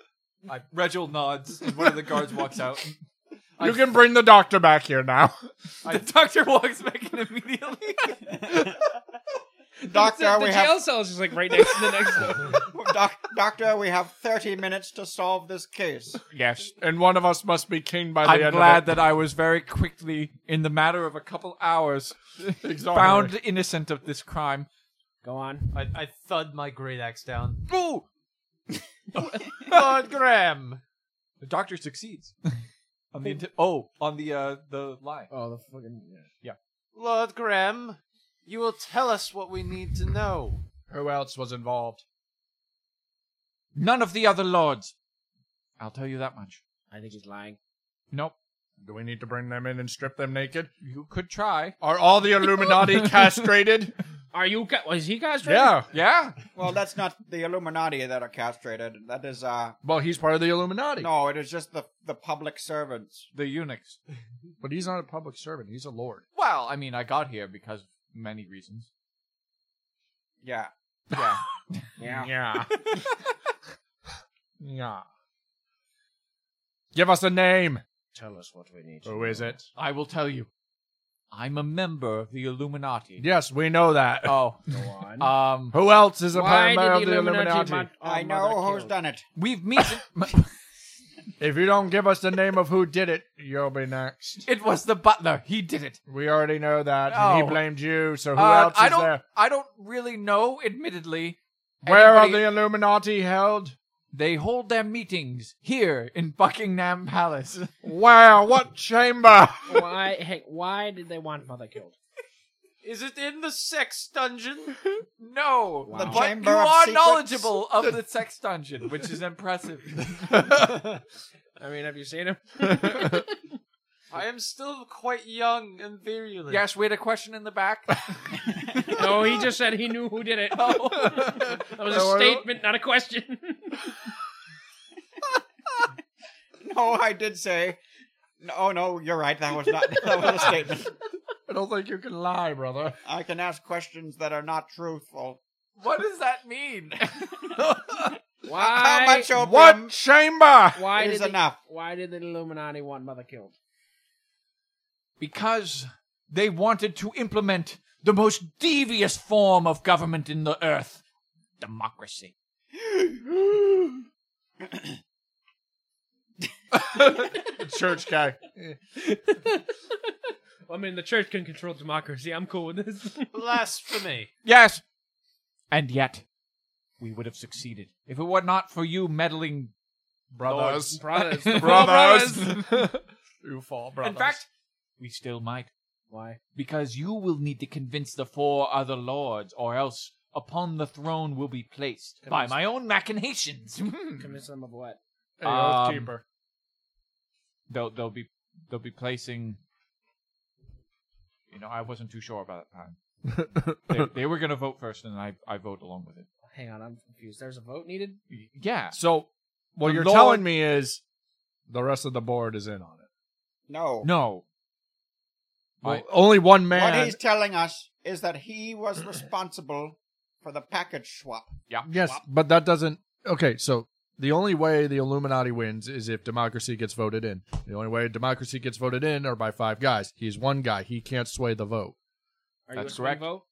Speaker 1: I, Reginald nods, and one of the guards walks out. (laughs)
Speaker 3: you can bring the doctor back here now.
Speaker 1: the doctor walks back in (laughs) immediately.
Speaker 4: (laughs) doctor,
Speaker 2: the
Speaker 4: we
Speaker 2: jail
Speaker 4: have
Speaker 2: cell is just like right next to the next door.
Speaker 4: doc- doctor, we have 30 minutes to solve this case.
Speaker 3: Yes, and one of us must be king by the
Speaker 1: I'm
Speaker 3: end
Speaker 1: glad
Speaker 3: of
Speaker 1: that I was very quickly, in the matter of a couple hours,
Speaker 3: it. Exonerated.
Speaker 1: found innocent of this crime.
Speaker 2: Go on.
Speaker 11: I, I thud my great axe
Speaker 4: (laughs)
Speaker 11: down.
Speaker 1: Ooh!
Speaker 11: Lord Graham!
Speaker 1: The doctor (laughs) succeeds. on the inti- oh, on the uh the lie.
Speaker 2: Oh, the fucking.
Speaker 6: Lord Graham, you will tell us what we need to know.
Speaker 3: (laughs) Who else was involved?
Speaker 1: None of the other lords. I'll tell you that much.
Speaker 2: I think he's lying.
Speaker 1: Nope.
Speaker 3: Do we need to bring them in and strip them naked?
Speaker 1: You could try.
Speaker 3: Are all
Speaker 1: (laughs)
Speaker 3: the Illuminati castrated?
Speaker 2: Are you? Ca- was he castrated?
Speaker 3: yeah.
Speaker 1: Yeah.
Speaker 4: Well, that's not the Illuminati that are castrated. That is, uh,
Speaker 3: Well, he's part of the Illuminati.
Speaker 4: no, it is just the, the public servants.
Speaker 1: The eunuchs.
Speaker 3: But he's not a public servant. He's a lord.
Speaker 1: Well, I mean, I got here because of many reasons.
Speaker 4: Yeah.
Speaker 2: (laughs)
Speaker 1: Yeah.
Speaker 2: Yeah.
Speaker 3: (laughs) Yeah. yeah. Give us a name.
Speaker 2: Tell us what we need.
Speaker 3: Who is it?
Speaker 1: I will tell you. I'm a member of the Illuminati.
Speaker 3: Yes, we know that.
Speaker 1: Oh.
Speaker 2: Go on.
Speaker 1: Um.
Speaker 3: (laughs) Who else is a
Speaker 2: Why did
Speaker 3: member of
Speaker 2: the
Speaker 3: the Illuminati?
Speaker 2: Illuminati? mon- our
Speaker 4: I know
Speaker 2: mother
Speaker 4: who's
Speaker 2: killed?
Speaker 4: done it. (laughs)
Speaker 1: We've
Speaker 3: (laughs)
Speaker 1: met.
Speaker 3: If you don't give us the name of who did it, you'll be
Speaker 1: (laughs)
Speaker 3: next.
Speaker 1: it was the butler. He did it.
Speaker 3: We already know that. and
Speaker 1: No.
Speaker 3: he blamed you, so who
Speaker 1: Uh,
Speaker 3: else is
Speaker 1: I don't.
Speaker 3: there?
Speaker 1: I don't really know. Admittedly,
Speaker 3: Where are
Speaker 1: Anybody-
Speaker 3: the Illuminati held?
Speaker 1: They hold their meetings here in Buckingham Palace. (laughs)
Speaker 3: Where? What chamber?
Speaker 2: why? Hey, why did they want mother killed?
Speaker 6: Is it in the sex dungeon?
Speaker 1: No,
Speaker 2: Wow. The
Speaker 1: but
Speaker 4: Chamber
Speaker 1: you
Speaker 4: of
Speaker 1: are
Speaker 4: Secrets.
Speaker 1: knowledgeable of
Speaker 4: (laughs)
Speaker 1: the sex dungeon, which is impressive.
Speaker 2: I mean, have you seen him?
Speaker 6: I am still quite young and virulent.
Speaker 1: yes, we had a question in the
Speaker 4: (laughs)
Speaker 1: back.
Speaker 2: (laughs)
Speaker 1: (laughs)
Speaker 2: no, Oh. he just said he knew who did (laughs) it. that was
Speaker 3: No,
Speaker 2: a
Speaker 3: I don't-
Speaker 2: statement, not a question. (laughs)
Speaker 4: No, I did say. No, oh, no, you're right. That was not. That
Speaker 2: (laughs)
Speaker 4: was a statement.
Speaker 3: (laughs) I don't think you can lie, brother.
Speaker 4: I can ask questions that are not truthful.
Speaker 1: what does that mean?
Speaker 2: Why?
Speaker 4: How much opium
Speaker 3: What chamber?
Speaker 2: why
Speaker 4: is
Speaker 2: did the-
Speaker 4: enough?
Speaker 2: why did the Illuminati want mother (laughs) killed?
Speaker 1: because they wanted to implement the most devious form of government in the earth democracy.
Speaker 3: Church guy.
Speaker 2: I mean, the church can control democracy. I'm cool with this.
Speaker 6: Blasphemy.
Speaker 1: Yes. And yet, we would have succeeded if it were not for you meddling
Speaker 2: (laughs)
Speaker 3: Brothers.
Speaker 1: (laughs)
Speaker 2: Brothers. (laughs)
Speaker 3: you fall, brothers.
Speaker 1: In fact, we still might.
Speaker 2: Why?
Speaker 1: Because you will need to convince the four other lords, or else upon the throne will be placed by my own machinations. (laughs) Hmm.
Speaker 2: Convince them of what?
Speaker 3: Hey, Oath
Speaker 1: um,
Speaker 3: Keeper.
Speaker 1: they'll they'll be they'll be placing. You know, I wasn't too sure about that time.
Speaker 3: (laughs)
Speaker 1: they, they were going to vote first, and I I vote along with it.
Speaker 2: Hang on, I'm confused. There's a vote needed?
Speaker 1: Y- Yeah,
Speaker 3: So what
Speaker 1: The
Speaker 3: you're
Speaker 1: Lord-
Speaker 3: telling me is the rest of the board is in on it.
Speaker 4: No.
Speaker 1: no.
Speaker 3: Well,
Speaker 1: I-
Speaker 3: only one
Speaker 4: What
Speaker 3: man.
Speaker 4: he's telling us is that he was responsible for the package swap.
Speaker 3: Yes, but that doesn't. Okay, so the only way the Illuminati wins is if democracy gets voted in. The only way democracy gets voted in are by five guys. He's one guy. He can't sway the vote.
Speaker 2: Are
Speaker 1: That's
Speaker 2: you a free
Speaker 1: correct.
Speaker 2: vote?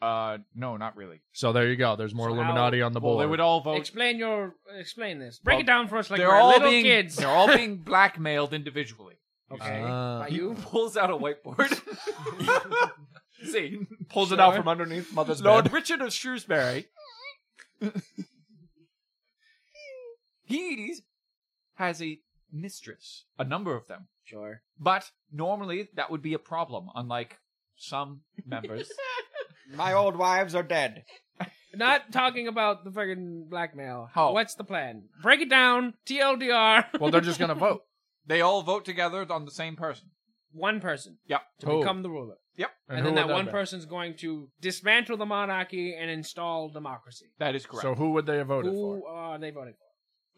Speaker 1: Uh, no, not really.
Speaker 3: So there you go. There's more
Speaker 2: So how-
Speaker 3: Illuminati on the board.
Speaker 1: Well, they would all vote.
Speaker 2: Explain your explain this. Break
Speaker 1: Well,
Speaker 2: it down for us like
Speaker 1: they're
Speaker 2: we're
Speaker 1: all
Speaker 2: little
Speaker 1: being
Speaker 2: kids.
Speaker 1: they're all being blackmailed individually.
Speaker 2: okay. (laughs)
Speaker 3: Uh,
Speaker 2: By
Speaker 1: He
Speaker 2: you?
Speaker 1: pulls out a (laughs)
Speaker 2: (laughs)
Speaker 1: whiteboard. See,
Speaker 3: pulls it out from underneath mother's
Speaker 1: Lord (laughs) Richard of Shrewsbury. (laughs) he has a mistress, a number of them.
Speaker 2: Sure.
Speaker 1: But normally that would be a problem, unlike some (laughs) members.
Speaker 4: My old wives are dead.
Speaker 2: Not talking about the fucking blackmail.
Speaker 1: How?
Speaker 2: What's the plan? Break it down. (laughs) TLDR.
Speaker 3: Well, they're just gonna vote.
Speaker 1: they all vote together on the same person.
Speaker 2: one person
Speaker 1: Yep.
Speaker 2: to
Speaker 3: Who?
Speaker 2: become the ruler, and,
Speaker 3: Oh. who
Speaker 2: then
Speaker 3: would
Speaker 2: that one
Speaker 3: be?
Speaker 2: person's going to dismantle the monarchy and install democracy.
Speaker 1: That is correct.
Speaker 3: So who would they have voted
Speaker 2: Who
Speaker 3: for?
Speaker 2: are they voting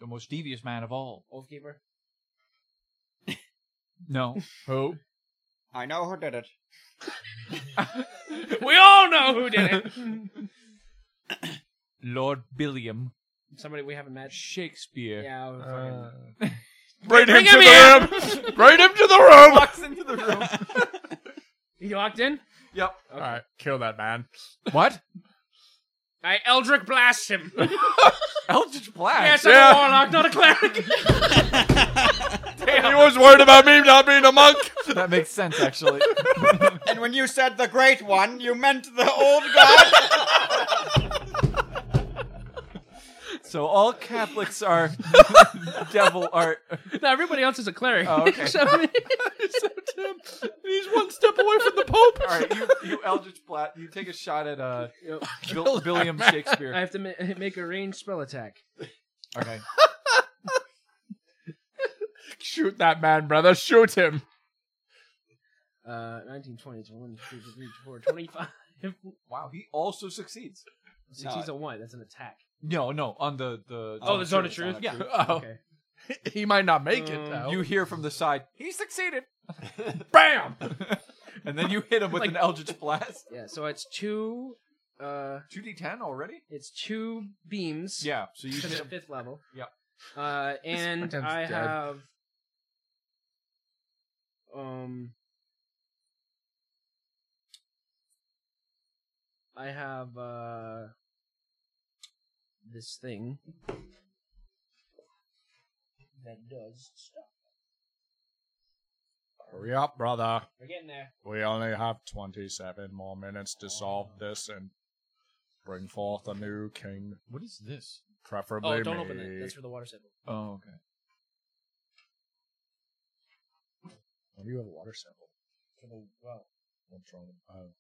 Speaker 1: the most devious man of all.
Speaker 2: for? Oathkeeper.
Speaker 1: No.
Speaker 3: Who?
Speaker 4: I know who did it.
Speaker 2: (laughs) we all know who did it. (laughs)
Speaker 1: Lord Billiam
Speaker 2: Somebody we haven't met.
Speaker 1: Shakespeare
Speaker 2: Yeah. I'll fucking-
Speaker 3: Uh,
Speaker 2: Bring,
Speaker 3: him to the room. Bring him to the room.
Speaker 1: walks into the room.
Speaker 2: He locked in.
Speaker 1: yep.
Speaker 3: All right, kill that man.
Speaker 1: What?
Speaker 2: I Eldrick blast
Speaker 3: (laughs)
Speaker 2: him.
Speaker 1: (laughs)
Speaker 2: (laughs)
Speaker 1: Eldritch Blast.
Speaker 2: yes, I'm
Speaker 3: Yeah.
Speaker 2: a warlock, not a
Speaker 3: (laughs)
Speaker 2: cleric.
Speaker 3: He was worried about me not being a monk.
Speaker 1: (laughs) That makes sense, actually.
Speaker 4: (laughs) And when you said the great one, you meant (laughs) the old god.
Speaker 1: so all Catholics are devil are.
Speaker 2: no, everybody else is a cleric.
Speaker 1: Oh, okay.
Speaker 2: (laughs)
Speaker 3: (laughs)
Speaker 2: So-
Speaker 3: He's one step away from the Pope.
Speaker 1: All right, you, you Eldritch Blast. You take a shot at uh,
Speaker 3: (laughs)
Speaker 2: Yep.
Speaker 1: Bill, William
Speaker 2: I
Speaker 1: Shakespeare.
Speaker 2: have to ma- (laughs) make a ranged spell attack.
Speaker 1: Okay.
Speaker 3: Shoot that man, brother. Shoot him.
Speaker 2: Uh, 19, 20, 21, 22, 24, 25.
Speaker 1: (laughs) Wow, he also succeeds.
Speaker 2: Since he's a 1, that's an attack.
Speaker 1: No, no, on the the.
Speaker 2: Oh, the zone of truth?
Speaker 1: Uh, (laughs) Yeah. uh,
Speaker 3: Oh,
Speaker 2: Okay.
Speaker 3: he might not make it.
Speaker 2: Um,
Speaker 3: Though.
Speaker 1: You hear from the side, he succeeded,
Speaker 3: bam.
Speaker 1: (laughs) and then you hit him with an Eldritch Blast.
Speaker 2: Yeah, so it's two, uh,
Speaker 1: (laughs) Two D ten already.
Speaker 2: it's two beams.
Speaker 1: Yeah. So you
Speaker 2: Because
Speaker 1: hit
Speaker 2: it's
Speaker 1: him.
Speaker 2: fifth level.
Speaker 1: Yeah.
Speaker 2: Uh, and
Speaker 3: person's
Speaker 2: I
Speaker 3: dead.
Speaker 2: have, um, I have, uh, this thing that does stuff.
Speaker 3: Hurry up, brother.
Speaker 2: We're getting there.
Speaker 3: We only have twenty-seven more minutes to solve this and bring forth a new king,
Speaker 1: What is this?
Speaker 3: preferably
Speaker 2: Oh, don't
Speaker 3: me.
Speaker 2: open that. That's for the water sample.
Speaker 1: Oh, okay.
Speaker 3: Why do you have a water sample?
Speaker 2: For the well.
Speaker 3: What's wrong? With, oh.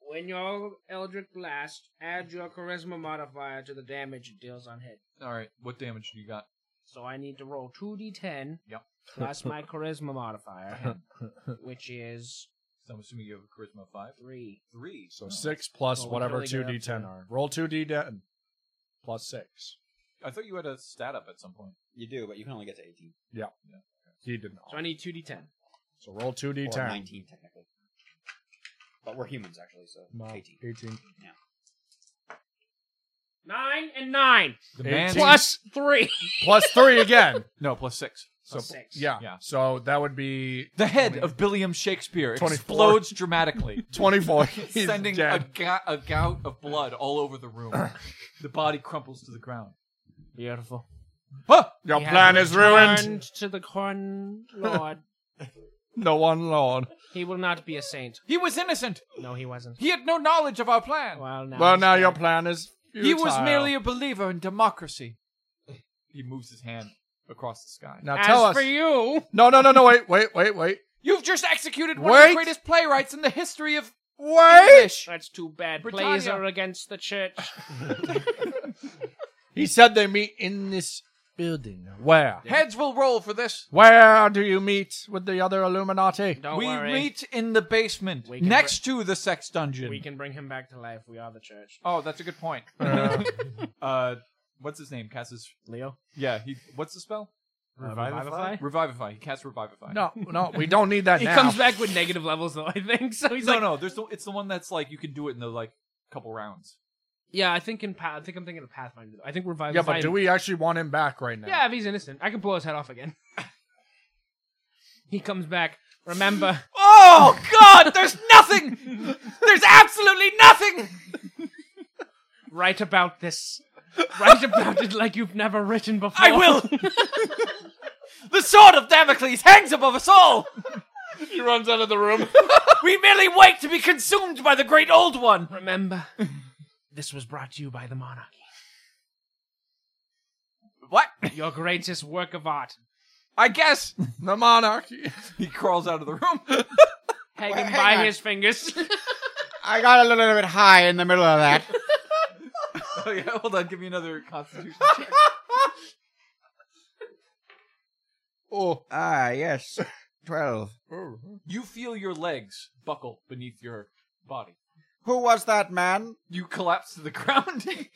Speaker 2: When your Eldritch Blast, add your Charisma modifier to the damage it deals on hit.
Speaker 1: All right. What damage do you got?
Speaker 2: So I need to roll 2d10
Speaker 1: Yep. (laughs)
Speaker 2: plus my Charisma modifier, which is
Speaker 1: So I'm assuming you have a charisma of five.
Speaker 2: 3.
Speaker 1: Three.
Speaker 3: So
Speaker 1: Oh.
Speaker 3: six plus
Speaker 2: Well, we're
Speaker 3: whatever
Speaker 2: really
Speaker 3: two
Speaker 2: good
Speaker 3: d ten
Speaker 2: up
Speaker 3: are. Roll two d ten plus six.
Speaker 1: I thought you had a stat up at some point.
Speaker 12: You do, but you can only get to 18.
Speaker 3: He did
Speaker 2: So I
Speaker 3: not.
Speaker 2: need 2d10.
Speaker 3: So roll two d
Speaker 12: Or
Speaker 3: ten.
Speaker 12: 19, technically. But we're humans, actually, so 18.
Speaker 3: Eighteen.
Speaker 2: 9 and 9
Speaker 1: The
Speaker 3: Eighteen.
Speaker 1: man
Speaker 2: plus 3.
Speaker 3: plus three again.
Speaker 1: no plus six.
Speaker 3: So
Speaker 2: Plus six.
Speaker 3: yeah.
Speaker 1: Yeah.
Speaker 3: So that would be
Speaker 1: The head of Billiam Shakespeare
Speaker 3: 24.
Speaker 1: explodes dramatically, (laughs)
Speaker 3: twenty-four. (laughs) He's
Speaker 1: sending a,
Speaker 3: dead.
Speaker 1: ga- a gout of blood all over the
Speaker 3: (laughs)
Speaker 1: room. the body crumples to the ground.
Speaker 2: Beautiful.
Speaker 3: Ah, your plan is ruined.
Speaker 2: to the corn lord.
Speaker 3: No one, Lord.
Speaker 2: he will not be a saint.
Speaker 1: He was innocent.
Speaker 2: No, he wasn't.
Speaker 1: He had no knowledge of our plan.
Speaker 2: Well, now,
Speaker 3: Well,
Speaker 2: he's
Speaker 3: now your
Speaker 2: dead.
Speaker 3: plan is. Futile.
Speaker 1: he was merely a believer in democracy. he moves his hand across the sky.
Speaker 3: Now
Speaker 2: As
Speaker 3: tell us.
Speaker 2: for you,
Speaker 3: No, no, no, no. Wait, wait, wait, wait,
Speaker 1: You've just executed one of
Speaker 3: Wait.
Speaker 1: the greatest playwrights in the history of
Speaker 3: wait.
Speaker 1: English.
Speaker 2: that's too bad. Plays
Speaker 1: Britannia.
Speaker 2: are against the church.
Speaker 3: He said they meet in this building. Where?
Speaker 1: Heads will roll for this.
Speaker 3: Where do you meet with the other Illuminati?
Speaker 2: Don't
Speaker 1: we
Speaker 2: worry.
Speaker 1: meet in the basement
Speaker 2: We can
Speaker 1: next to the sex dungeon.
Speaker 2: We can bring him back to life. We are the church.
Speaker 1: Oh, that's a good
Speaker 2: (laughs)
Speaker 1: point.
Speaker 3: Uh,
Speaker 1: (laughs) uh, what's his name? Cass's.
Speaker 2: Leo?
Speaker 1: Yeah, he. What's the spell?
Speaker 6: Revivify?
Speaker 1: Revivify. He casts Revivify.
Speaker 2: No, no.
Speaker 3: We
Speaker 1: (laughs)
Speaker 3: don't need that
Speaker 13: He
Speaker 3: now.
Speaker 13: comes back with negative levels though, I think. So he's
Speaker 1: no,
Speaker 13: like,
Speaker 1: no. There's the, it's the one that's like you can do it in the like couple rounds. (laughs)
Speaker 2: Yeah, I think in Path, I think I'm thinking of Pathfinder. though. I think Revivify.
Speaker 3: Yeah, but do we actually want him back right now?
Speaker 2: Yeah, if he's innocent, I can blow his head off again. (laughs) he comes back. Remember,
Speaker 1: (laughs) Oh God! There's nothing. There's absolutely nothing.
Speaker 2: write about this. Write about it like you've never written before.
Speaker 1: I
Speaker 2: (laughs)
Speaker 1: will. the sword of Damocles hangs above us all.
Speaker 13: he runs out of the room.
Speaker 1: (laughs) We merely wait to be consumed by the great old one.
Speaker 2: Remember, this was brought to you by the monarchy.
Speaker 1: What?
Speaker 2: Your greatest work of art.
Speaker 1: I guess
Speaker 3: The monarchy. (laughs)
Speaker 1: he crawls out of the room. (laughs)
Speaker 2: Hang
Speaker 4: Well,
Speaker 2: him by
Speaker 4: hang on.
Speaker 2: his (laughs) fingers.
Speaker 4: I got a little bit high in the middle of that.
Speaker 1: okay, Oh, hold on. Give me another
Speaker 2: (laughs)
Speaker 1: Constitution check. (laughs)
Speaker 3: Oh,
Speaker 4: (laughs) Ah, yes. Twelve.
Speaker 1: You feel your legs buckle beneath your body.
Speaker 4: Who was that man?
Speaker 1: You collapse to the (laughs) ground.
Speaker 3: he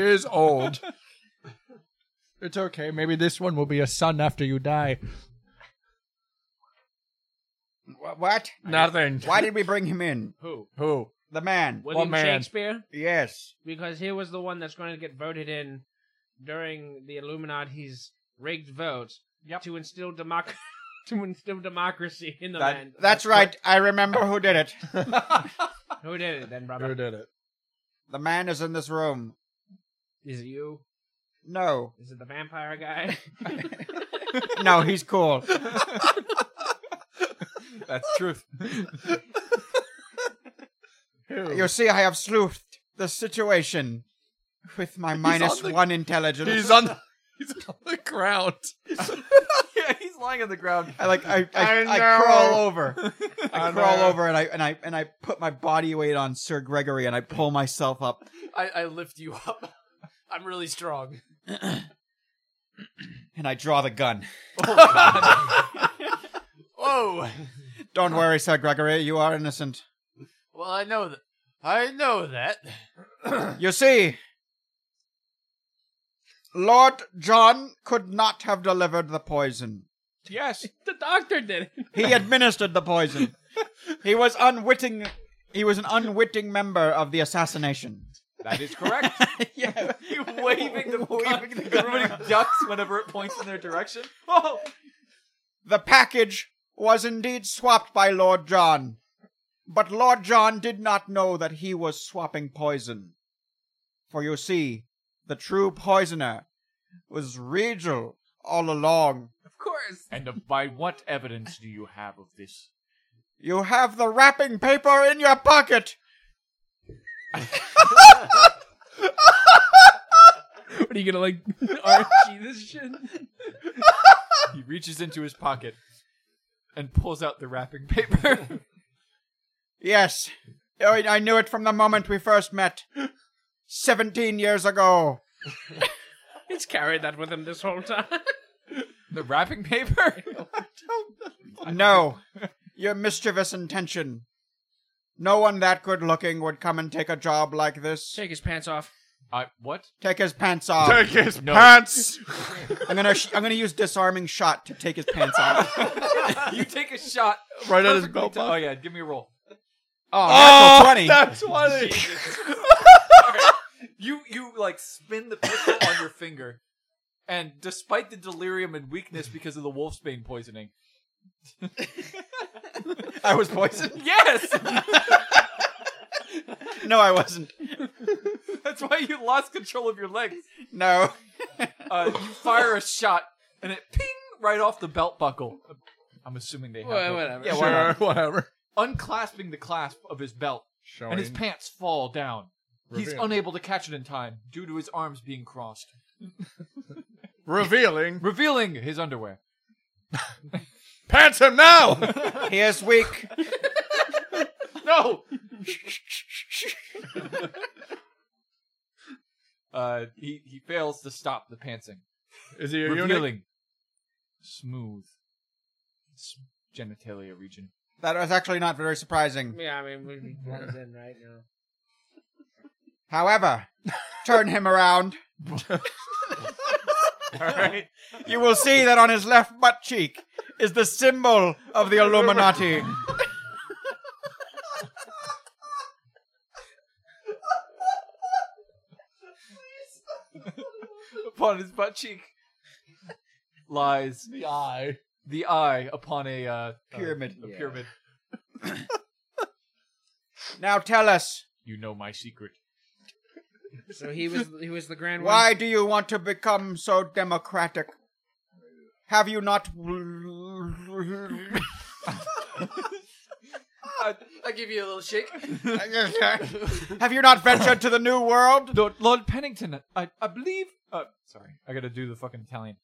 Speaker 3: is old. It's okay. Maybe this one will be a son after you die.
Speaker 4: Wh- What?
Speaker 3: Nothing.
Speaker 4: Why (laughs) did we bring him in?
Speaker 2: Who?
Speaker 3: Who?
Speaker 4: The man.
Speaker 2: William
Speaker 3: man?
Speaker 2: Shakespeare?
Speaker 4: Yes.
Speaker 2: because he was the one that's going to get voted in during the Illuminati's rigged vote to instill democ- (laughs) to instill democracy in the
Speaker 4: That-
Speaker 2: land.
Speaker 4: that's right. I remember who did it. (laughs)
Speaker 2: Who did it then, brother?
Speaker 3: Who did it?
Speaker 4: The man is in this room.
Speaker 2: Is it you?
Speaker 4: No.
Speaker 2: Is it the vampire guy? (laughs)
Speaker 4: No, he's
Speaker 3: (laughs)
Speaker 4: cool.
Speaker 1: That's truth.
Speaker 3: Who?
Speaker 4: You see, I have sleuthed the situation with my minus
Speaker 3: on the-
Speaker 4: one intelligence.
Speaker 3: He's on. The, he's on the ground.
Speaker 1: yeah, he's lying on the ground.
Speaker 4: I like I I,
Speaker 3: I
Speaker 4: I,
Speaker 3: know.
Speaker 4: crawl over.
Speaker 3: (laughs)
Speaker 4: I,
Speaker 3: I
Speaker 4: crawl
Speaker 3: know.
Speaker 4: over and I and I and I put my body weight on Sir Gregory and I pull myself up.
Speaker 6: I, I lift you up. I'm
Speaker 3: (laughs)
Speaker 6: really strong.
Speaker 4: And I draw the gun.
Speaker 3: Oh,
Speaker 6: (laughs) Whoa!
Speaker 4: Don't worry, Sir Gregory, you are innocent.
Speaker 6: Well, I know that. I
Speaker 3: (laughs)
Speaker 6: know that.
Speaker 4: You see, Lord John could not have delivered the poison.
Speaker 1: Yes.
Speaker 2: the doctor did it. (laughs)
Speaker 4: He administered the poison. He was unwitting. He was an unwitting member of the assassination.
Speaker 1: That is correct.
Speaker 4: yeah,
Speaker 1: (laughs) you waving the
Speaker 4: Waving
Speaker 1: gun.
Speaker 4: the
Speaker 1: (laughs)
Speaker 4: gun.
Speaker 1: Everybody ducks whenever it points in their direction. Oh,
Speaker 4: the package was indeed swapped by Lord John, but Lord John did not know that he was swapping poison. For you see, the true poisoner was Regal all along.
Speaker 1: of course. And of- by what evidence do you have of this?
Speaker 4: You have the wrapping paper in your pocket.
Speaker 2: What are you gonna like RNG this Oh, shit?
Speaker 1: He reaches into his pocket and pulls out the (laughs) wrapping paper.
Speaker 4: Yes, I I knew it from the moment we first met. Seventeen years ago.
Speaker 2: He's carried that with him this whole time. (laughs)
Speaker 1: the wrapping paper?
Speaker 4: No, (laughs) your mischievous intention. No one that good looking would come and take a job like this.
Speaker 2: Take his pants off.
Speaker 1: I what?
Speaker 4: Take his pants off. (laughs)
Speaker 3: Take his pants.
Speaker 4: I'm gonna sh- I'm gonna use disarming shot to take his pants off. Oh,
Speaker 1: you take a shot
Speaker 3: Right at his
Speaker 1: perfectly
Speaker 3: belt
Speaker 1: ti- Oh yeah, give me a roll.
Speaker 4: Oh, natural
Speaker 3: Oh,
Speaker 4: twenty.
Speaker 3: That's funny.
Speaker 1: You you like spin the pistol on your finger, and despite the delirium and weakness because of the wolfsbane poisoning,
Speaker 4: I was poisoned.
Speaker 1: yes,
Speaker 6: (laughs)
Speaker 4: No, I wasn't.
Speaker 1: that's why you lost control of your legs.
Speaker 4: No.
Speaker 1: Uh, you fire a shot, and it ping right off the belt buckle. I'm assuming they have
Speaker 2: Well,
Speaker 1: it.
Speaker 2: whatever.
Speaker 1: Yeah,
Speaker 3: sure, whatever.
Speaker 1: unclasping the clasp of his belt,
Speaker 3: Showing.
Speaker 1: and his pants fall down. He's
Speaker 3: Reveal.
Speaker 1: unable to catch it in time due to his arms being crossed,
Speaker 3: revealing.
Speaker 1: revealing (laughs) his underwear.
Speaker 3: Pants him now.
Speaker 4: He is weak.
Speaker 1: No. uh, he he fails to stop the pantsing,
Speaker 3: Is he a eunuch?
Speaker 1: revealing smooth s- genitalia
Speaker 3: (laughs)
Speaker 1: region.
Speaker 4: That was actually not very surprising.
Speaker 2: (laughs) Yeah, I mean, we we blends in right now.
Speaker 4: However, turn him around.
Speaker 14: All right. You will see that on his left butt cheek is the symbol of the Illuminati.
Speaker 1: upon his butt cheek lies
Speaker 3: The eye.
Speaker 1: the eye upon a uh,
Speaker 4: Pyramid.
Speaker 1: a pyramid.
Speaker 14: Now tell us,
Speaker 1: You know my secret.
Speaker 2: So he was he was the grand one.
Speaker 14: why do you want to become so democratic? Have you not. (laughs)
Speaker 6: I, I give you a little shake.
Speaker 14: Have you not ventured to the new world?
Speaker 1: Lord, Lord Pennington, I, I believe. Uh, sorry, I gotta do the fucking Italian.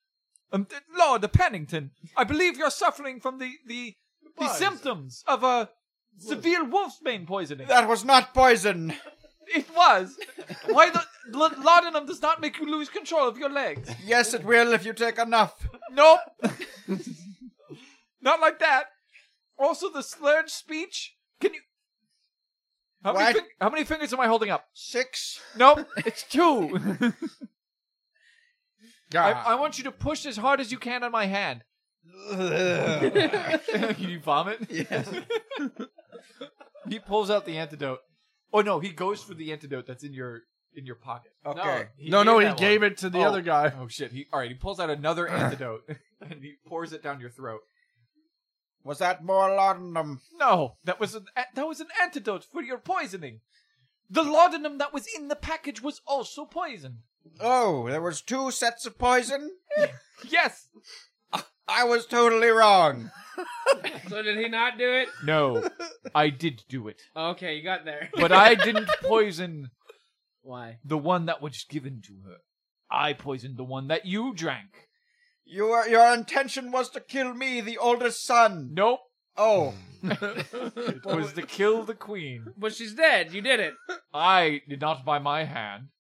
Speaker 1: Um, th- Lord Pennington, I believe you're suffering from the the, the symptoms of a severe wolfsbane poisoning.
Speaker 14: That was not poison.
Speaker 1: It was. Why the Lord laudanum does not make you lose control of your legs?
Speaker 14: Yes, it will if you take enough.
Speaker 1: Nope. not like that. Also, the slurred speech. Can you? How many,
Speaker 14: What?
Speaker 1: fing- how many fingers am I holding up?
Speaker 14: Six.
Speaker 1: Nope, it's two. I,
Speaker 3: God.
Speaker 1: I want you to push as hard as you can on my hand. Can (laughs) you vomit? (laughs) he pulls out the antidote. Oh no, he goes for the antidote that's in your in your pocket.
Speaker 14: Okay.
Speaker 3: no, no, he gave it to the
Speaker 1: Oh.
Speaker 3: other guy.
Speaker 1: Oh shit! He all right. He pulls out
Speaker 3: (clears throat)
Speaker 1: another antidote (laughs) and he pours it down your throat.
Speaker 14: Was that more laudanum?
Speaker 1: No, that was an a- that was an antidote for your poisoning. The laudanum that was in the package was also poison.
Speaker 14: Oh, there was two sets of poison?
Speaker 1: (laughs) Yes.
Speaker 14: I was totally wrong.
Speaker 2: So did he not do it?
Speaker 1: No, (laughs) I did do it, (laughs)
Speaker 2: Okay, you got there.
Speaker 1: but I didn't poison
Speaker 2: (laughs) Why?
Speaker 1: the one that was given to her. I poisoned the one that you drank.
Speaker 14: Your your intention was to kill me, the oldest son.
Speaker 1: Nope.
Speaker 14: Oh,
Speaker 1: It was (laughs) to kill the queen.
Speaker 2: But she's dead. You did it.
Speaker 1: I did not by my hand.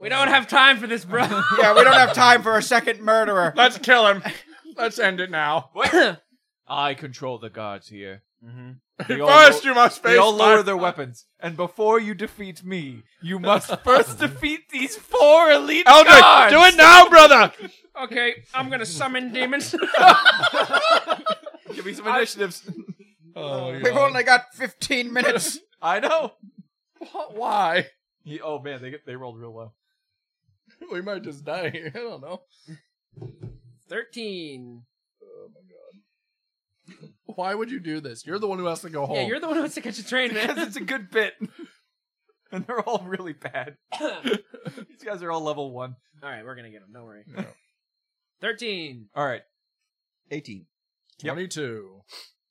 Speaker 2: We don't have time for this, bro. (laughs)
Speaker 14: yeah, we don't have time for a second murderer.
Speaker 3: Let's kill him. Let's end it now.
Speaker 1: I control the guards here. They all
Speaker 3: First,
Speaker 1: lo-
Speaker 3: you must face
Speaker 1: they all lower
Speaker 3: my-
Speaker 1: their weapons, and before you defeat me, you must (laughs) first defeat these four elite
Speaker 3: Eldrick,
Speaker 1: guards.
Speaker 3: do it now, brother.
Speaker 2: Okay, I'm gonna summon (laughs) demons.
Speaker 1: Give me some initiatives.
Speaker 3: (laughs) Oh, my
Speaker 14: We've only got fifteen minutes.
Speaker 1: I know.
Speaker 3: God. Why? (laughs)
Speaker 1: He- oh man, they they rolled real low.
Speaker 3: We might just die (laughs) here. I don't know.
Speaker 2: Thirteen.
Speaker 3: Why would you do this? You're the one who has to go home.
Speaker 2: Yeah, you're the one who wants to catch a
Speaker 1: (laughs)
Speaker 2: train,
Speaker 1: Because
Speaker 2: (laughs) man.
Speaker 1: it's a good bit, (laughs) and they're all really bad. (laughs) these guys are all level one.
Speaker 2: All right, we're gonna get him. Don't worry.
Speaker 3: No.
Speaker 2: Thirteen.
Speaker 1: All right.
Speaker 4: 18.
Speaker 3: 22.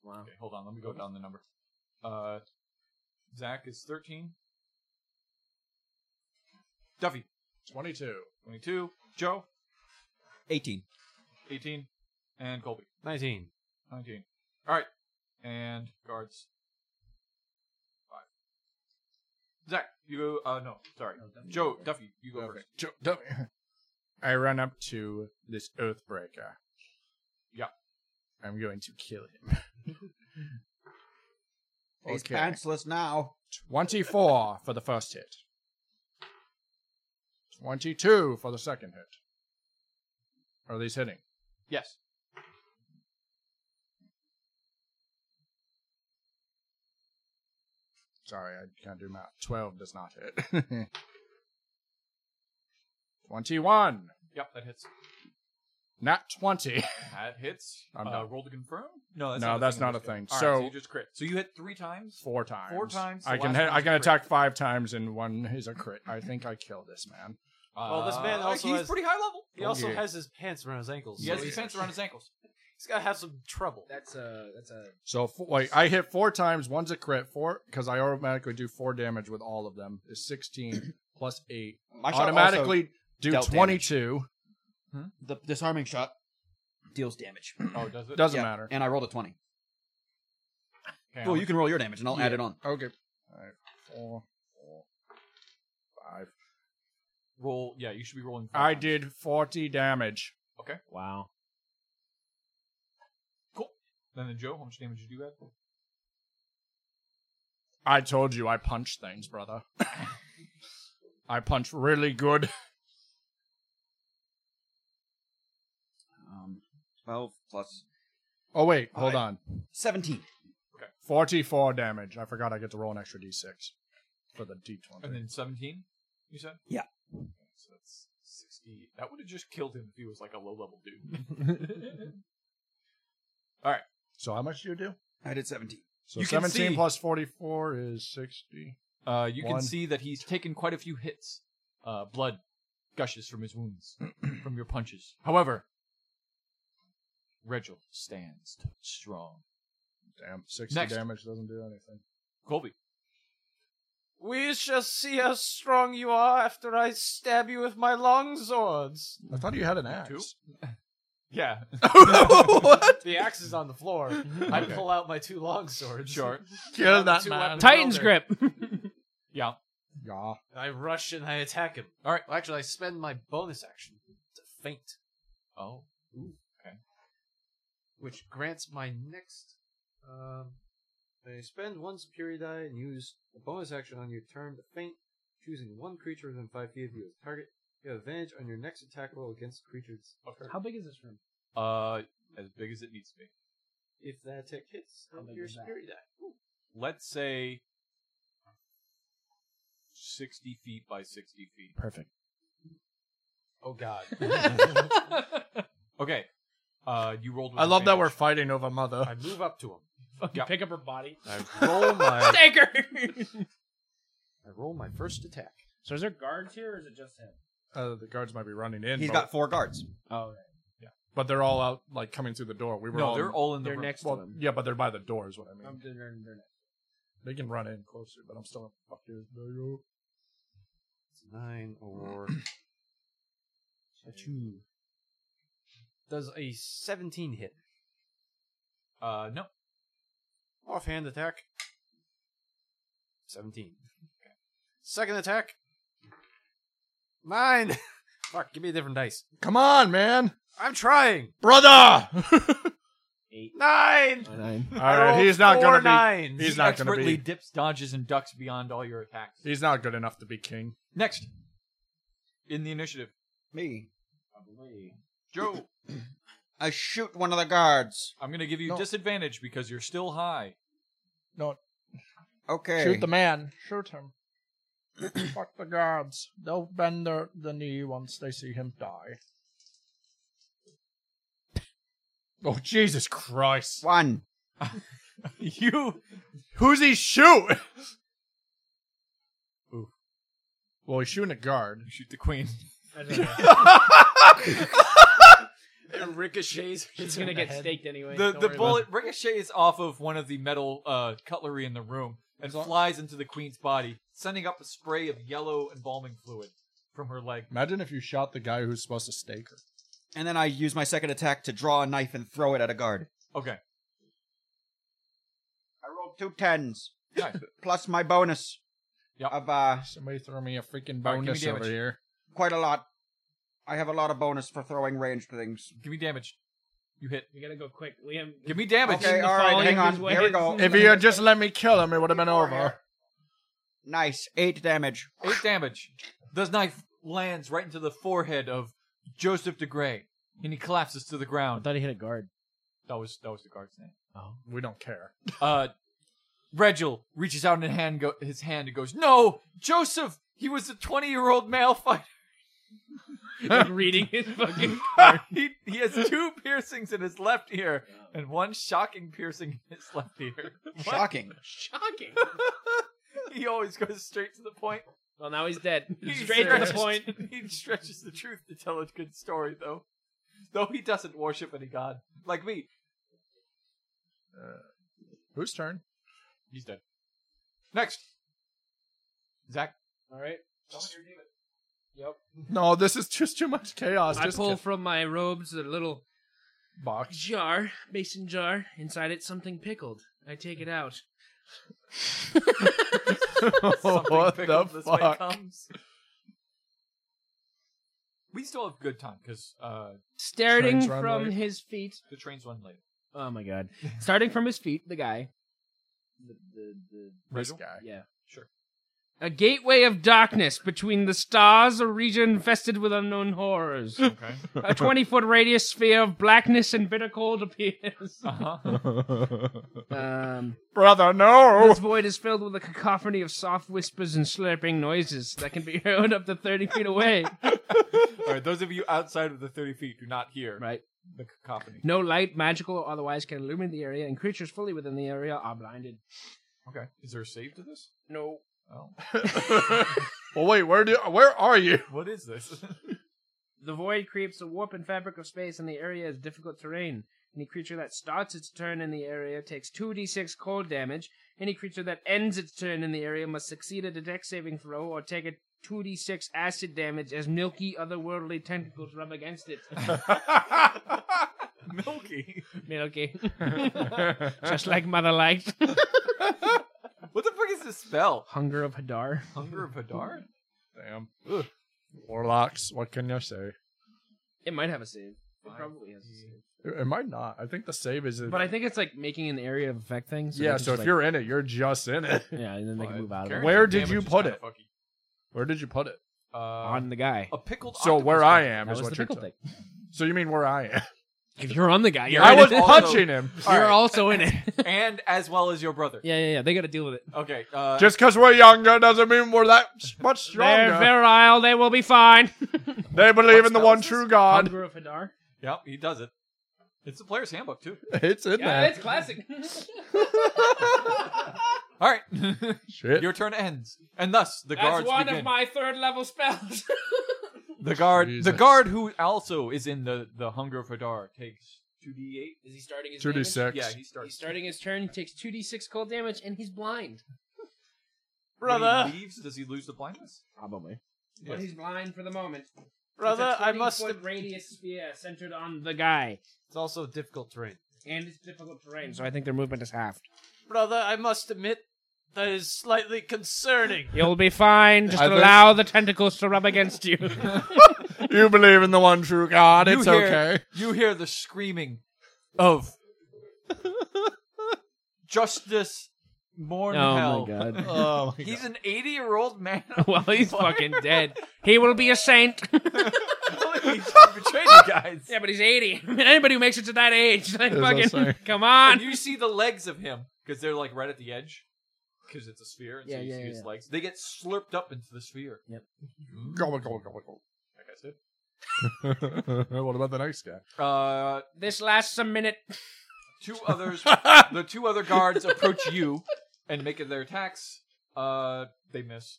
Speaker 2: Wow.
Speaker 1: Okay, hold on. Let me go down the number. Uh, Zach is 13. Duffy,
Speaker 3: 22.
Speaker 1: 22. Joe,
Speaker 4: 18.
Speaker 1: 18. And Colby,
Speaker 6: 19.
Speaker 1: 19. All right. And guards, 5. Zach, you go. Uh, no, sorry. Joe, Duffy, you go
Speaker 3: Okay.
Speaker 1: first.
Speaker 3: Jo- don't- (laughs) I run up to this Earthbreaker.
Speaker 1: Yeah.
Speaker 3: I'm going to kill
Speaker 2: (laughs)
Speaker 3: him.
Speaker 14: He's pantsless now.
Speaker 3: 24 for the first hit. 22 for the second hit. Are these hitting?
Speaker 1: Yes.
Speaker 3: Sorry, I can't do math. 12 does not hit. (laughs) 21.
Speaker 1: Yep, that hits.
Speaker 3: Not 20.
Speaker 1: That hits.
Speaker 3: I'm
Speaker 1: uh,
Speaker 3: done.
Speaker 1: roll to confirm? No,
Speaker 3: No, that's not a
Speaker 1: Let's go.
Speaker 3: thing.
Speaker 1: All right,
Speaker 3: So-
Speaker 1: so you just crit. So you hit three times.
Speaker 3: Four times.
Speaker 1: Four times, the
Speaker 3: I can
Speaker 1: last
Speaker 3: hit,
Speaker 1: one's
Speaker 3: I
Speaker 1: a
Speaker 3: can
Speaker 1: crit.
Speaker 3: attack five times and one is a crit. I think I kill this man.
Speaker 1: Well,
Speaker 6: this man also
Speaker 1: he's
Speaker 6: has-
Speaker 1: pretty high level.
Speaker 6: He also
Speaker 3: Okay.
Speaker 6: has his pants around his ankles.
Speaker 1: He has
Speaker 6: so
Speaker 1: his
Speaker 6: he's,
Speaker 1: pants around his ankles.
Speaker 3: (clears throat)
Speaker 6: he's gotta have some trouble.
Speaker 2: That's a that's a
Speaker 3: So f like I hit four times, one's a crit, four because I automatically do four damage with all of them. Is
Speaker 1: (clears throat)
Speaker 3: 16 plus 8.
Speaker 4: My shot
Speaker 3: automatically do
Speaker 4: dealt
Speaker 3: 22.
Speaker 4: also- the disarming shot deals damage.
Speaker 1: Oh, does it?
Speaker 3: Doesn't
Speaker 4: Yeah,
Speaker 3: matter.
Speaker 4: And I rolled a 20.
Speaker 1: Okay,
Speaker 4: Well, you can roll your damage and I'll add it on.
Speaker 3: Okay. All right. Four, four, five.
Speaker 1: roll. Yeah, you should be rolling. four
Speaker 3: I
Speaker 1: times.
Speaker 3: did 40 damage.
Speaker 6: Wow.
Speaker 1: Then the Joe, how much damage did you add?
Speaker 3: I told you I punch
Speaker 1: (laughs)
Speaker 3: things, brother. I punch really good.
Speaker 4: Um,
Speaker 15: 12 plus
Speaker 3: Oh wait, hold
Speaker 15: Aye.
Speaker 3: on.
Speaker 15: 17.
Speaker 3: 44 damage. I forgot I get to roll an extra d6 for the d20.
Speaker 1: And then 17, you said?
Speaker 15: Yeah.
Speaker 1: Okay, So that's 60. That would have just killed him if he was like a low level dude.
Speaker 3: (laughs)
Speaker 1: (laughs)
Speaker 3: so how much do you do?
Speaker 15: I did 17.
Speaker 3: So
Speaker 1: You can
Speaker 3: 17
Speaker 1: see-
Speaker 3: plus 44 is 60.
Speaker 1: Uh, you
Speaker 3: One.
Speaker 1: can see that he's taken quite a few hits. Uh, blood gushes from his wounds, from your punches. However, Regil stands strong.
Speaker 3: Damn, 60
Speaker 1: Next.
Speaker 3: damage doesn't do anything.
Speaker 1: Colby.
Speaker 16: We shall see how strong you are after I stab you with my long
Speaker 1: (laughs)
Speaker 16: swords.
Speaker 3: I thought you had an axe.
Speaker 1: Two? (laughs) Yeah.
Speaker 3: what?
Speaker 17: The axe is on the
Speaker 1: (laughs)
Speaker 17: floor. I pull out my two long swords.
Speaker 1: Sure.
Speaker 3: Kill that
Speaker 17: Two
Speaker 3: man.
Speaker 17: weapons
Speaker 18: Titan's
Speaker 17: out there.
Speaker 18: grip.
Speaker 2: (laughs)
Speaker 1: Yeah.
Speaker 3: Yeah.
Speaker 17: I rush and I attack him.
Speaker 1: All right.
Speaker 17: Well, actually, I spend my bonus action to faint,
Speaker 1: Oh.
Speaker 17: which grants my next. Um,
Speaker 6: May spend one superior die and use a bonus action on your turn to feint, choosing one creature within five feet of you as target. You have advantage on your next attack roll against creatures.
Speaker 2: How big is this (laughs) room?
Speaker 1: Uh, as big as it needs to be.
Speaker 6: If that attack hits,
Speaker 2: How
Speaker 6: roll
Speaker 2: big
Speaker 6: your
Speaker 2: is that?
Speaker 6: superior die.
Speaker 1: Let's say 60 feet by 60 feet.
Speaker 3: Perfect.
Speaker 17: oh god.
Speaker 1: Okay. Uh, you rolled. With
Speaker 3: I love that we're
Speaker 1: advantage.
Speaker 3: fighting over mother.
Speaker 17: I move up to him.
Speaker 1: Yeah.
Speaker 2: Pick up her body.
Speaker 17: I
Speaker 2: (laughs)
Speaker 17: roll my.
Speaker 2: Take her.
Speaker 17: I roll my first attack.
Speaker 2: so is there guards here, or is it just him?
Speaker 3: Uh, the guards might be running in.
Speaker 15: He's
Speaker 3: but,
Speaker 15: got four guards.
Speaker 2: Oh,
Speaker 3: but they're all out, like coming through the door. We were
Speaker 1: No,
Speaker 3: all
Speaker 1: they're all in the
Speaker 2: they're
Speaker 1: room.
Speaker 2: next to
Speaker 3: Well,
Speaker 2: (laughs) him.
Speaker 3: yeah, but they're by the door, is what I mean.
Speaker 2: I'm doing their (laughs) next.
Speaker 3: They can run in closer, but I'm still gonna fuck this video.
Speaker 6: Nine (clears throat) or a two. Does a seventeen hit?
Speaker 1: Uh, no.
Speaker 6: Offhand attack. Seventeen. Second attack. Nine. (laughs) Fuck, give me a different dice.
Speaker 3: Come on, man,
Speaker 6: I'm trying.
Speaker 3: (laughs) brother.
Speaker 16: Nine!
Speaker 3: all right, he's not
Speaker 16: Four
Speaker 3: gonna
Speaker 16: nines.
Speaker 3: be. He's
Speaker 1: He
Speaker 3: not gonna
Speaker 1: expertly
Speaker 3: be.
Speaker 1: dips, dodges, and ducks beyond all your attacks.
Speaker 3: He's not good enough to be king.
Speaker 1: Next, in the initiative,
Speaker 15: Me.
Speaker 1: Joe.
Speaker 4: I shoot one of the guards.
Speaker 1: I'm gonna give you
Speaker 3: No.
Speaker 1: disadvantage because you're still high.
Speaker 4: Okay.
Speaker 3: man. Shoot him. (clears throat) fuck the guards. They'll bend their the knee once they see him die. Oh Jesus Christ! (laughs)
Speaker 4: One.
Speaker 1: you
Speaker 3: Who's he shoot? Ooh. Well, he's shooting a guard.
Speaker 1: shoot the queen.
Speaker 17: It ricochets.
Speaker 2: She's gonna get staked anyway.
Speaker 1: (laughs) The
Speaker 2: Don't
Speaker 1: the
Speaker 2: worry about
Speaker 1: bullet ricochets off of one of the metal uh, cutlery in the room and flies into the queen's body, sending up a spray of yellow embalming fluid from her leg.
Speaker 3: Imagine if you shot the guy who's supposed to stake her.
Speaker 15: And then I use my second attack to draw a knife and throw it at a guard.
Speaker 1: Okay, (laughs)
Speaker 4: I rolled two tens.
Speaker 1: nice.
Speaker 4: Plus my bonus.
Speaker 1: Yep.
Speaker 4: Of uh
Speaker 3: Somebody throw me a freaking
Speaker 1: All right, give me
Speaker 3: bonus over
Speaker 1: damage.
Speaker 3: here.
Speaker 4: quite a lot. I have a lot of bonus for throwing ranged things.
Speaker 1: Give me damage. You hit.
Speaker 2: it. We gotta go quick, Liam.
Speaker 1: Give me damage.
Speaker 4: Okay, all right,
Speaker 2: following
Speaker 4: hang on.
Speaker 2: his way.
Speaker 4: Here we
Speaker 3: (laughs)
Speaker 4: go.
Speaker 3: If you had just let me kill him, it would have been over.
Speaker 4: Nice. Eight damage.
Speaker 1: Eight damage. The knife lands right into the forehead of Joseph de Grey, and he collapses to the
Speaker 2: I
Speaker 1: ground.
Speaker 2: thought he hit a guard.
Speaker 1: That was that was the guard's name.
Speaker 3: We don't care.
Speaker 1: Uh, Regil reaches out in hand go- his hand and goes, "No, Joseph. He was a twenty-year-old male fighter. (laughs)
Speaker 2: (laughs) Like reading his fucking. (laughs)
Speaker 1: he he has two piercings in his left ear and one shocking piercing in his left ear. (laughs)
Speaker 15: Shocking.
Speaker 2: Shocking.
Speaker 1: he always goes straight to the point.
Speaker 2: Well, now (laughs) he's dead.
Speaker 1: He
Speaker 2: Straight to the
Speaker 1: stretches-
Speaker 2: point.
Speaker 1: He stretches the truth to tell a good story, though. Though he doesn't worship any god like me.
Speaker 3: Whose turn?
Speaker 1: He's dead. Next, Zach.
Speaker 2: All right.
Speaker 3: No, this is just too much chaos.
Speaker 2: I
Speaker 3: Just
Speaker 2: pull
Speaker 3: kidding.
Speaker 2: from my robes a little (laughs)
Speaker 3: box. (laughs)
Speaker 2: jar, mason jar. Inside it, something pickled. I take it out.
Speaker 1: (laughs) Something
Speaker 3: what
Speaker 1: pickled
Speaker 3: the
Speaker 1: this way
Speaker 3: fuck?
Speaker 1: comes. We still have good time because uh,
Speaker 2: Starting
Speaker 3: Trains run
Speaker 2: from
Speaker 3: late.
Speaker 2: his feet.
Speaker 1: the trains run late.
Speaker 2: Oh my (laughs) god. Starting from his feet, the guy. The, the, the,
Speaker 3: This
Speaker 1: Rigel?
Speaker 3: guy.
Speaker 2: yeah.
Speaker 1: Sure.
Speaker 2: A gateway of darkness between the stars, a region infested with unknown horrors.
Speaker 6: Okay.
Speaker 2: A 20 foot radius sphere of blackness and bitter cold appears.
Speaker 1: (laughs) Uh-huh.
Speaker 2: Um,
Speaker 3: Brother, no! (laughs)
Speaker 2: this void is filled with a cacophony of soft whispers and slurping noises that can be (laughs) heard up to 30 feet away.
Speaker 1: All right, those of you outside of the 30 feet do not hear
Speaker 2: Right.
Speaker 1: the cacophony.
Speaker 2: No light, magical or otherwise, can illuminate the area, and creatures fully within the area are blinded.
Speaker 1: Okay. Is there a save to this?
Speaker 2: No.
Speaker 1: Oh.
Speaker 3: well, wait, where do where are you? (laughs)
Speaker 1: What is this? (laughs)
Speaker 2: The void creates a warp and fabric of space, and the area is difficult terrain. Any creature that starts its turn in the area takes 2d6 cold damage. Any creature that ends its turn in the area must succeed at a dex saving throw or take a 2d6 acid damage as milky, otherworldly tentacles rub against it.
Speaker 1: Milky.
Speaker 2: milky. Just like Mother Light.
Speaker 1: (laughs) What the fuck is this spell?
Speaker 2: (laughs) Hunger of Hadar.
Speaker 1: Hunger of Hadar?
Speaker 3: Damn. Warlocks, what can you say?
Speaker 2: It might have a save. It probably has a save.
Speaker 3: It, it might not. I think the save is.
Speaker 2: But I think it's like making an area of effect thing. So they
Speaker 3: yeah,
Speaker 2: can
Speaker 3: so
Speaker 2: just,
Speaker 3: if
Speaker 2: like-
Speaker 3: you're in it, you're just in it.
Speaker 2: (laughs) Yeah, and then they can move out of it.
Speaker 1: Character
Speaker 3: Where did
Speaker 1: damage
Speaker 3: you
Speaker 1: is
Speaker 3: put
Speaker 1: kinda
Speaker 3: it?
Speaker 1: fucky.
Speaker 3: Where did you put it?
Speaker 1: Uh,
Speaker 2: On the guy.
Speaker 1: a pickled
Speaker 3: So
Speaker 1: octopus
Speaker 3: where I
Speaker 1: thing.
Speaker 3: am
Speaker 2: That
Speaker 3: is
Speaker 2: was
Speaker 3: what
Speaker 2: the
Speaker 3: you're.
Speaker 2: pickle
Speaker 3: T-
Speaker 2: thing.
Speaker 3: so you mean where I am?
Speaker 2: (laughs) If you're on the guy, (laughs) you're
Speaker 1: You're
Speaker 3: I
Speaker 2: in
Speaker 1: in
Speaker 3: was
Speaker 2: it.
Speaker 1: it.
Speaker 3: punching him.
Speaker 2: (laughs) You're
Speaker 3: Alright,
Speaker 2: also in it.
Speaker 1: (laughs) And as well as your brother.
Speaker 2: yeah, yeah, yeah. They got to deal with it.
Speaker 1: Okay. Uh,
Speaker 3: Just because we're younger doesn't mean we're that s- much
Speaker 2: They're
Speaker 3: stronger.
Speaker 2: virile. They will be fine. (laughs)
Speaker 3: They believe in the
Speaker 1: spell
Speaker 3: one
Speaker 1: is this?
Speaker 3: true God.
Speaker 2: Hunger of Hadar.
Speaker 1: yep, he does it. It's the player's handbook, too.
Speaker 3: (laughs) It's in
Speaker 2: Yeah,
Speaker 3: there.
Speaker 2: it's classic.
Speaker 1: All
Speaker 2: (laughs)
Speaker 3: (laughs)
Speaker 1: right.
Speaker 3: Shit.
Speaker 1: your turn ends. And thus, the
Speaker 2: That's
Speaker 1: guards
Speaker 2: one
Speaker 1: begin.
Speaker 2: of my third level spells. (laughs)
Speaker 1: the guard, the
Speaker 3: Jesus.
Speaker 1: guard who also is in the, the Hunger of Hadar takes 2d8.
Speaker 2: Is he starting his
Speaker 3: Two d
Speaker 2: damage?
Speaker 3: six.
Speaker 1: Yeah, he
Speaker 2: He's
Speaker 1: starts.
Speaker 2: starting his turn. He takes two d6 cold damage, and he's blind.
Speaker 1: When
Speaker 5: Brother.
Speaker 1: he leaves, does he lose the blindness?
Speaker 4: Probably.
Speaker 2: But he's blind for the moment.
Speaker 5: Brother,
Speaker 2: it's a
Speaker 5: I must.
Speaker 2: 20-foot radius sphere centered on the guy,
Speaker 6: It's also difficult terrain.
Speaker 2: and it's difficult terrain, so I think their movement is halved.
Speaker 5: Brother, I must admit that is slightly concerning.
Speaker 2: You'll be
Speaker 3: (laughs)
Speaker 2: fine. Just
Speaker 3: I think-
Speaker 2: allow the tentacles to rub against
Speaker 3: (laughs)
Speaker 2: you. (laughs)
Speaker 3: You believe in the one true God.
Speaker 1: You
Speaker 3: It's
Speaker 1: hear-
Speaker 3: okay.
Speaker 1: You hear the screaming of Justice Morn Hell.
Speaker 2: god.
Speaker 3: (laughs) Oh my
Speaker 1: He's an 80 year old
Speaker 2: (laughs)
Speaker 1: man.
Speaker 2: well,
Speaker 1: (laughs)
Speaker 2: he's fucking dead. He will be a saint. (laughs)
Speaker 1: He betrayed you guys.
Speaker 2: yeah, but he's 80. I mean, (laughs) anybody who makes it to that age, (laughs) like,
Speaker 3: Is that
Speaker 2: fucking,
Speaker 3: so?
Speaker 2: come
Speaker 1: And
Speaker 2: on.
Speaker 1: you see the legs of him because they're like right at the edge because it's a sphere. And
Speaker 2: Yeah,
Speaker 1: so you
Speaker 2: yeah,
Speaker 1: see his
Speaker 2: yeah.
Speaker 1: legs. They get slurped up into the sphere.
Speaker 3: Go, go, go, go.
Speaker 1: Like I said.
Speaker 3: (laughs) what about the next guy?
Speaker 1: Uh,
Speaker 2: This lasts a minute. (laughs)
Speaker 1: two others, (laughs) the two other guards approach you and make their attacks. Uh, they miss.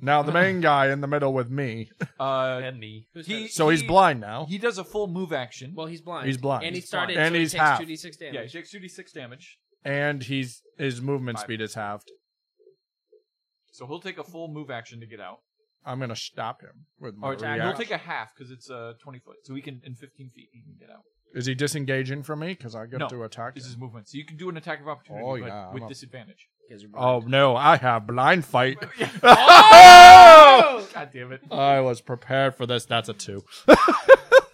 Speaker 3: Now the main guy in the middle with me.
Speaker 1: Uh,
Speaker 6: And me.
Speaker 1: he,
Speaker 3: So he's
Speaker 1: he-
Speaker 3: blind now.
Speaker 1: He does a full move action.
Speaker 2: Well, he's blind.
Speaker 3: He's blind.
Speaker 2: And he
Speaker 3: He's
Speaker 2: started,
Speaker 3: blind.
Speaker 2: so
Speaker 3: And
Speaker 2: he
Speaker 3: he's
Speaker 2: takes
Speaker 3: half.
Speaker 2: 2d6
Speaker 1: yeah, he
Speaker 2: damage.
Speaker 1: takes 2d6 damage.
Speaker 3: And he's his movement
Speaker 1: Five.
Speaker 3: speed is halved.
Speaker 1: So he'll take a full move action to get out.
Speaker 3: I'm gonna stop him with my
Speaker 1: Or
Speaker 2: attack.
Speaker 1: he'll
Speaker 3: reaction.
Speaker 1: Oh, take a half because it's uh, 20 foot. So he can, in 15 feet, he can get out.
Speaker 3: Is he disengaging from me? Because I get
Speaker 1: No,
Speaker 3: to attack.
Speaker 1: This
Speaker 3: him.
Speaker 1: is movement. So you can do an attack of opportunity
Speaker 3: Oh,
Speaker 1: but
Speaker 3: yeah, I'm
Speaker 1: with
Speaker 3: up.
Speaker 6: (laughs)
Speaker 1: disadvantage.
Speaker 3: Oh no! I have blind fight.
Speaker 6: Oh!
Speaker 1: (laughs) God damn it.
Speaker 3: I was prepared for this. That's a two.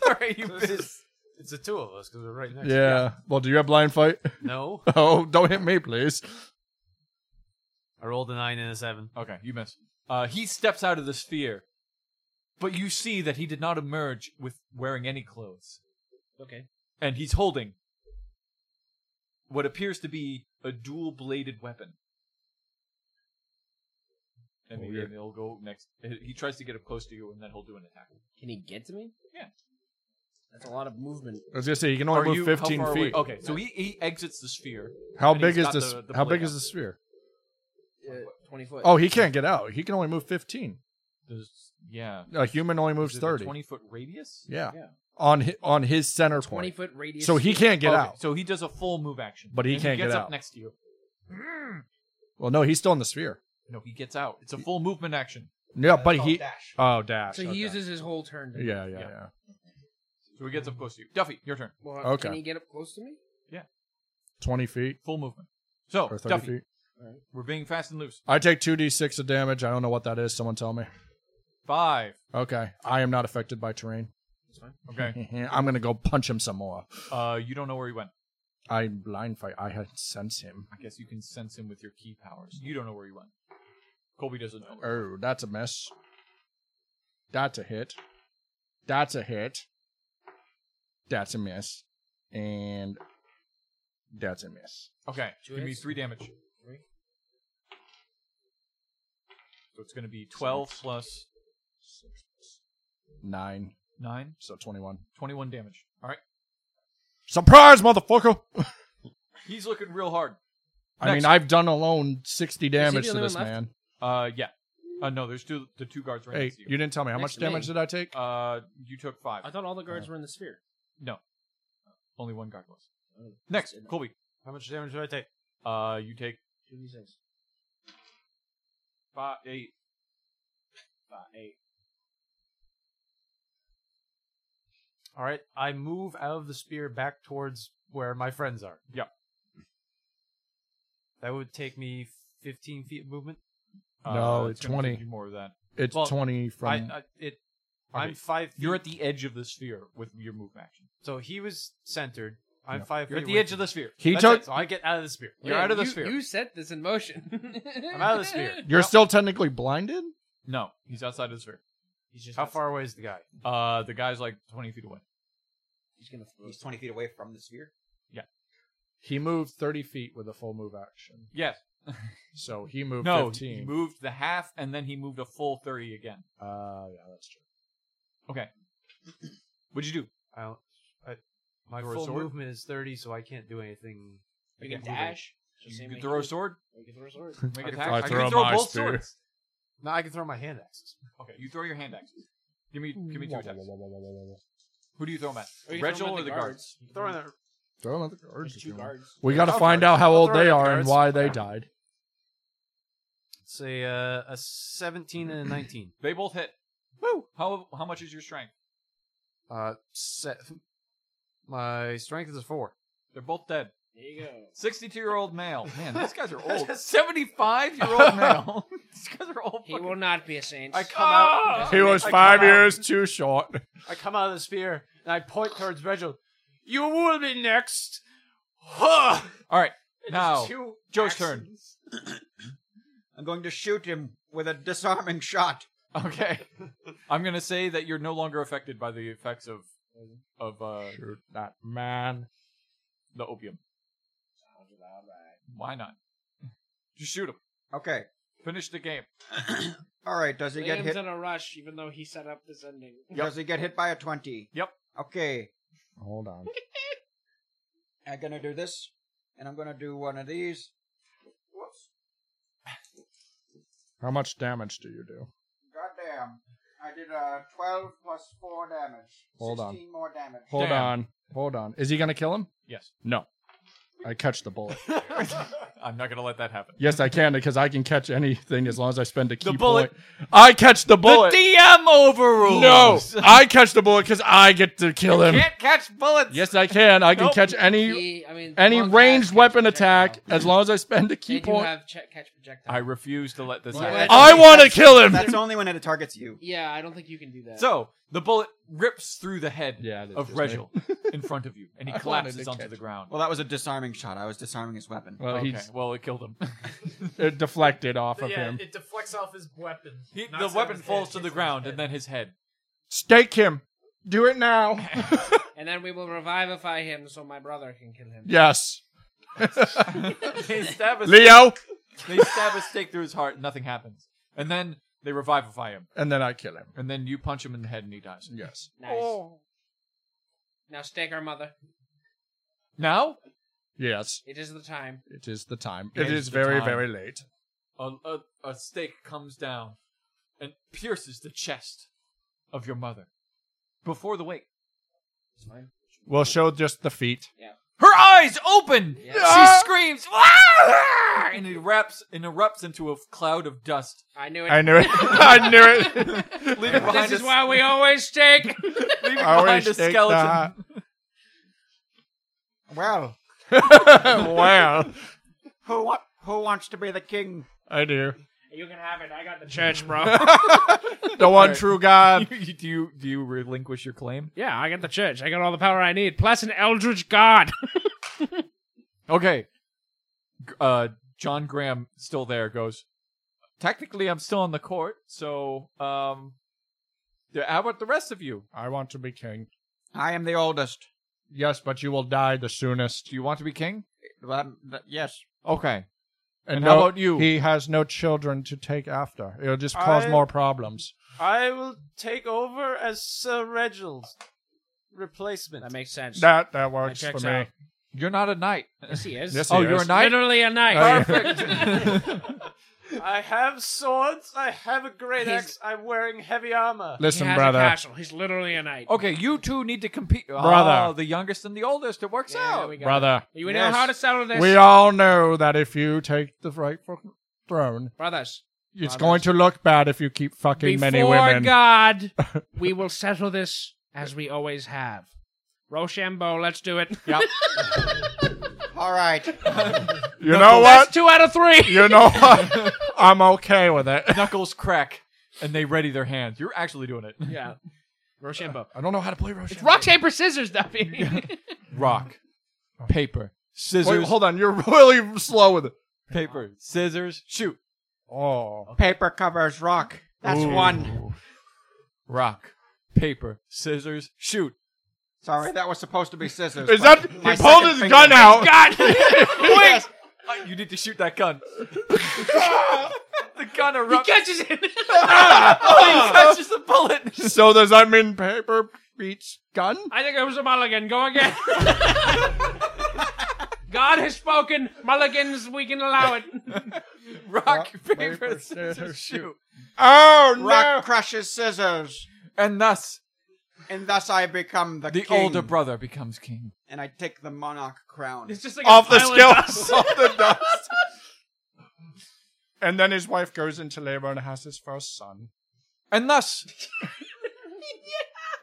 Speaker 1: Sorry, you
Speaker 6: This
Speaker 1: missed.
Speaker 6: is, it's the two of us because we're right next.
Speaker 3: Yeah. Well, do you have blind fight? (laughs)
Speaker 6: No,
Speaker 3: Oh, don't hit me, please.
Speaker 6: I rolled a nine and a seven.
Speaker 1: Okay, you missed. Uh, he steps out of the sphere, but you see that he did not emerge with wearing any clothes.
Speaker 2: Okay.
Speaker 1: And he's holding what appears to be a dual bladed weapon. And maybe
Speaker 3: Weird.
Speaker 1: he'll go next. he- He tries to get up close to you, and then he'll do an attack.
Speaker 2: Can he get to me?
Speaker 1: Yeah.
Speaker 2: That's a lot of movement.
Speaker 3: I was gonna say you can
Speaker 1: Are
Speaker 3: only
Speaker 1: you-
Speaker 3: move
Speaker 1: how
Speaker 3: 15
Speaker 1: far away-
Speaker 3: feet.
Speaker 1: Okay, so he, he exits the sphere.
Speaker 3: How
Speaker 1: And
Speaker 3: big
Speaker 1: he's
Speaker 3: is
Speaker 1: got
Speaker 3: this?
Speaker 1: the- the
Speaker 3: how
Speaker 1: blade
Speaker 3: big is
Speaker 1: out.
Speaker 3: the sphere?
Speaker 2: Uh, 20 foot.
Speaker 3: Oh, he can't get out. He can only move 15.
Speaker 1: There's- yeah.
Speaker 3: A human only moves
Speaker 1: Is it a
Speaker 3: 30.
Speaker 1: 20 foot radius?
Speaker 3: yeah.
Speaker 2: Yeah.
Speaker 3: On his, on his center
Speaker 2: 20
Speaker 3: point.
Speaker 2: foot radius.
Speaker 3: So he can't get
Speaker 1: Okay,
Speaker 3: out.
Speaker 1: So he does a full move action.
Speaker 3: But he
Speaker 1: And
Speaker 3: can't
Speaker 1: he gets
Speaker 3: get
Speaker 1: up
Speaker 3: out.
Speaker 1: next to you.
Speaker 3: Well, no, he's still in the sphere.
Speaker 1: No, he gets out. It's a full movement action.
Speaker 3: Yeah, but he. Oh, dash.
Speaker 2: So
Speaker 3: okay.
Speaker 2: he uses his whole turn. To
Speaker 3: Yeah, yeah,
Speaker 1: Yeah.
Speaker 3: yeah.
Speaker 1: So he gets up close to you. Duffy, your turn.
Speaker 2: Well,
Speaker 3: Okay.
Speaker 2: Can he get up close to me?
Speaker 3: 20 feet
Speaker 1: Full movement. So,
Speaker 3: or 30
Speaker 1: Oh, Duffy,
Speaker 3: feet.
Speaker 1: we're being fast and loose.
Speaker 3: I take 2d6 of damage. I don't know what that is. Someone tell me.
Speaker 1: Five.
Speaker 3: Okay. I am not affected by terrain. (laughs)
Speaker 1: Okay.
Speaker 3: I'm going to go punch him some more.
Speaker 1: uh, you don't know where he went.
Speaker 3: I blind fight. I had sense him.
Speaker 1: I guess you can sense him with your key powers. You don't know where he went. Colby doesn't know.
Speaker 3: Oh, that's a mess. That's a hit. That's a hit. That's a miss. And that's a miss.
Speaker 1: Okay,
Speaker 2: Two
Speaker 1: give me
Speaker 2: hits?
Speaker 1: three damage.
Speaker 2: Three.
Speaker 1: So it's going to be 12 plus
Speaker 3: Nine.
Speaker 1: 9,
Speaker 3: So 21.
Speaker 1: 21 damage. All right.
Speaker 3: Surprise, motherfucker!
Speaker 1: He's looking real hard.
Speaker 3: I mean,
Speaker 1: Next.
Speaker 3: I've done alone 60 damage to
Speaker 2: only
Speaker 3: this
Speaker 2: one left?
Speaker 3: man.
Speaker 1: Uh, yeah. Uh, no, there's two the two guards right
Speaker 3: Hey,
Speaker 1: next to
Speaker 3: you
Speaker 1: you.
Speaker 3: didn't tell me. How
Speaker 2: Next
Speaker 3: much damage
Speaker 2: to
Speaker 3: did I take?
Speaker 1: Uh, you took five.
Speaker 2: I thought all the guards were in the sphere.
Speaker 1: no, only one guard was.
Speaker 2: Oh,
Speaker 1: Next, Colby.
Speaker 6: How much damage did I take?
Speaker 1: Uh, you take
Speaker 2: Two d six.
Speaker 1: five, eight.
Speaker 6: All right, I move out of the spear back towards where my friends are.
Speaker 1: Yep.
Speaker 6: That would take me 15 feet of movement.
Speaker 3: No, it's
Speaker 1: uh, gonna
Speaker 3: 20.
Speaker 1: take you More of that.
Speaker 3: It's
Speaker 6: well,
Speaker 3: 20 from.
Speaker 6: I, I it. I'm
Speaker 1: Okay.
Speaker 6: five. Feet,
Speaker 1: You're at the edge of the sphere with your move action.
Speaker 6: so he was centered. I'm
Speaker 3: Yeah.
Speaker 6: five.
Speaker 1: You're at
Speaker 6: feet
Speaker 1: the
Speaker 6: away
Speaker 1: edge
Speaker 6: from
Speaker 1: of the
Speaker 6: him.
Speaker 1: sphere.
Speaker 3: he
Speaker 6: That's
Speaker 3: took.
Speaker 6: it, So I get out of the spear.
Speaker 1: You're out of the
Speaker 19: you,
Speaker 1: sphere.
Speaker 19: You set this in
Speaker 2: (laughs)
Speaker 19: motion.
Speaker 6: I'm out of the sphere.
Speaker 3: You're still technically blinded?
Speaker 1: No, he's outside of the sphere.
Speaker 2: He's just
Speaker 6: How far away is the guy?
Speaker 1: Uh, the guy's like 20 feet away.
Speaker 20: He's gonna. He's twenty feet away from the sphere.
Speaker 3: He moved 30 feet with a full move action.
Speaker 1: Yes.
Speaker 3: So he moved
Speaker 1: No,
Speaker 3: 15.
Speaker 1: he moved the half and then he moved a full 30 again.
Speaker 3: Uh, yeah, that's true.
Speaker 1: What'd you do?
Speaker 6: I don't. I, my
Speaker 1: Throw a
Speaker 6: full
Speaker 1: sword?
Speaker 6: movement is 30, so I can't do anything.
Speaker 2: You can dash. Just say
Speaker 1: You
Speaker 2: make
Speaker 1: throw a
Speaker 2: it-
Speaker 1: sword?
Speaker 2: make it throw a sword.
Speaker 1: Make
Speaker 6: I
Speaker 1: an
Speaker 6: can
Speaker 1: attack?
Speaker 6: throw- I
Speaker 1: can
Speaker 3: throw
Speaker 1: throw
Speaker 3: my
Speaker 1: both
Speaker 3: spear.
Speaker 1: swords.
Speaker 6: No, I can throw my hand axes.
Speaker 1: Okay, you throw your hand axes. Give me, give me two attacks. Who do you throw 'em
Speaker 2: Or you
Speaker 1: at?
Speaker 2: can
Speaker 1: Regil
Speaker 2: throw 'em at
Speaker 1: or the guards?
Speaker 6: Throw another
Speaker 3: Throw them at the guards.
Speaker 2: There's
Speaker 3: if
Speaker 2: two
Speaker 3: you want.
Speaker 2: guards.
Speaker 3: We got to
Speaker 6: I'll
Speaker 3: find
Speaker 6: throw it.
Speaker 3: out how
Speaker 6: I'll
Speaker 3: old
Speaker 6: throw it
Speaker 3: they
Speaker 6: at the
Speaker 3: are and
Speaker 6: guards.
Speaker 3: why they died.
Speaker 6: Say uh, a 17 and a 19.
Speaker 1: They both hit. (laughs) Woo! How, how much is your strength?
Speaker 6: Uh, set. My strength is
Speaker 1: (laughs)
Speaker 6: a four.
Speaker 1: They're both dead.
Speaker 2: There you go.
Speaker 1: 62 year old male. Man, these
Speaker 6: (laughs)
Speaker 1: guys are
Speaker 6: Oh.
Speaker 1: old. 75 year (laughs) old male. these guys are old.
Speaker 2: He will not be a saint.
Speaker 6: I come
Speaker 1: Ah!
Speaker 6: out.
Speaker 3: He was
Speaker 6: I come
Speaker 3: five
Speaker 6: out-
Speaker 3: years too short.
Speaker 6: I come out of the spear and I point towards Reginald. You will be next. Huh.
Speaker 1: All right,
Speaker 6: It's
Speaker 1: now
Speaker 6: two
Speaker 1: Joe's turn.
Speaker 6: axes.
Speaker 4: I'm going to shoot him with a disarming shot.
Speaker 1: Okay. I'm gonna say that you're no longer affected by the effects of of uh
Speaker 3: Shoot that man.
Speaker 1: the opium. Why not? Just shoot him.
Speaker 4: Okay.
Speaker 1: Finish the game.
Speaker 4: All right. Does he get
Speaker 2: Liam's
Speaker 4: hit?
Speaker 2: in a rush, even though he set up this ending.
Speaker 4: Does he get hit by a twenty?
Speaker 1: Yep.
Speaker 4: Okay.
Speaker 3: Hold on.
Speaker 4: I'm gonna do this, and I'm gonna do one of these. Whoops.
Speaker 3: How much damage do you do?
Speaker 4: Goddamn. I did uh, 12 plus 4 damage.
Speaker 3: Hold on.
Speaker 4: 16 more damage.
Speaker 3: Hold
Speaker 1: Damn.
Speaker 3: on. Hold on. Is he going to kill him?
Speaker 1: Yes.
Speaker 3: No. I catch the bullet.
Speaker 1: I'm not gonna let that happen.
Speaker 3: (laughs) yes, I can because I can catch anything as long as I spend a key
Speaker 6: bullet-
Speaker 3: point. I catch the bullet.
Speaker 6: DM overrules.
Speaker 3: no,
Speaker 1: (laughs)
Speaker 3: I catch the bullet because I get to kill him.
Speaker 6: can't catch bullets.
Speaker 3: Yes, I can. I can
Speaker 6: Nope.
Speaker 3: catch any
Speaker 2: He, I mean,
Speaker 3: any
Speaker 2: monk
Speaker 3: ranged
Speaker 2: has
Speaker 3: weapon
Speaker 2: catch
Speaker 3: attack
Speaker 2: projectile.
Speaker 3: as long as I spend a key
Speaker 2: They do
Speaker 3: point.
Speaker 2: have che- catch projectile.
Speaker 1: I refuse to let this
Speaker 2: Well,
Speaker 1: happen.
Speaker 2: that's-
Speaker 3: I want to
Speaker 4: That's-
Speaker 3: kill him.
Speaker 4: That's only when it targets you.
Speaker 2: yeah, I don't think you can do that.
Speaker 1: So the bullet rips through the head of Regil in front of you, and he
Speaker 3: (laughs) I wanted
Speaker 1: collapses
Speaker 3: to
Speaker 1: onto
Speaker 3: catch
Speaker 1: the
Speaker 3: it.
Speaker 1: ground.
Speaker 4: Well, that was a disarming shot. I was disarming his weapon.
Speaker 3: Well,
Speaker 1: okay,
Speaker 3: Oh, he's
Speaker 1: well, it (laughs) killed him.
Speaker 3: it uh, deflected off of
Speaker 6: yeah,
Speaker 3: him.
Speaker 6: it deflects off his weapon.
Speaker 1: He,
Speaker 6: Knocks
Speaker 1: the
Speaker 6: out
Speaker 1: weapon
Speaker 6: his
Speaker 1: falls
Speaker 6: head,
Speaker 1: to
Speaker 6: hits
Speaker 1: the
Speaker 6: his
Speaker 1: ground,
Speaker 6: head.
Speaker 1: and then his head.
Speaker 3: Stake him. Do it now.
Speaker 2: and then we will revivify him so my brother can kill him.
Speaker 3: yes.
Speaker 1: (laughs) they stab a
Speaker 3: Leo.
Speaker 1: they stab a stake through his heart, and nothing happens. And then they revivify him,
Speaker 3: And then I kill him.
Speaker 1: and then you punch him in the head, and he dies.
Speaker 3: Yes.
Speaker 2: Nice. Now stake our mother.
Speaker 1: Now,
Speaker 3: Yes.
Speaker 2: It is the time.
Speaker 3: It is the time.
Speaker 1: It
Speaker 3: it
Speaker 1: is
Speaker 3: is,
Speaker 1: the
Speaker 3: very,
Speaker 1: time.
Speaker 3: very late.
Speaker 1: a, a, a stake comes down and pierces the chest of your mother before the wake.
Speaker 3: We'll show just the feet.
Speaker 1: Her eyes open.
Speaker 2: Yeah.
Speaker 1: She screams, "Ah!" and it wraps and erupts into a cloud of
Speaker 3: (laughs)
Speaker 1: dust,
Speaker 2: I knew it.
Speaker 3: I
Speaker 2: (laughs)
Speaker 3: knew it. I knew it.
Speaker 1: leaving behind,
Speaker 2: this is
Speaker 1: a,
Speaker 2: why we always stake.
Speaker 1: leaving
Speaker 3: I already
Speaker 1: behind a
Speaker 3: staked
Speaker 1: skeleton.
Speaker 4: Well,
Speaker 3: (laughs) wow.
Speaker 4: who wa- who wants to be the king?
Speaker 3: I do.
Speaker 2: (laughs) you can have it. I got the church, bro. (laughs)
Speaker 3: The one true God.
Speaker 1: do (laughs) you do you relinquish your claim?
Speaker 2: yeah, I got the church. I got all the power I need, plus an eldritch god.
Speaker 1: Okay. G- Uh, John Graham still there goes. technically I'm still on the court, so um, yeah, how about the rest of you?
Speaker 3: I want to be king.
Speaker 14: I am the oldest.
Speaker 3: Yes, but you will die the soonest.
Speaker 1: Do you want to be king?
Speaker 14: That, that- yes.
Speaker 1: Okay.
Speaker 3: And,
Speaker 1: how about you?
Speaker 3: He has no children to take after. It'll just cause
Speaker 5: I-
Speaker 3: more problems.
Speaker 5: I will take over as Sir Reginald's replacement.
Speaker 2: (laughs) That makes sense.
Speaker 3: That that works for
Speaker 2: checks
Speaker 3: me.
Speaker 2: out.
Speaker 1: You're not a knight.
Speaker 2: yes, he is.
Speaker 3: Yes,
Speaker 1: oh,
Speaker 3: he
Speaker 1: you're
Speaker 3: is.
Speaker 1: a knight.
Speaker 2: Literally a knife.
Speaker 3: Oh,
Speaker 2: (laughs)
Speaker 3: yeah.
Speaker 5: I have swords. I have a great axe. I'm wearing heavy armor.
Speaker 2: He
Speaker 3: Listen,
Speaker 2: has a
Speaker 3: brother.
Speaker 2: castle. He's literally a knight.
Speaker 1: Okay, you two need to compete.
Speaker 3: Brother.
Speaker 1: Oh, the youngest and the oldest. It works
Speaker 2: Yeah,
Speaker 1: out.
Speaker 2: we got
Speaker 3: Brother.
Speaker 2: it. You know how to settle this,
Speaker 3: We all know that if you take the rightful throne,
Speaker 2: brothers. Brothers.
Speaker 3: it's going to look bad if you keep fucking
Speaker 2: Before
Speaker 3: many women.
Speaker 2: God,
Speaker 3: (laughs)
Speaker 2: we will settle this as we always have. Rochambeau, let's do it.
Speaker 1: Yep.
Speaker 14: All right.
Speaker 3: You know
Speaker 2: That's
Speaker 3: what?
Speaker 2: two out of
Speaker 3: (laughs)
Speaker 2: three. (laughs)
Speaker 3: You know what? I'm okay with it.
Speaker 1: Knuckles crack, and they ready their hands. You're actually doing it.
Speaker 2: yeah. Rochambeau.
Speaker 3: I don't know how to play Rochambeau.
Speaker 2: (laughs) Rock, paper, scissors, (laughs) Duffy.
Speaker 1: Rock, paper, scissors,
Speaker 3: Wait, hold on. You're really slow with it.
Speaker 1: paper, scissors, shoot.
Speaker 3: Oh.
Speaker 14: Paper covers rock. That's one.
Speaker 1: Rock, paper, scissors, shoot.
Speaker 14: Sorry, that was supposed to be scissors.
Speaker 3: Is
Speaker 14: but
Speaker 3: that he
Speaker 14: my
Speaker 3: pulled
Speaker 14: second
Speaker 3: his
Speaker 14: finger-
Speaker 3: gun out?
Speaker 14: (laughs) Yes.
Speaker 1: Uh, You need to shoot that (laughs) gun. the gun erupts.
Speaker 2: Catches it.
Speaker 1: Oh, he catches the bullet.
Speaker 3: So does that mean paper beats gun?
Speaker 2: I think it was a mulligan. Go again. (laughs) God has spoken. Mulligans, we can allow it.
Speaker 1: (laughs) Rock, paper, scissors, shoot.
Speaker 14: Oh no! Rock crushes scissors,
Speaker 1: And thus,
Speaker 14: and thus I become the,
Speaker 1: the
Speaker 14: king,
Speaker 1: older brother becomes king.
Speaker 14: and I take the monarch crown.
Speaker 2: It's just like
Speaker 3: Off
Speaker 2: a
Speaker 3: the
Speaker 2: pile of
Speaker 3: skills.
Speaker 2: dust.
Speaker 3: (laughs) Off the dust. And then his wife goes into labor and has his first son.
Speaker 1: And (laughs) thus,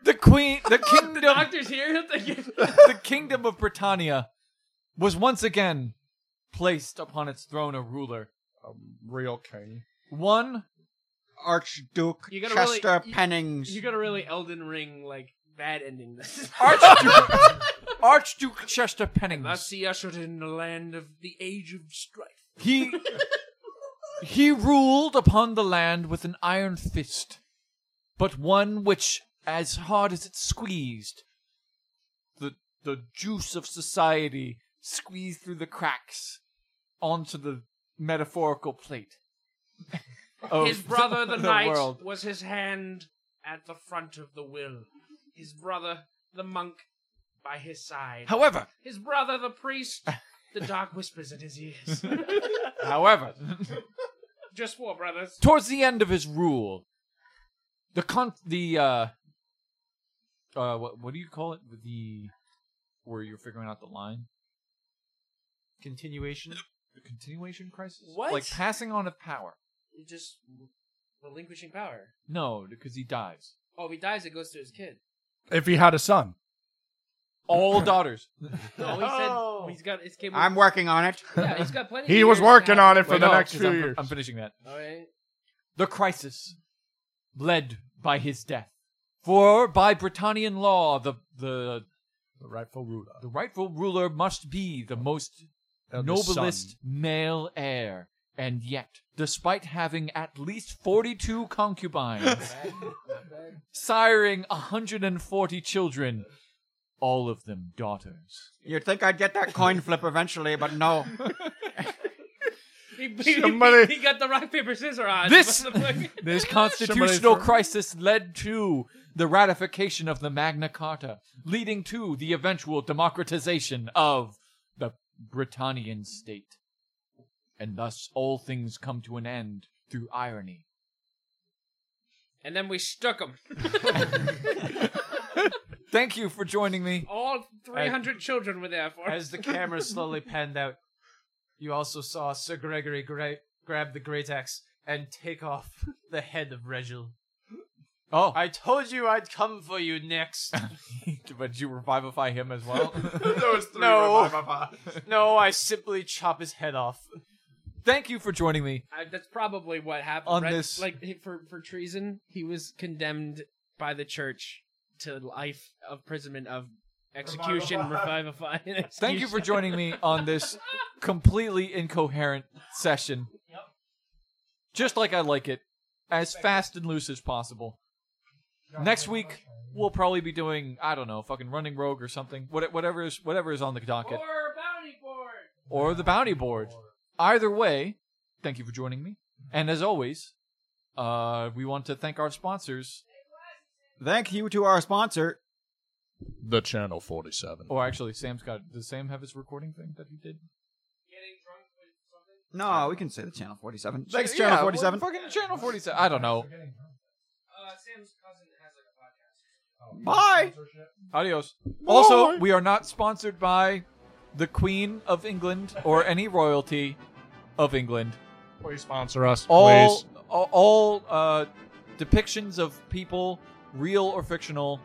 Speaker 1: the queen, the kingdom,
Speaker 2: (laughs) Doctor's here. (laughs)
Speaker 1: the kingdom of Britannia was once again placed upon its throne a ruler,
Speaker 3: A real king.
Speaker 1: one
Speaker 14: Archduke
Speaker 2: You gotta really-
Speaker 14: Chester
Speaker 2: you-
Speaker 14: Pennings.
Speaker 2: you got to really Elden Ring like bad ending (laughs) this.
Speaker 1: Archduke, Archduke Chester
Speaker 2: Thus
Speaker 1: Pennings.
Speaker 2: he ushered in the land of the age of strife.
Speaker 1: He he ruled upon the land with an iron fist, but one which, as hard as it squeezed, the the juice of society squeezed through the cracks onto the metaphorical plate. of (laughs)
Speaker 2: His (laughs) brother, the, knight,
Speaker 1: world.
Speaker 2: was his hand at the front of the will. His brother, the monk, by his side.
Speaker 1: However,
Speaker 2: his brother, the priest, the dark whispers in his
Speaker 3: (laughs)
Speaker 2: ears.
Speaker 1: however, (laughs)
Speaker 2: Just four brothers.
Speaker 1: towards the end of his rule, the con the uh uh what what do you call it? The where you're figuring out the line?
Speaker 6: Continuation.
Speaker 1: The continuation crisis?
Speaker 2: What?
Speaker 1: Like passing on of power.
Speaker 2: You're just relinquishing power.
Speaker 1: No, because he
Speaker 3: (clears throat)
Speaker 1: dies.
Speaker 2: Oh, if he dies, it goes to his kid.
Speaker 3: If he had a son.
Speaker 1: All daughters.
Speaker 2: (laughs) No, he
Speaker 5: Oh.
Speaker 2: said he's got his kid.
Speaker 14: I'm working on it.
Speaker 2: yeah, he's got plenty.
Speaker 3: (laughs) He was working on it for
Speaker 1: Wait,
Speaker 3: the
Speaker 1: no,
Speaker 3: next
Speaker 1: 'cause
Speaker 3: few
Speaker 1: I'm,
Speaker 3: years.
Speaker 1: I'm finishing that.
Speaker 2: All right.
Speaker 1: The crisis led by his death. For by Britannian law, the the
Speaker 3: the rightful ruler.
Speaker 1: the rightful ruler must be the most
Speaker 3: Eldest son.
Speaker 1: noblest male heir. And yet, despite having at least 42 concubines, siring 140 children, all of them daughters.
Speaker 14: You'd think I'd get that coin flip eventually, but no.
Speaker 2: (laughs) He, he,
Speaker 3: Somebody-
Speaker 2: he got the rock paper scissors odds.
Speaker 1: This-
Speaker 2: What the
Speaker 3: (laughs)
Speaker 2: fuck?
Speaker 1: This constitutional crisis led to the ratification of the Magna Carta, leading to the eventual democratization of the Britannian state. And thus, all things come to an end through irony.
Speaker 2: and then we stuck him.
Speaker 1: Thank you for joining me.
Speaker 2: All 300 children were there for.
Speaker 6: As
Speaker 1: (laughs)
Speaker 6: the camera slowly panned out, you also saw Sir Gregory gra- grab the great axe and take off the head of Regil.
Speaker 1: Oh,
Speaker 6: I told you I'd come for you next.
Speaker 1: (laughs) but did you revivify him as well?
Speaker 6: no, (laughs) no, I simply chop his head off.
Speaker 1: Thank you for joining me.
Speaker 2: I, that's probably what happened.
Speaker 1: On
Speaker 2: right?
Speaker 1: this-
Speaker 2: like he- for for treason, he was condemned by the church to life of imprisonment of execution, revivify. (laughs) and
Speaker 1: Thank you for
Speaker 2: execution.
Speaker 1: (laughs) joining me on this completely incoherent session. just like I like it, as fast and loose as possible. Next week we'll probably be doing I don't know, fucking running rogue or something. What, whatever is whatever is on the docket
Speaker 2: Or bounty board.
Speaker 1: or the bounty board. Either way, thank you for joining me. And as always, uh, we want to thank our sponsors.
Speaker 14: Thank you to our sponsor.
Speaker 3: The Channel 47.
Speaker 1: Or Oh, actually, Sam's got. Does Sam have his recording thing that he did?
Speaker 14: No, we can say the Channel 47. Thanks,
Speaker 1: Yeah,
Speaker 14: Channel
Speaker 1: well,
Speaker 14: 47.
Speaker 1: Fucking Channel 47. I don't know.
Speaker 2: Uh, Sam's cousin has like a podcast.
Speaker 1: (laughs)
Speaker 14: Bye.
Speaker 1: Adios. Also, we are not sponsored by the Queen of England or any royalty of England.
Speaker 3: Please sponsor us.
Speaker 1: All
Speaker 3: please.
Speaker 1: all, all uh, depictions of people, real or fictional,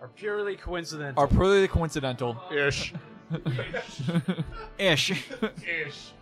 Speaker 6: Are purely coincidental.
Speaker 1: are purely coincidental. (laughs)
Speaker 3: Ish.
Speaker 14: Ish.
Speaker 3: Ish.